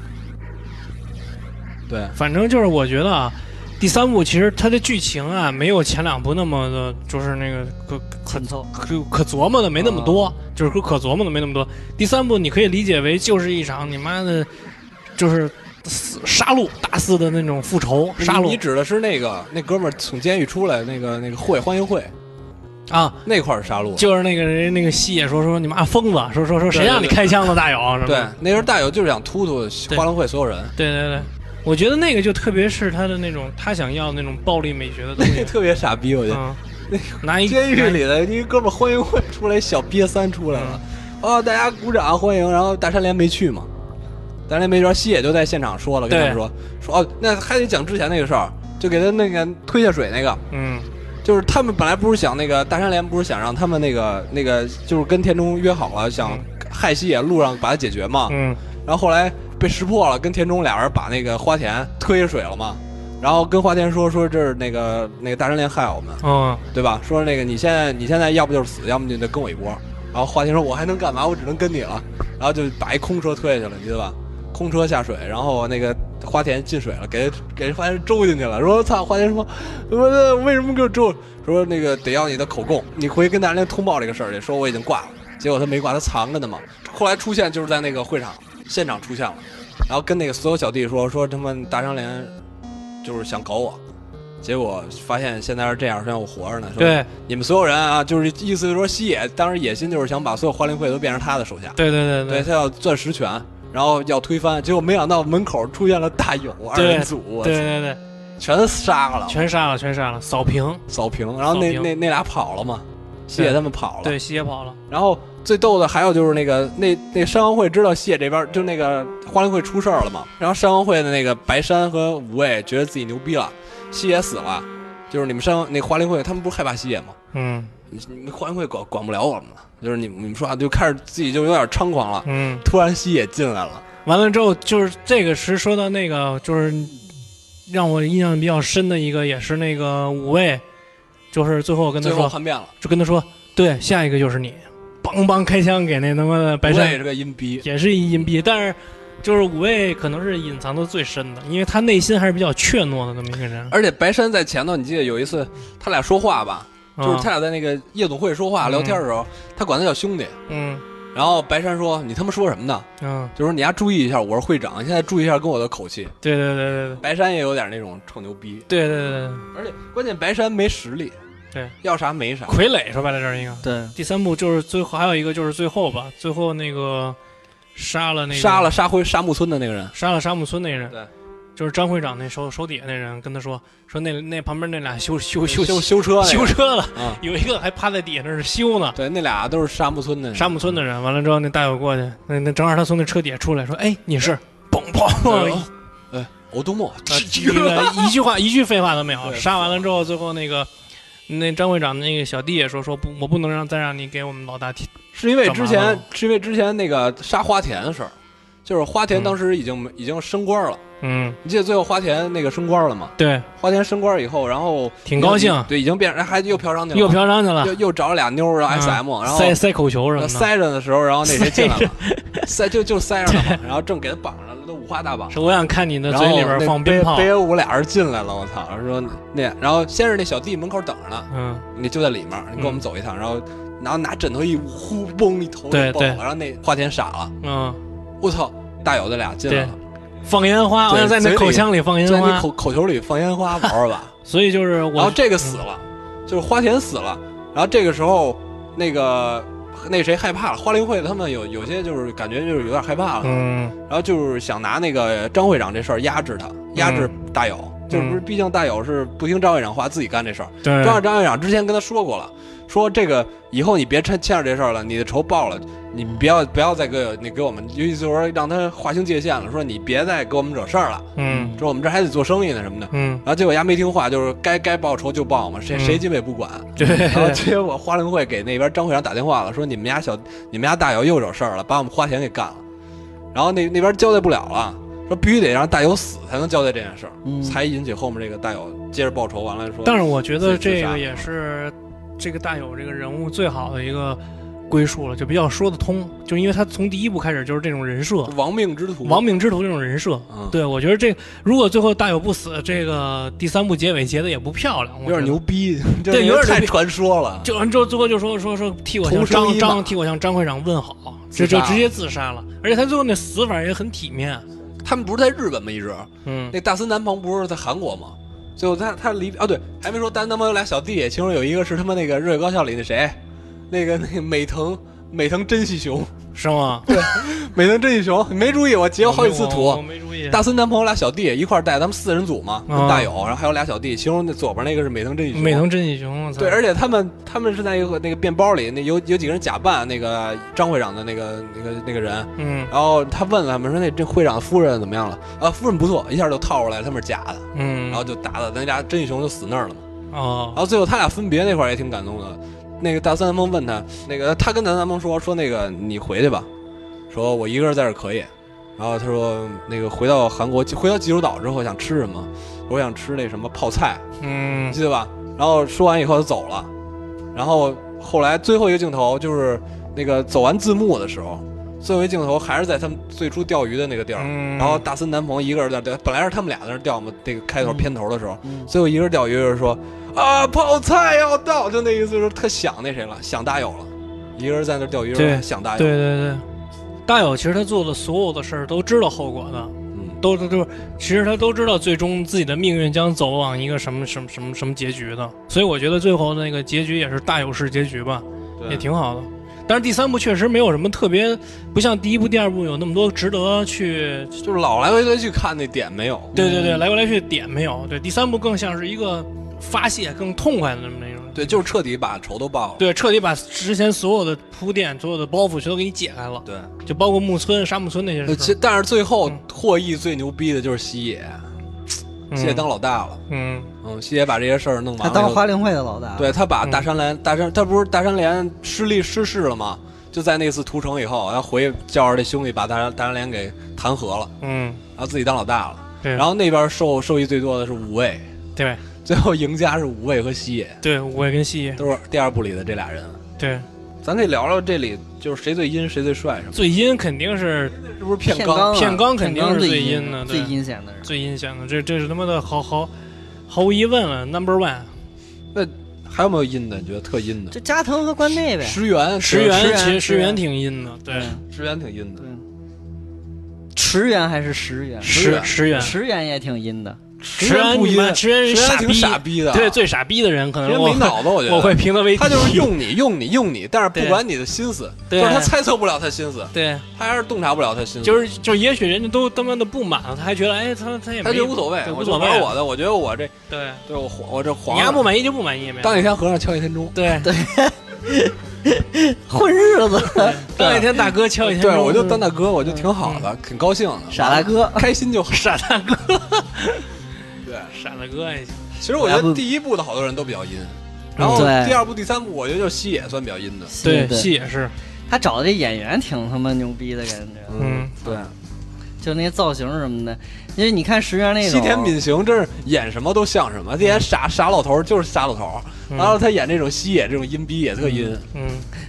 S2: 对，
S3: 反正就是我觉得啊，第三部其实它的剧情啊，没有前两部那么的，就是那个可可
S1: 很凑？
S3: 可可琢磨的没那么
S2: 啊
S3: 多，就是可可琢磨的没那么多。第三部你可以理解为就是一场你妈的，就是死杀戮大肆的那种复仇杀
S2: 你你
S3: 戮
S2: 指的是那个那哥们儿从监狱出来那个那个会欢迎会
S3: 啊，
S2: 那块儿杀戮，
S3: 就是那个人那个戏也说说你妈疯子，说说说谁
S2: 对对
S3: 让你
S2: 对
S3: 开枪的大友什么
S2: 对
S3: 的，
S2: 那时候大友就是想突突
S3: 对
S2: 花龙会所有人，
S3: 对对对。我觉得那个就特别是他的那种他想要的那种暴力美学的东
S2: 那
S3: 西，
S2: 特别傻逼，我觉得。
S3: 嗯，拿一
S2: 监
S3: 拿
S2: 狱
S3: 一
S2: 里的一哥们儿欢迎会出来，小瘪三出来
S3: 嗯
S2: 了，哦，大家鼓掌欢迎。然后大山连没去嘛，大山连没去，西野就在现场说了，跟他们
S3: 对
S2: 说说哦，那还得讲之前那个事儿，就给他那个推下水那个，
S3: 嗯
S2: 就是他们本来不是想那个大山连不是想让他们那个那个就是跟田中约好了，想
S3: 嗯
S2: 害西野路上把他解决嘛，
S3: 嗯
S2: 然后后来被识破了，跟田中俩人把那个花田推下水了嘛。然后跟花田说说这是那个那个大山连害我们，
S3: 嗯，
S2: 对吧？说那个你现在你现在要不就是死，要么就得跟我一波。然后华田说：“我还能干嘛？我只能跟你了。”然后就把一空车推下去了，你记得吧？空车下水，然后那个花田进水了，给给花田周进去了。说：“操！”花田说：“我这为什么给我周？”说：“那个得要你的口供，你回去跟大家通报这个事儿去，说我已经挂了。”结果他没挂，他藏着呢嘛。后来出现就是在那个会场现场出现了，然后跟那个所有小弟说：“说他妈大长脸就是想搞我。”结果发现现在是这样，现在我活着呢。说
S3: 对
S2: 你们所有人啊，就是意思就是说，西野当时野心就是想把所有花灵会都变成他的手下，
S3: 对对
S2: 对他要攥实权，然后要推翻。结果没想到门口出现了大友二人组，我
S3: 对对对，
S2: 全杀了，
S3: 全杀了，全杀了，扫平。
S2: 扫平。然后那
S3: 扫平
S2: 那那俩跑了嘛，西野他们跑了。
S3: 对，西野跑了，
S2: 然后最逗的还有就是那个那那山王会知道谢这边就那个花灵会出事儿了嘛，然后山王会的那个白山和五位觉得自己牛逼了，西野死了，就是你们山王那花灵会他们不是害怕西野吗？
S3: 嗯
S2: 你你们花灵会管管不了我们了，就是你们你们说话啊就开始自己就有点猖狂了。
S3: 嗯。
S2: 突然西野进来了，
S3: 完了之后，就是这个是说到那个，就是让我印象比较深的一个，也是那个五位，就是最后我跟他
S2: 最后
S3: 说，
S2: 叛变了，
S3: 就跟他说，对，下一个就是你，梆梆开枪给那他妈的白
S2: 五位也
S3: 山，
S2: 是个阴逼，
S3: 也是一阴逼，但是就是五位可能是隐藏的最深的，因为他内心还是比较怯懦的这么一个人，
S2: 而且白山在前头，你记得有一次他俩说话吧，就是他
S3: 啊，
S2: 俩在那个夜总会说话聊天的时候，他管他叫兄弟，
S3: 嗯
S2: 然后白山说你他妈说什么呢？
S3: 嗯，
S2: 就是你要注意一下，我是会长，你现在注意一下跟我的口气。
S3: 对对对
S2: 白山也有点那种臭牛逼，
S3: 对对对对对对，
S2: 而且关键白山没实力，
S3: 对，
S2: 要啥没啥。
S3: 傀儡说白了这是一个。
S1: 对，
S3: 第三部就是最后还有一个就是最后吧，最后那个杀了那个
S2: 杀了杀回沙木村的那个人，
S3: 杀了沙木村那人，
S2: 对，
S3: 就是张会长那手手底下那人跟他说说那那旁边那俩修修修
S2: 修修修车那
S3: 修
S2: 个，
S3: 车了，
S2: 啊，
S3: 有一个还趴在底下那是修呢。
S2: 对，那俩都是沙木村的人。
S3: 沙木村的人完了之后，那大友过去，那那正好他从那车底下出来，说：“哎，你是嘣
S2: 对呃
S3: 砰哎啊
S2: 欧东 木，！”
S3: 那一句话一句废话都没有。
S2: 啊对
S3: 杀完了之后，最后那个那张会长那个小弟也说：“说不，我不能让再让你给我们老大提
S2: 是因为之
S3: 干嘛
S2: 前
S3: 呢
S2: 是因为之前那个杀花田的事儿，就是花田
S3: 嗯
S2: 当时已经、已经升官了，
S3: 嗯，
S2: 你记得最后花田那个升官了吗？
S3: 对，
S2: 花田升官以后，然后
S3: 挺高兴，
S2: 对，已经变成还又嫖娼去了，
S3: 又嫖娼去了
S2: 又，又找了俩妞儿，然后 S M，、
S3: 嗯
S2: 然后
S3: 啊塞塞口球什么的，
S2: 塞着的时候，然后那谁进来了，塞就就塞上了嘛，然后正给他绑上了，都五花大绑。
S3: 是我想看你的
S2: 然
S3: 嘴
S2: 后
S3: 里边
S2: 那
S3: 放
S2: 北
S3: 鞭炮。
S2: 北野武俩人进来了，我操！说那，然后先是那小弟门口等着呢，
S3: 嗯，
S2: 你就在里面，你跟我们走一趟，然后然后拿枕头一捂，呼嘣一头就
S3: 对
S2: 爆
S3: 对
S2: 了，然后那花田傻了，
S3: 嗯，
S2: 我操！大友这俩进来了，
S3: 放烟花，
S2: 对
S3: 我想在你
S2: 嘴
S3: 的
S2: 里
S3: 口腔里放
S2: 就
S3: 烟
S2: 在你
S3: 花，
S2: 口口球里放烟花玩玩吧。
S3: 所以就是我，
S2: 然后这个死了，就是花田死了，然后这个时候那个那谁害怕了，花灵会他们有有些就是感觉就是有点害怕了，
S3: 嗯
S2: 然后就是想拿那个张会长这事儿压制他，压制大友，就是不是，毕竟大友是不听张会长话，自己干这事儿。
S3: 对，
S2: 张张会长之前跟他说过了，说这个以后你别趁欠着这事儿了，你的仇报了，你不要不要再给你给我们，意思就是说让他划清界限了，说你别再给我们惹事儿了，
S3: 嗯
S2: 说我们这还得做生意呢什么的。
S3: 嗯，
S2: 然后结果丫没听话，就是该该报仇就报嘛，谁
S3: 嗯
S2: 谁鸡巴也不管。
S3: 对，
S2: 然 后结果花灵会给那边张会长打电话了，说你们家小你们家大友又惹事儿了，把我们花田给干了。然后那那边交代不了了，说必须得让大友死才能交代这件事儿，
S1: 嗯，
S2: 才引起后面这个大友接着报仇。完了说，
S3: 但是我觉得
S2: 自己自
S3: 这
S2: 杀
S3: 个也是这个大友这个人物最好的一个归宿了，就比较说得通，就因为他从第一部开始就是这种人设，
S2: 亡命之徒，
S3: 亡命之徒这种人设。
S2: 嗯，
S3: 对，我觉得这如果最后大友不死，这个第三部结尾结的也不漂亮，我
S2: 有点
S3: 觉得
S2: 牛逼，
S3: 对有点
S2: 太
S3: 牛逼
S2: 传说了。
S3: 就完之后，最后就说说说替我
S2: 同
S3: 向
S2: 生一
S3: 张
S2: 马
S3: 张替我向张会长问好，这
S2: 自
S3: 就
S2: 杀
S3: 直接自杀了。而且他最后那死法也很体面，
S2: 他们不是在日本吗？一直
S3: 嗯，
S2: 那大森南朋不是在韩国吗？最后他他离啊对，还没说大森南朋有俩小弟，其中有一个是他妈那个《热血高校》里那谁，那个那个美藤美藤真希雄。
S3: 是吗？
S2: 美藤真一雄，你没注意我截过好几次
S3: 我哎我
S2: 图。
S3: 没注意。
S2: 大森男朋友俩小弟一块儿带，咱们四人组嘛，
S3: 啊
S2: 大友，然后还有俩小弟，其中那左边那个是美藤真一雄。
S3: 美藤真喜雄，我操
S2: 对，而且他们他们是在一个那个面包里，那有有几个人假扮那个张会长的那个那个那个人，
S3: 嗯
S2: 然后他问了他们说那这会长夫人怎么样了？啊，夫人不错，一下就套出来他们是假的，
S3: 嗯，
S2: 然后就打的那俩真一雄就死那儿了嘛。然
S3: 哦，
S2: 后最后他俩分别那块儿也挺感动的。那个大三南风问他，那个他跟大三南风说说那个你回去吧，说我一个人在这儿可以。然后他说那个回到韩国，回到济州岛之后想吃什么？我想吃那什么泡菜，
S3: 嗯
S2: 你记得吧？然后说完以后他走了。然后后来最后一个镜头就是那个走完字幕的时候，最后一个镜头还是在他们最初钓鱼的那个地儿。
S3: 嗯，
S2: 然后大森南朋一个人在那钓，本来是他们俩在那钓嘛，那个开头片头的时候，
S1: 嗯
S2: 最后一个人钓鱼就是说啊，泡菜要到，就那意思就是特想那谁了，想大友了。一个人在那钓鱼，
S3: 对
S2: 想大友，
S3: 对对对，大友其实他做的所有的事儿都知道后果的，
S2: 嗯，
S3: 都都都，其实他都知道最终自己的命运将走往一个什么什么什么什么结局的，所以我觉得最后那个结局也是大有士结局吧，
S2: 嗯
S3: 也挺好的。但是第三部确实没有什么特别，不像第一部、第二部有那么多值得去，
S2: 就是老来回来去看那点没有，
S3: 对对对，来回来去点没有。对，第三部更像是一个发泄、更痛快的那么那种。
S2: 对，就是彻底把仇都报了。
S3: 对，彻底把之前所有的铺垫、所有的包袱全都给你解开了，
S2: 对，
S3: 就包括木村、沙木村那些
S2: 呃
S3: 事
S2: 其。但是最后
S3: 嗯
S2: 获益最牛逼的就是西野，
S3: 嗯
S2: 西野当老大了。
S3: 嗯，
S2: 嗯，西野把这些事儿弄
S1: 他
S2: 完了以
S1: 当
S2: 后，
S1: 花令会的老大，
S2: 对他把
S3: 嗯
S2: 大山连大山，他不是大山连失利失势了吗？就在那次屠城以后，他回叫着这兄弟把大山大山连给弹劾了，
S3: 嗯，
S2: 然后自己当老大了。
S3: 对，
S2: 然后那边受受益最多的是五位，
S3: 对
S2: 最后赢家是五位和西野，
S3: 对，我也跟西野，
S2: 都是第二部里的这俩人。
S3: 对，
S2: 咱可以聊聊这里就是谁最阴谁最帅什么
S3: 最阴肯定是
S2: 的，是不是
S1: 骗
S2: 片
S1: 啊
S2: 刚？
S3: 片
S1: 骗
S3: 刚
S1: 刚
S3: 肯定是
S1: 最
S3: 最阴的
S1: 最
S3: 对
S1: 阴险的人。
S3: 最阴险的，这这是他妈的毫毫毫无疑问了，Number One。
S2: 还有没有阴的？你觉得特阴的？
S1: 就加藤和关内呗，
S2: 石原，
S3: 石
S1: 石
S3: 原
S1: 原
S3: 其实
S1: 石
S3: 石
S1: 原
S3: 原挺阴的，对，
S1: 嗯
S2: 石原挺阴的
S1: 对。池原还是石原？
S2: 石
S3: 石
S2: 原
S3: 石原，
S1: 池原也挺阴的，
S3: 石原
S2: 不
S3: 你
S2: 阴，啊
S3: 妈石原
S2: 石
S3: 是
S2: 原
S3: 傻
S2: 挺
S3: 逼，
S2: 傻逼的，啊
S3: 对，最傻逼的人，可
S2: 石
S3: 能
S2: 原
S3: 我
S2: 没脑子，我觉
S3: 我会
S2: 得。
S3: 评他为
S2: 他就是用你，用你，用你，但是不
S3: 对
S2: 管你的心思，就
S3: 对
S2: 是他猜测不了他心思，
S3: 对，
S2: 他还是洞察不了他心思，
S3: 就是就是，也许人家都他妈的不满了，他还觉得哎，他他也
S2: 他
S3: 没
S2: 觉得无所谓，
S3: 对
S2: 我
S3: 无
S2: 就
S3: 所
S2: 玩
S3: 谓，
S2: 我的，我觉得我这
S3: 对，
S2: 对我皇我这皇
S3: 你丫
S2: 上
S3: 不满意就不满意呗，
S2: 当一天和尚敲一天钟，
S3: 对
S1: 混日子，
S3: 当一天大哥敲一天钟，
S2: 对我就当大哥，我就挺好的，挺高兴的，
S1: 嗯傻大哥。
S2: 开心就好。
S3: 傻大哥，
S2: 对，
S3: 傻大哥也行，
S2: 其实我觉
S1: 然后嗯
S2: 得第一部的好多人都比较阴，然后
S1: 对嗯
S2: 第二部、第三部，我觉得就是西野算比较阴的，
S3: 对，
S1: 对
S3: 戏也是，
S1: 他找的这演员挺他妈牛逼的感觉，
S3: 嗯，
S2: 对。
S1: 就那些造型什么的，因为你看石原那种嗯
S2: 西田敏行真是演什么都像什么，这演傻傻老头儿就是傻老头儿，
S3: 嗯
S2: 然后他演这种西野这种阴逼也特阴，
S3: 嗯，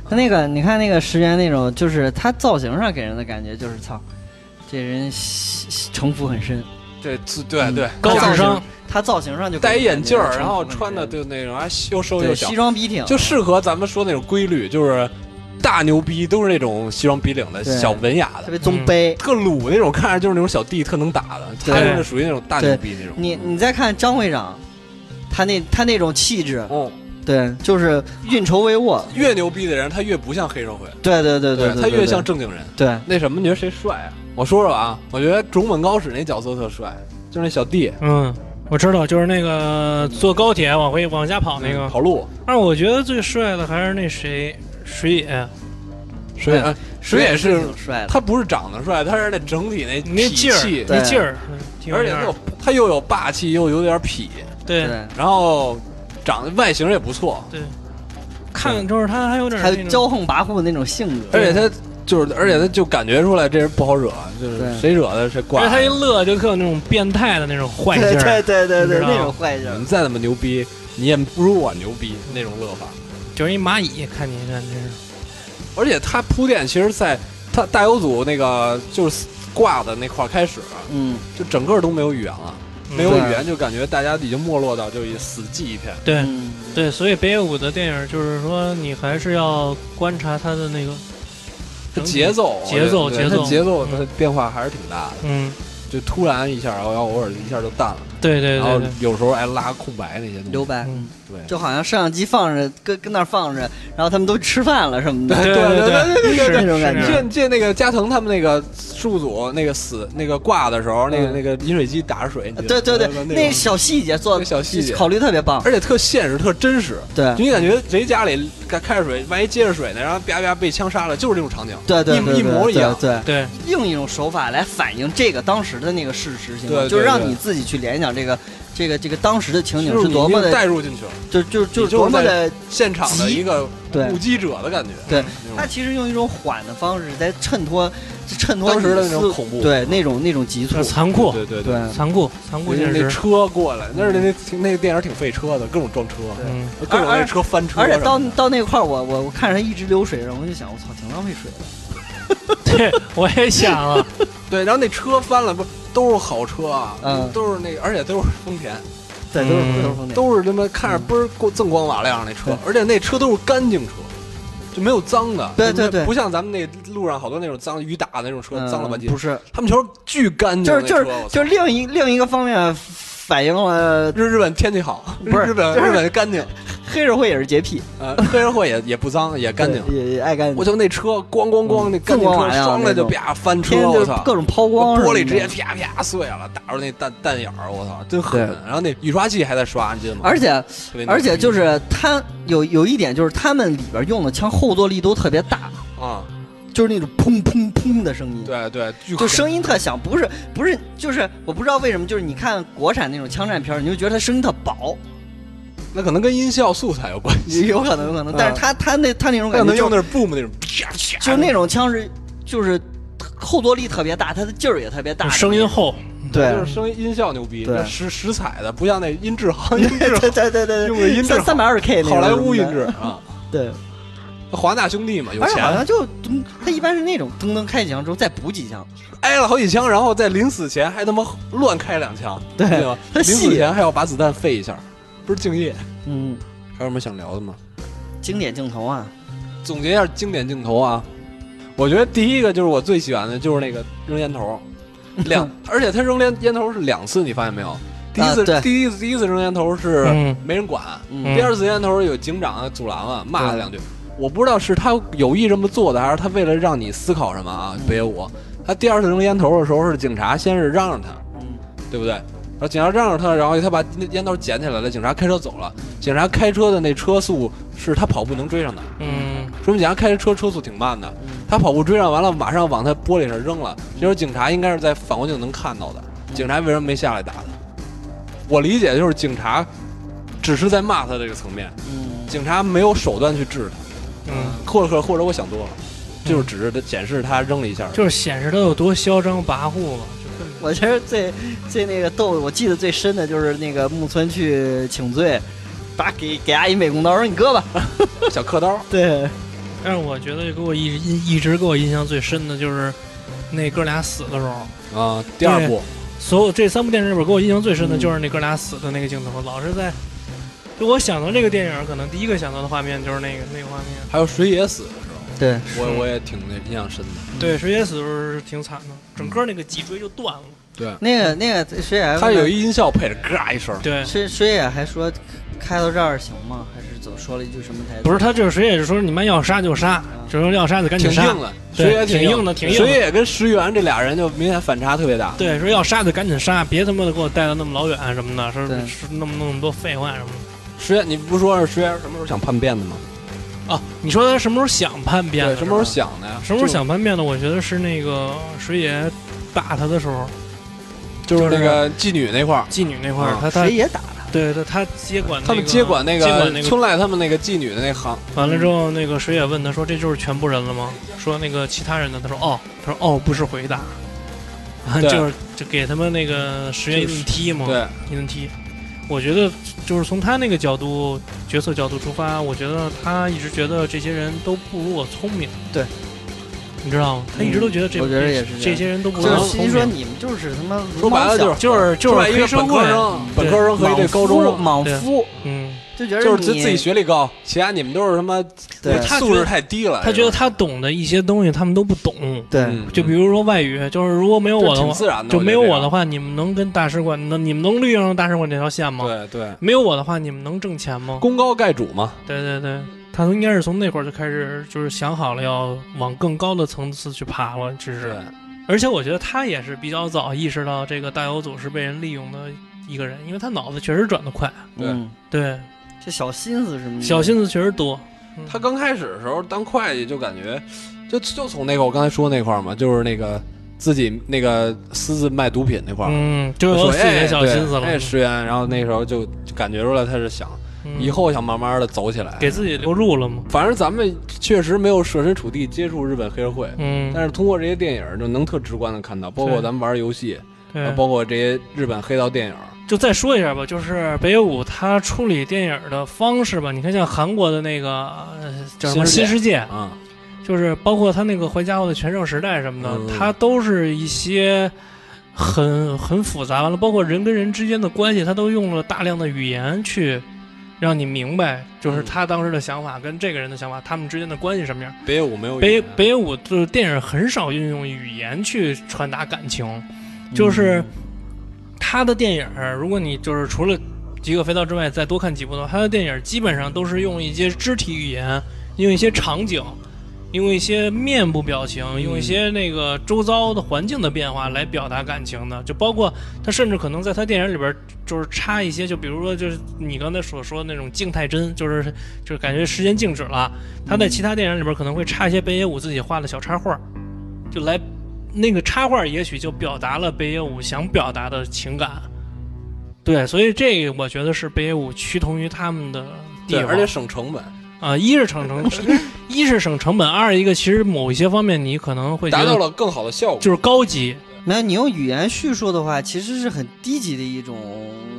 S1: 他那个，你看那个石原那种，就是他造型上给人的感觉就是操，这人西西城府很深，
S2: 对自
S1: 嗯
S2: 对对，
S3: 高
S1: 造型
S3: 智商，
S1: 他造型上就给
S2: 戴
S1: 人
S2: 一眼镜
S1: 感
S2: 儿，
S1: 觉
S2: 然后
S1: 城府
S2: 穿
S1: 很
S2: 的
S1: 深
S2: 就那种还又瘦又
S1: 对
S2: 小
S1: 西，装笔挺，
S2: 就适合咱们说那种规律，就是大牛逼都是那种西装笔挺的
S1: 对
S2: 小文雅
S1: 特
S2: 的，
S1: 别宗碑。
S2: 特鲁那种，看着就是那种小弟特能打的，
S1: 对
S2: 他就是属于那种大牛逼那种。嗯
S1: 你你再看张会长，他那他那种气质，
S2: 嗯，
S1: 对，就是运筹帷幄，
S2: 越牛逼的人他越不像黑社会，
S1: 对对对对，
S2: 他越像
S1: 这
S2: 正经人。
S1: 对
S2: 那什么，你觉得谁帅啊？我说说啊，我觉得竹本高史那角色特帅，就是那小弟
S3: 嗯，我知道，就是那个坐高铁往回往家跑那个，
S2: 嗯跑路，
S3: 但是我觉得最帅的还是那谁，水野，
S2: 水野水野哎是
S1: 挺帅的，
S2: 他不是长得帅，他是那整体那
S3: 那
S2: 痞
S3: 劲
S2: 气
S3: 儿，
S1: 对
S3: 那劲儿，挺有
S2: 而且
S3: 点
S2: 他
S3: 儿
S2: 又他又有霸气，又有点痞，
S3: 对
S1: 对，
S2: 然后长得外形也不错，
S3: 对，看就是他还有点儿
S1: 还有
S3: 那种
S1: 骄横跋扈的那种性格，
S2: 而且他就是，而且他就感觉出来这人不好惹，就是
S1: 对
S2: 谁惹的谁挂
S3: 而且
S2: 的。
S3: 他一乐就特有那种变态的那种坏
S1: 对
S3: 劲
S1: 对
S3: 儿，
S1: 对对对，
S3: 你知道
S1: 那种坏劲儿
S2: 你再怎么牛逼，你也不如我牛逼那种乐法。
S3: 就是一蚂蚁，看你看真是，
S2: 而且他铺垫，其实在他大友组那个就是挂的那块儿开始，
S1: 嗯，
S2: 就整个都没有语言了，
S3: 嗯
S2: 没有
S1: 对
S2: 语言就感觉大家已经没落到就一死寂一片。
S3: 对
S1: 嗯
S3: 对，所以北野武的电影就是说，你还是要观察他的那个
S2: 他
S3: 整体
S2: 节奏，
S3: 节奏
S2: 我觉得
S3: 节
S2: 对
S3: 奏
S2: 他节奏
S3: 嗯
S2: 的变化还是挺大的，
S3: 嗯，
S2: 就突然一下，然后偶尔一下就淡了，
S3: 对对
S2: 然后
S3: 对对，
S2: 有时候还拉空白那些东
S1: 留
S2: 西。
S1: 白。
S3: 嗯，
S2: 对，
S1: 就好像摄像机放着，跟跟那儿放着，然后他们都吃饭了什么的。
S3: 对
S2: 对
S3: 对，
S1: 对
S3: 是
S1: 那种感
S3: 是
S1: 觉
S3: 这样
S2: 见见那个加藤他们那个数组那个死那个挂的时候，那个
S1: 嗯
S2: 那个饮水机打着水，你记
S1: 对
S2: 得
S1: 对对
S2: 吗，
S1: 那
S2: 那种
S1: 小细节做
S2: 那小细节
S1: 考虑特别棒。
S2: 而且特现实特真实，
S1: 对
S2: 就你感觉谁家里开开着水，万一接着水呢，然后啪啪被枪杀了，就是这种场景。
S1: 对对
S2: 一
S1: 对，
S2: 一模一样
S1: 对，对
S3: 对
S1: 用一种手法来反映这个当时的那个事实情况，
S2: 对对
S1: 就是让
S2: 对
S1: 你自己去联想这个这个这个当时的情景
S2: 就是你
S1: 多么的，
S2: 带入进去了，
S1: 就就就
S2: 你就是
S1: 多么的。
S2: 现场的一个
S1: 对
S2: 目击者的感觉。嗯
S1: 对
S2: 那种
S1: 他其实用一种缓的方式在衬托衬托
S2: 当时的那种
S1: 你思
S2: 恐怖
S1: 对那种那种急促
S3: 是，残酷
S2: 对对
S1: 对
S2: 对，
S3: 残酷残酷
S2: 那
S3: 现
S2: 那
S3: 实，
S2: 车过来，那是那那那个电影挺费车的，各种撞车，
S3: 嗯。
S2: 各种那车翻车
S1: 而
S2: 什么的，
S1: 且到到那块儿，我我我看着他一直流水，然后我就想，我操，挺浪费水的。
S3: 对， 我也想啊 了，
S2: 对，然后那车翻了，不都是好车啊？
S1: 嗯
S2: 都是那个，而且都是丰田，
S1: 对，都是
S3: 嗯
S1: 都是风景。
S2: 都是他妈看着
S1: 嗯
S2: 倍儿锃光瓦亮那车
S1: 对，
S2: 而且那车都是干净车，就没有脏的，
S1: 对
S2: 就
S1: 对对嗯
S2: 不像咱们那路上好多那种脏雨打的那种车，脏了吧唧
S1: 不，是，
S2: 他们球巨干净，
S1: 就是就
S2: 那车
S1: 是
S2: 我操
S1: 就是另一另一个方面反映了
S2: 日日本天气好，
S1: 不是
S2: 日本
S1: 就是
S2: 日本干净，
S1: 黑社会也是洁癖，
S2: 呃，黑社会也也不脏，也干净。
S1: 对也也爱干
S2: 我
S1: 净，
S2: 就那车咣咣咣，那干净
S1: 锃光
S2: 车
S1: 瓦亮
S2: 双来
S1: 那
S2: 就
S1: 种
S2: 啪翻
S1: 天
S2: 车，
S1: 天
S2: 我
S1: 就
S2: 操！
S1: 各种抛光什么
S2: 玻
S1: 的，
S2: 璃直接啪啪碎了，打着那弹弹眼儿，我操，真狠
S1: 对！
S2: 然后那雨刷器还在刷，你记得吗？
S1: 而且
S2: 特别牛
S1: 而且就是他有有一点就是他们里边用的枪后坐力都特别大，
S2: 啊，
S1: 就是那种砰砰砰的声音。
S2: 对对，巨
S1: 就
S2: 狠
S1: 声音特响，不是不是，就是我不知道为什么，就是你看国产那种枪战片儿，你就觉得它声音特薄，
S2: 那可能跟音效素材有关系，
S1: 有可能有可能，
S2: 嗯
S1: 但是他他那他那种
S2: 可
S1: 感
S2: 能
S1: 觉
S2: 用
S1: 就
S2: 那 boom 那种，啪啪
S1: 就是那种枪是就是后坐力特别大，它的劲儿也特别大，
S3: 声音厚，
S1: 对
S2: 就是声音音效牛逼，
S1: 对
S2: 这实实彩的，不像那音 质好，音质好
S1: 对对对对，
S2: 用的音质
S1: 三三百二十 K 那种
S2: 好莱坞
S1: 什
S2: 音
S1: 么的
S2: 质啊。
S1: 对，
S2: 华纳兄弟嘛，有
S1: 而且好
S2: 钱，
S1: 像就嗯他一般是那种噔噔开几枪之后再补几枪，
S2: 挨了好几枪，然后在临死前还他妈乱开两枪，
S1: 对
S2: 记得吗？
S1: 他
S2: 临
S1: 细
S2: 死前还要把子弹废一下，不是敬业。
S1: 嗯，
S2: 还有什么想聊的吗？
S1: 经典镜头啊，
S2: 总结一下经典镜头啊，我觉得第一个就是我最喜欢的就是那个扔烟 头，两，而且他扔烟烟头是两次，你发现没有？第一次，
S1: 啊对
S2: 第一次，第一次扔烟头是
S3: 嗯
S2: 没人管，
S1: 嗯
S2: 第二次烟头有警长阻拦了，骂他两句。我不知道是他有意这么做的，还是他为了让你思考什么
S1: 嗯
S2: 啊？北野武，他第二次扔烟头的时候是警察先是让让他，
S1: 嗯，
S2: 对不对？然后警察让着他，然后他把那烟头捡起来了，警察开车走了。警察开车的那车速是他跑步能追上的，
S3: 嗯，
S2: 说明警察开车车速挺慢的。
S1: 嗯
S2: 他跑步追上完了，马上往他玻璃上扔了。这时候警察应该是在反光镜能看到的，警察为什么没下来打他？我理解就是警察只是在骂他这个层面，
S1: 嗯
S2: 警察没有手段去治
S3: 嗯，
S2: 他，或者或者我想多了，就是只是显示他扔了一下。
S3: 就是显示他有多嚣张跋扈吧，就根本
S1: 我觉得最最那个逗，我记得最深的就是那个木村去请罪，把给给阿姨美工刀，说你割吧。
S2: 小刻刀，
S1: 对，
S3: 但是我觉得给我一一一直给我印象最深的就是那哥俩死的时候，
S2: 啊，第二部
S3: 所有这三部电影里边给我印象最深的
S1: 嗯
S3: 就是那哥俩死的那个镜头，老是在。就我想到这个电影，可能第一个想到的画面就是那个那个画面。
S2: 还有水野死的时
S1: 对，
S2: 候，我我也挺那印象深的。
S3: 对，水野死的时候是挺惨的，整个那个脊椎就断了。
S2: 对，
S1: 那个那个水野，
S2: 他有一音效配着嘎一声，
S3: 对，
S1: 水水野还说开到这儿行吗？还是怎么说了一句什么台词？
S3: 不是他就是水野是说你们要杀就杀，就说要杀就赶紧
S2: 挺
S3: 杀。
S2: 硬的，
S3: 对
S2: 水野
S3: 挺
S2: 硬
S3: 硬的挺硬的
S2: 水野跟石原这俩人就明显反差特别大。
S3: 对，说要杀就赶紧杀，别他妈的给我带到那么老远啊什么的，说
S1: 对
S3: 说那么那么多废话什么的。
S2: 石原，你不是说是石原什么时候想叛变的吗？
S3: 啊，你说他什么时候想叛变的？
S2: 对，什么时候
S3: 是吧
S2: 想的呀？
S3: 什么时候想叛变的？我觉得是那个水野打他的时候，
S2: 就？就是那个妓女那块儿，
S3: 妓女那块儿，
S2: 啊
S3: 他他
S1: 水野打的，
S3: 对他他接管那个
S2: 他们接管那
S3: 接
S2: 个
S3: 管那个
S2: 村濑他们那个妓女的那行，
S3: 完了之后，那个水野问他说：“这就是全部人了吗？”说那个其他人呢？他说：“哦，他说哦，不是回答，啊，
S2: 对
S3: 就是就给他们那个石原一顿踢嘛，
S2: 对，
S3: 一顿踢。我觉得就是从他那个角度、角色角度出发，我觉得他一直觉得这些人都不如我聪明，
S1: 对，
S3: 你知道吗？他一直都觉得这、
S1: 嗯我觉得也是这样
S3: 这些人都不如
S1: 就
S3: 我
S1: 是
S3: 聪
S1: 心说
S3: 明，
S1: 你们就是他妈
S2: 说白了就是
S3: 就是就
S2: 说白了
S3: 是
S2: 一
S3: 黑
S2: 个
S3: 社
S2: 本
S3: 会
S2: 科，
S3: 嗯
S2: 生，本
S3: 对
S2: 科生和一这高中生，
S1: 莽夫，
S3: 嗯，
S1: 就觉得
S2: 就是自
S1: 你
S2: 自己学历高，其他你们都是他妈
S1: 对
S3: 他
S2: 素质太低了。
S3: 他觉得他懂的一些东西他们都不懂，
S1: 对，
S2: 嗯，
S3: 就比如说外语，就是如果没有
S2: 就
S3: 我的
S2: 挺
S3: 话，
S2: 自然的，
S3: 就没有我的
S2: 话，
S3: 话，你们能跟大使馆，那你们能利用大使馆这条线吗？
S2: 对对，
S3: 没有我的话，你们能挣钱吗？
S2: 功高盖主嘛，
S3: 对对对，他应该是从那会儿就开始，就是想好了要往更高的层次去爬了，只
S2: 对
S3: 是。而且我觉得他也是比较早意识到这个大友组是被人利用的一个人，因为他脑子确实转得快，
S2: 对
S1: 嗯，
S3: 对，
S1: 这小心思什么的，
S3: 小心思确实多。嗯
S2: 他刚开始的时候当会计就感觉，就就从那个我刚才说那块儿嘛，就是那个自己那个私自卖毒品那块儿，
S3: 嗯，就
S2: 就
S3: 有
S2: 说
S3: 自己的
S2: 哎
S3: 小
S2: 对
S3: 心思了，
S2: 哎石原，然后那时候就就感觉出来他是想
S3: 嗯
S2: 以后想慢慢的走起来，
S3: 给自己留路了嘛。
S2: 反正咱们确实没有设身处地接触日本黑社会，
S3: 嗯，
S2: 但是通过这些电影儿就能特直观的看到，包括
S3: 对
S2: 咱们玩游戏，
S3: 对，
S2: 啊包括这些日本黑道电影儿，
S3: 就再说一下吧，就是北野武他处理电影的方式吧，你看像韩国的那个呃叫什么《
S2: 新
S3: 新
S2: 世
S3: 世界》，
S2: 啊，
S3: 就是包括他那个《回家后的全盛时代》什么
S2: 嗯
S3: 的，他都是一些很很复杂，完了包括人跟人之间的关系，他都用了大量的语言去让你明白，
S2: 嗯
S3: 就是他当时的想法跟这个人的想法，他们之间的关系什么样。
S2: 北野武没有
S3: 北
S2: 语
S3: 野
S2: 言
S3: 北野武的电影很少运用语言去传达感情，
S1: 嗯
S3: 就是他的电影儿，如果你就是除了《极恶飞刀》之外再多看几部的话，他的电影儿基本上都是用一些肢体语言，用一些场景，用一些面部表情，用一些那个周遭的环境的变化来表达感情的。就包括他甚至可能在他电影里边儿就是插一些，就比如说就是你刚才所说的那种静态帧，就是就是感觉时间静止了。他在其他电影里边儿可能会插一些北野武自己画的小插画儿，就来那个插画也许就表达了北野武想表达的情感。对，所以这个我觉得是北野武趋同于他们的地
S2: 对，
S3: 方，
S2: 而且省成本，
S3: 啊、一是省成， 一是省成本，二一个其实某一些方面你可能会觉
S2: 达到
S3: 得
S2: 了更好的效果。
S3: 就是高级，
S1: 没有，你用语言叙述的话，其实是很低级的一种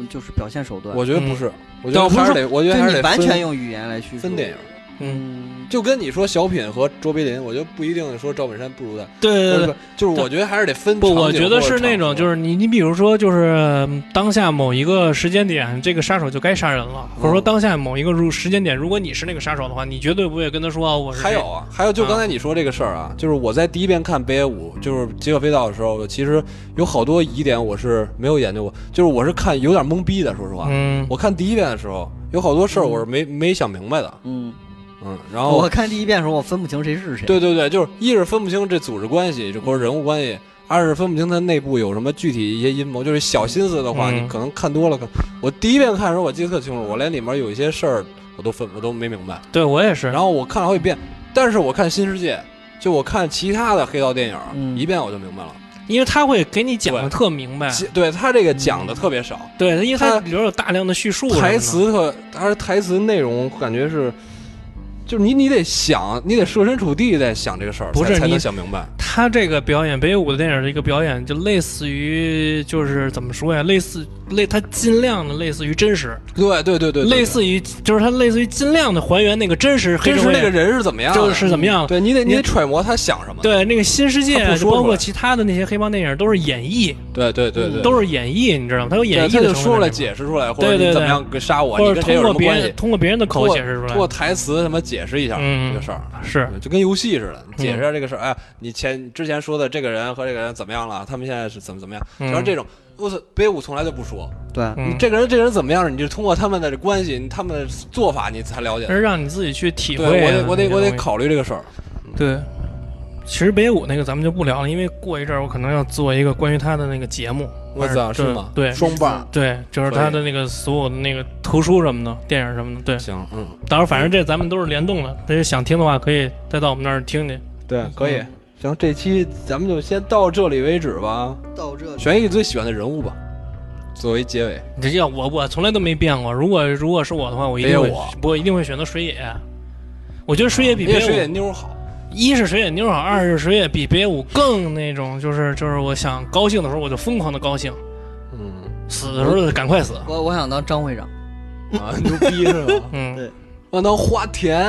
S1: 就是表现手段。
S2: 我觉得不是，我觉
S3: 但我
S2: 得
S3: 嗯不是
S2: 还是得，我觉
S1: 就
S2: 得还是
S1: 你
S2: 得
S1: 完
S2: 分
S1: 全用语言来叙述
S2: 分电影。
S3: 嗯，
S1: 嗯，
S2: 就跟你说小品和卓别林，我觉得不一定说赵本山不如他，
S3: 对对对
S2: 不是就是我觉得还是得分
S3: 不，
S2: 场景
S3: 我觉得
S2: 或者
S3: 是那
S2: 场
S3: 种，
S2: 合
S3: 就是你，你比如说，就是嗯当下某一个时间点，这个杀手就该杀人了，
S2: 嗯
S3: 或者说当下某一个如时间点，如果你是那个杀手的话，你绝对不会跟他说啊我是
S2: 还
S3: 谁
S2: 有啊，还有就刚才你说这个事儿啊，就是我在第一遍看北野武就是《极恶飞道》的时候，其实有好多疑点我是没有研究过，就是我是看有点懵逼的，说实话。
S3: 嗯，
S2: 我看第一遍的时候，有好多事儿我是没、没想明白的，
S1: 嗯，
S2: 嗯，然后
S1: 我看第一遍的时候，我分不清谁是谁。
S2: 对对对，就是一是分不清这组织关系或者人物关系，二是分不清它内部有什么具体一些阴谋，就是小心思的话，
S3: 嗯
S2: 你可能看多了。可我第一遍看的时候我记得特清楚，我连里面有一些事儿我都分我都没明白。
S3: 对我也是
S2: 然，后我看了好几遍，但是我看《新世界》，就我看其他的黑道电影，
S1: 嗯
S2: 一遍我就明白了。
S3: 因为他会给你讲的
S2: 对
S3: 特明白，
S2: 其对他这个讲
S3: 嗯
S2: 的特别少，
S3: 对，因为
S2: 他
S3: 他里边有大量的叙述什么的
S2: 台，词特，而台词内容感觉是，就是你你得想，你得设身处地在想这个事儿，
S3: 不是
S2: 才才
S3: 你
S2: 能想明白。
S3: 他这个表演，北野武的电影的一个表演，就类似于就是怎么说呀，类似类他尽量的类似于真实，
S2: 对对对对，对
S3: 类似于就是他类似于尽量的还原那个真实黑
S2: 真
S3: 社
S2: 实
S3: 会
S2: 那个人是怎么样的，
S3: 就是怎么样。
S2: 对你得你
S3: 你
S2: 得揣摩他想什么。
S3: 对，那个新世界啊
S2: 他不说
S3: 就
S2: 出来
S3: 包括其他的那些黑帮电影都是演绎，
S2: 对对对对，
S3: 都是演绎，你知道吗？他有
S2: 对
S3: 演绎
S2: 他
S3: 的
S2: 就
S3: 成分
S2: 说出来
S3: 在里面，
S2: 解释出来，或
S3: 对
S2: 者
S3: 对
S2: 你怎
S3: 对
S2: 么样跟杀我，
S3: 或
S2: 你
S3: 者
S2: 跟谁有
S3: 通
S2: 什
S3: 过
S2: 么
S3: 别
S2: 关系
S3: 人？通过别人的口解释出
S2: 通过
S3: 来，
S2: 台词什么解释一下
S3: 嗯
S2: 这个事儿。
S3: 是
S2: 对就跟游戏似的，
S3: 嗯
S2: 解释一下这个事儿。哎，你前之前说的这个人和这个人怎么样了？他们现在是怎么怎么样？
S3: 嗯
S2: 然后这种，我操，北舞从来就不说，
S1: 对，
S3: 嗯
S2: 你这个人这个人怎么样？你就通过他们的关系，他们的做法，你才了解。
S3: 而嗯让你自己去体
S2: 对，
S3: 会
S2: 我
S3: 啊。
S2: 得我得
S3: 那个
S2: 我得
S3: 东西嗯
S2: 考虑这个事儿。
S3: 对。其实北野武那个咱们就不聊了，因为过一阵儿我可能要做一个关于他的那个节目。
S2: 我操，
S3: 对
S2: 是吗？
S3: 对
S2: 双棒。
S3: 对，就是他的那个所有的那个图书什么的，电影什么的。对，
S2: 行，嗯，
S3: 到时候反正这咱们都是联动的，大家想听的话可以再到我们那儿听去。
S2: 对，可以
S3: 嗯。
S2: 行，这期咱们就先到这里为止吧。
S1: 到这里，
S2: 选一个最喜欢的人物吧，作为结尾。
S3: 这要我我从来都没变过。如果如果是我的话，我一定
S2: 北
S3: 会
S2: 野武
S3: 我一定会选择水野。我觉得水野比
S2: 因为水
S3: 北
S2: 野
S3: 野武，
S2: 妞儿好，
S3: 一是水野妞好，二是水野比北野武更那种，就是就是我想高兴的时候我就疯狂的高兴，
S2: 嗯，
S3: 死的时候就赶快死。
S1: 我我想当张会长。
S2: 啊，牛逼是吧？
S3: 嗯
S2: 我能花田，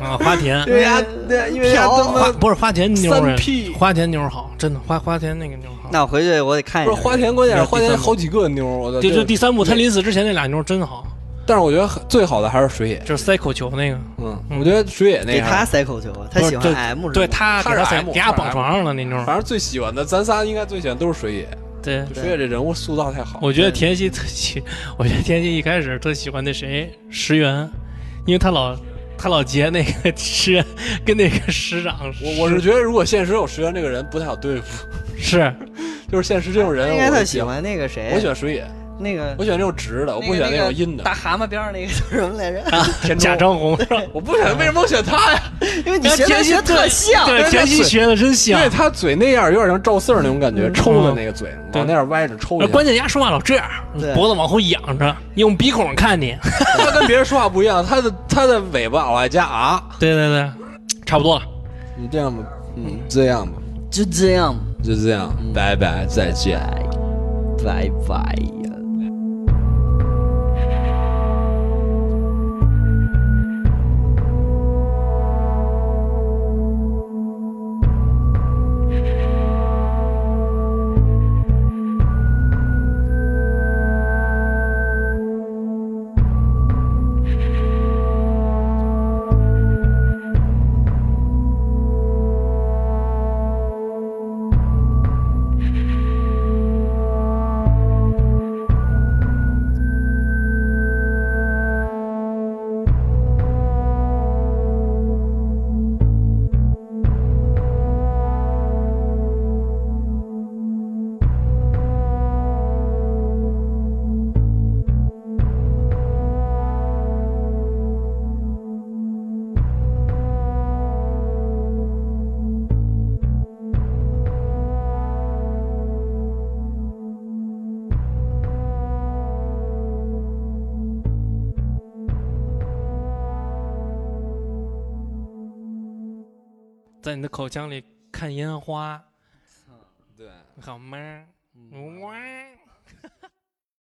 S3: 啊，花田
S2: 因为他，对啊因为他
S1: 嫖
S2: 他
S3: 花
S2: 妈
S3: 不是花田妞
S2: 三
S3: 儿，啊
S2: P，
S3: 花田妞儿好，真的花花田那个妞儿好。
S1: 那我回去我得看一
S2: 不是
S1: 下。
S2: 花田，关键是
S1: 那
S2: 花
S1: 第
S2: 田
S1: 三部
S2: 好几个妞儿，我的
S3: 就就第三部
S2: 对
S3: 他临死之前那俩妞儿真好，
S2: 但是我觉得很最好的还是水野，
S3: 就是塞口球那个，
S2: 嗯，
S3: 嗯
S2: 我觉得水野那
S1: 给他
S2: 样，
S1: 塞口球啊，他喜
S3: 不
S1: 欢
S3: 是
S1: M 是吧
S3: 对他
S2: 他
S3: 给
S2: 是
S3: 他塞
S2: M，
S3: 给
S2: 他
S3: 他
S2: 是
S3: 绑
S2: M
S3: 床上了那妞儿，
S2: 反正最喜欢的，咱仨应该最喜欢都是水野，
S3: 对。
S2: 水野这人物塑造太好了，
S3: 我觉得田曦特喜， 我觉得田曦一开始特喜欢那谁石原，因为他老他老结那个石原跟那个师长是，
S2: 我我是觉得如果现实有石原这个人不太好对付，
S3: 是
S2: 就是现实这种人，
S1: 应该
S2: 我
S1: 特
S2: 就
S1: 喜，欢那个谁，啊
S2: 我喜欢水野，
S1: 那个
S2: 我喜欢这种直的，我
S1: 那个
S2: 不喜欢
S1: 那
S2: 种
S1: 个
S2: 阴的
S1: 大，蛤蟆边上那个叫什么来着？
S2: 田中
S3: 贾张红是吧？
S2: 我不
S1: 嗯
S2: 想，为什么我选他 呀？
S1: 因为你学的学特像，
S3: 对田曦学的真像
S2: 对，他嘴那样有点像赵四儿那种感觉，抽的
S3: 嗯
S2: 那个嘴
S3: 对
S2: 往那样歪着抽一
S3: 呃
S2: 下。
S3: 关键丫说话老这样
S1: 对，
S3: 脖子往后仰着，用鼻孔看你。
S2: 他跟别人说话不一样，他的他的尾巴往外加啊，
S3: 对对对，差不多了。
S2: 你这样吧，嗯，这样吧，
S1: 就这样，
S2: 就这样，拜拜，再见。
S1: 嗯拜拜呀。
S3: 在你的口腔里看烟花，
S2: 对，
S3: 好吗？哇！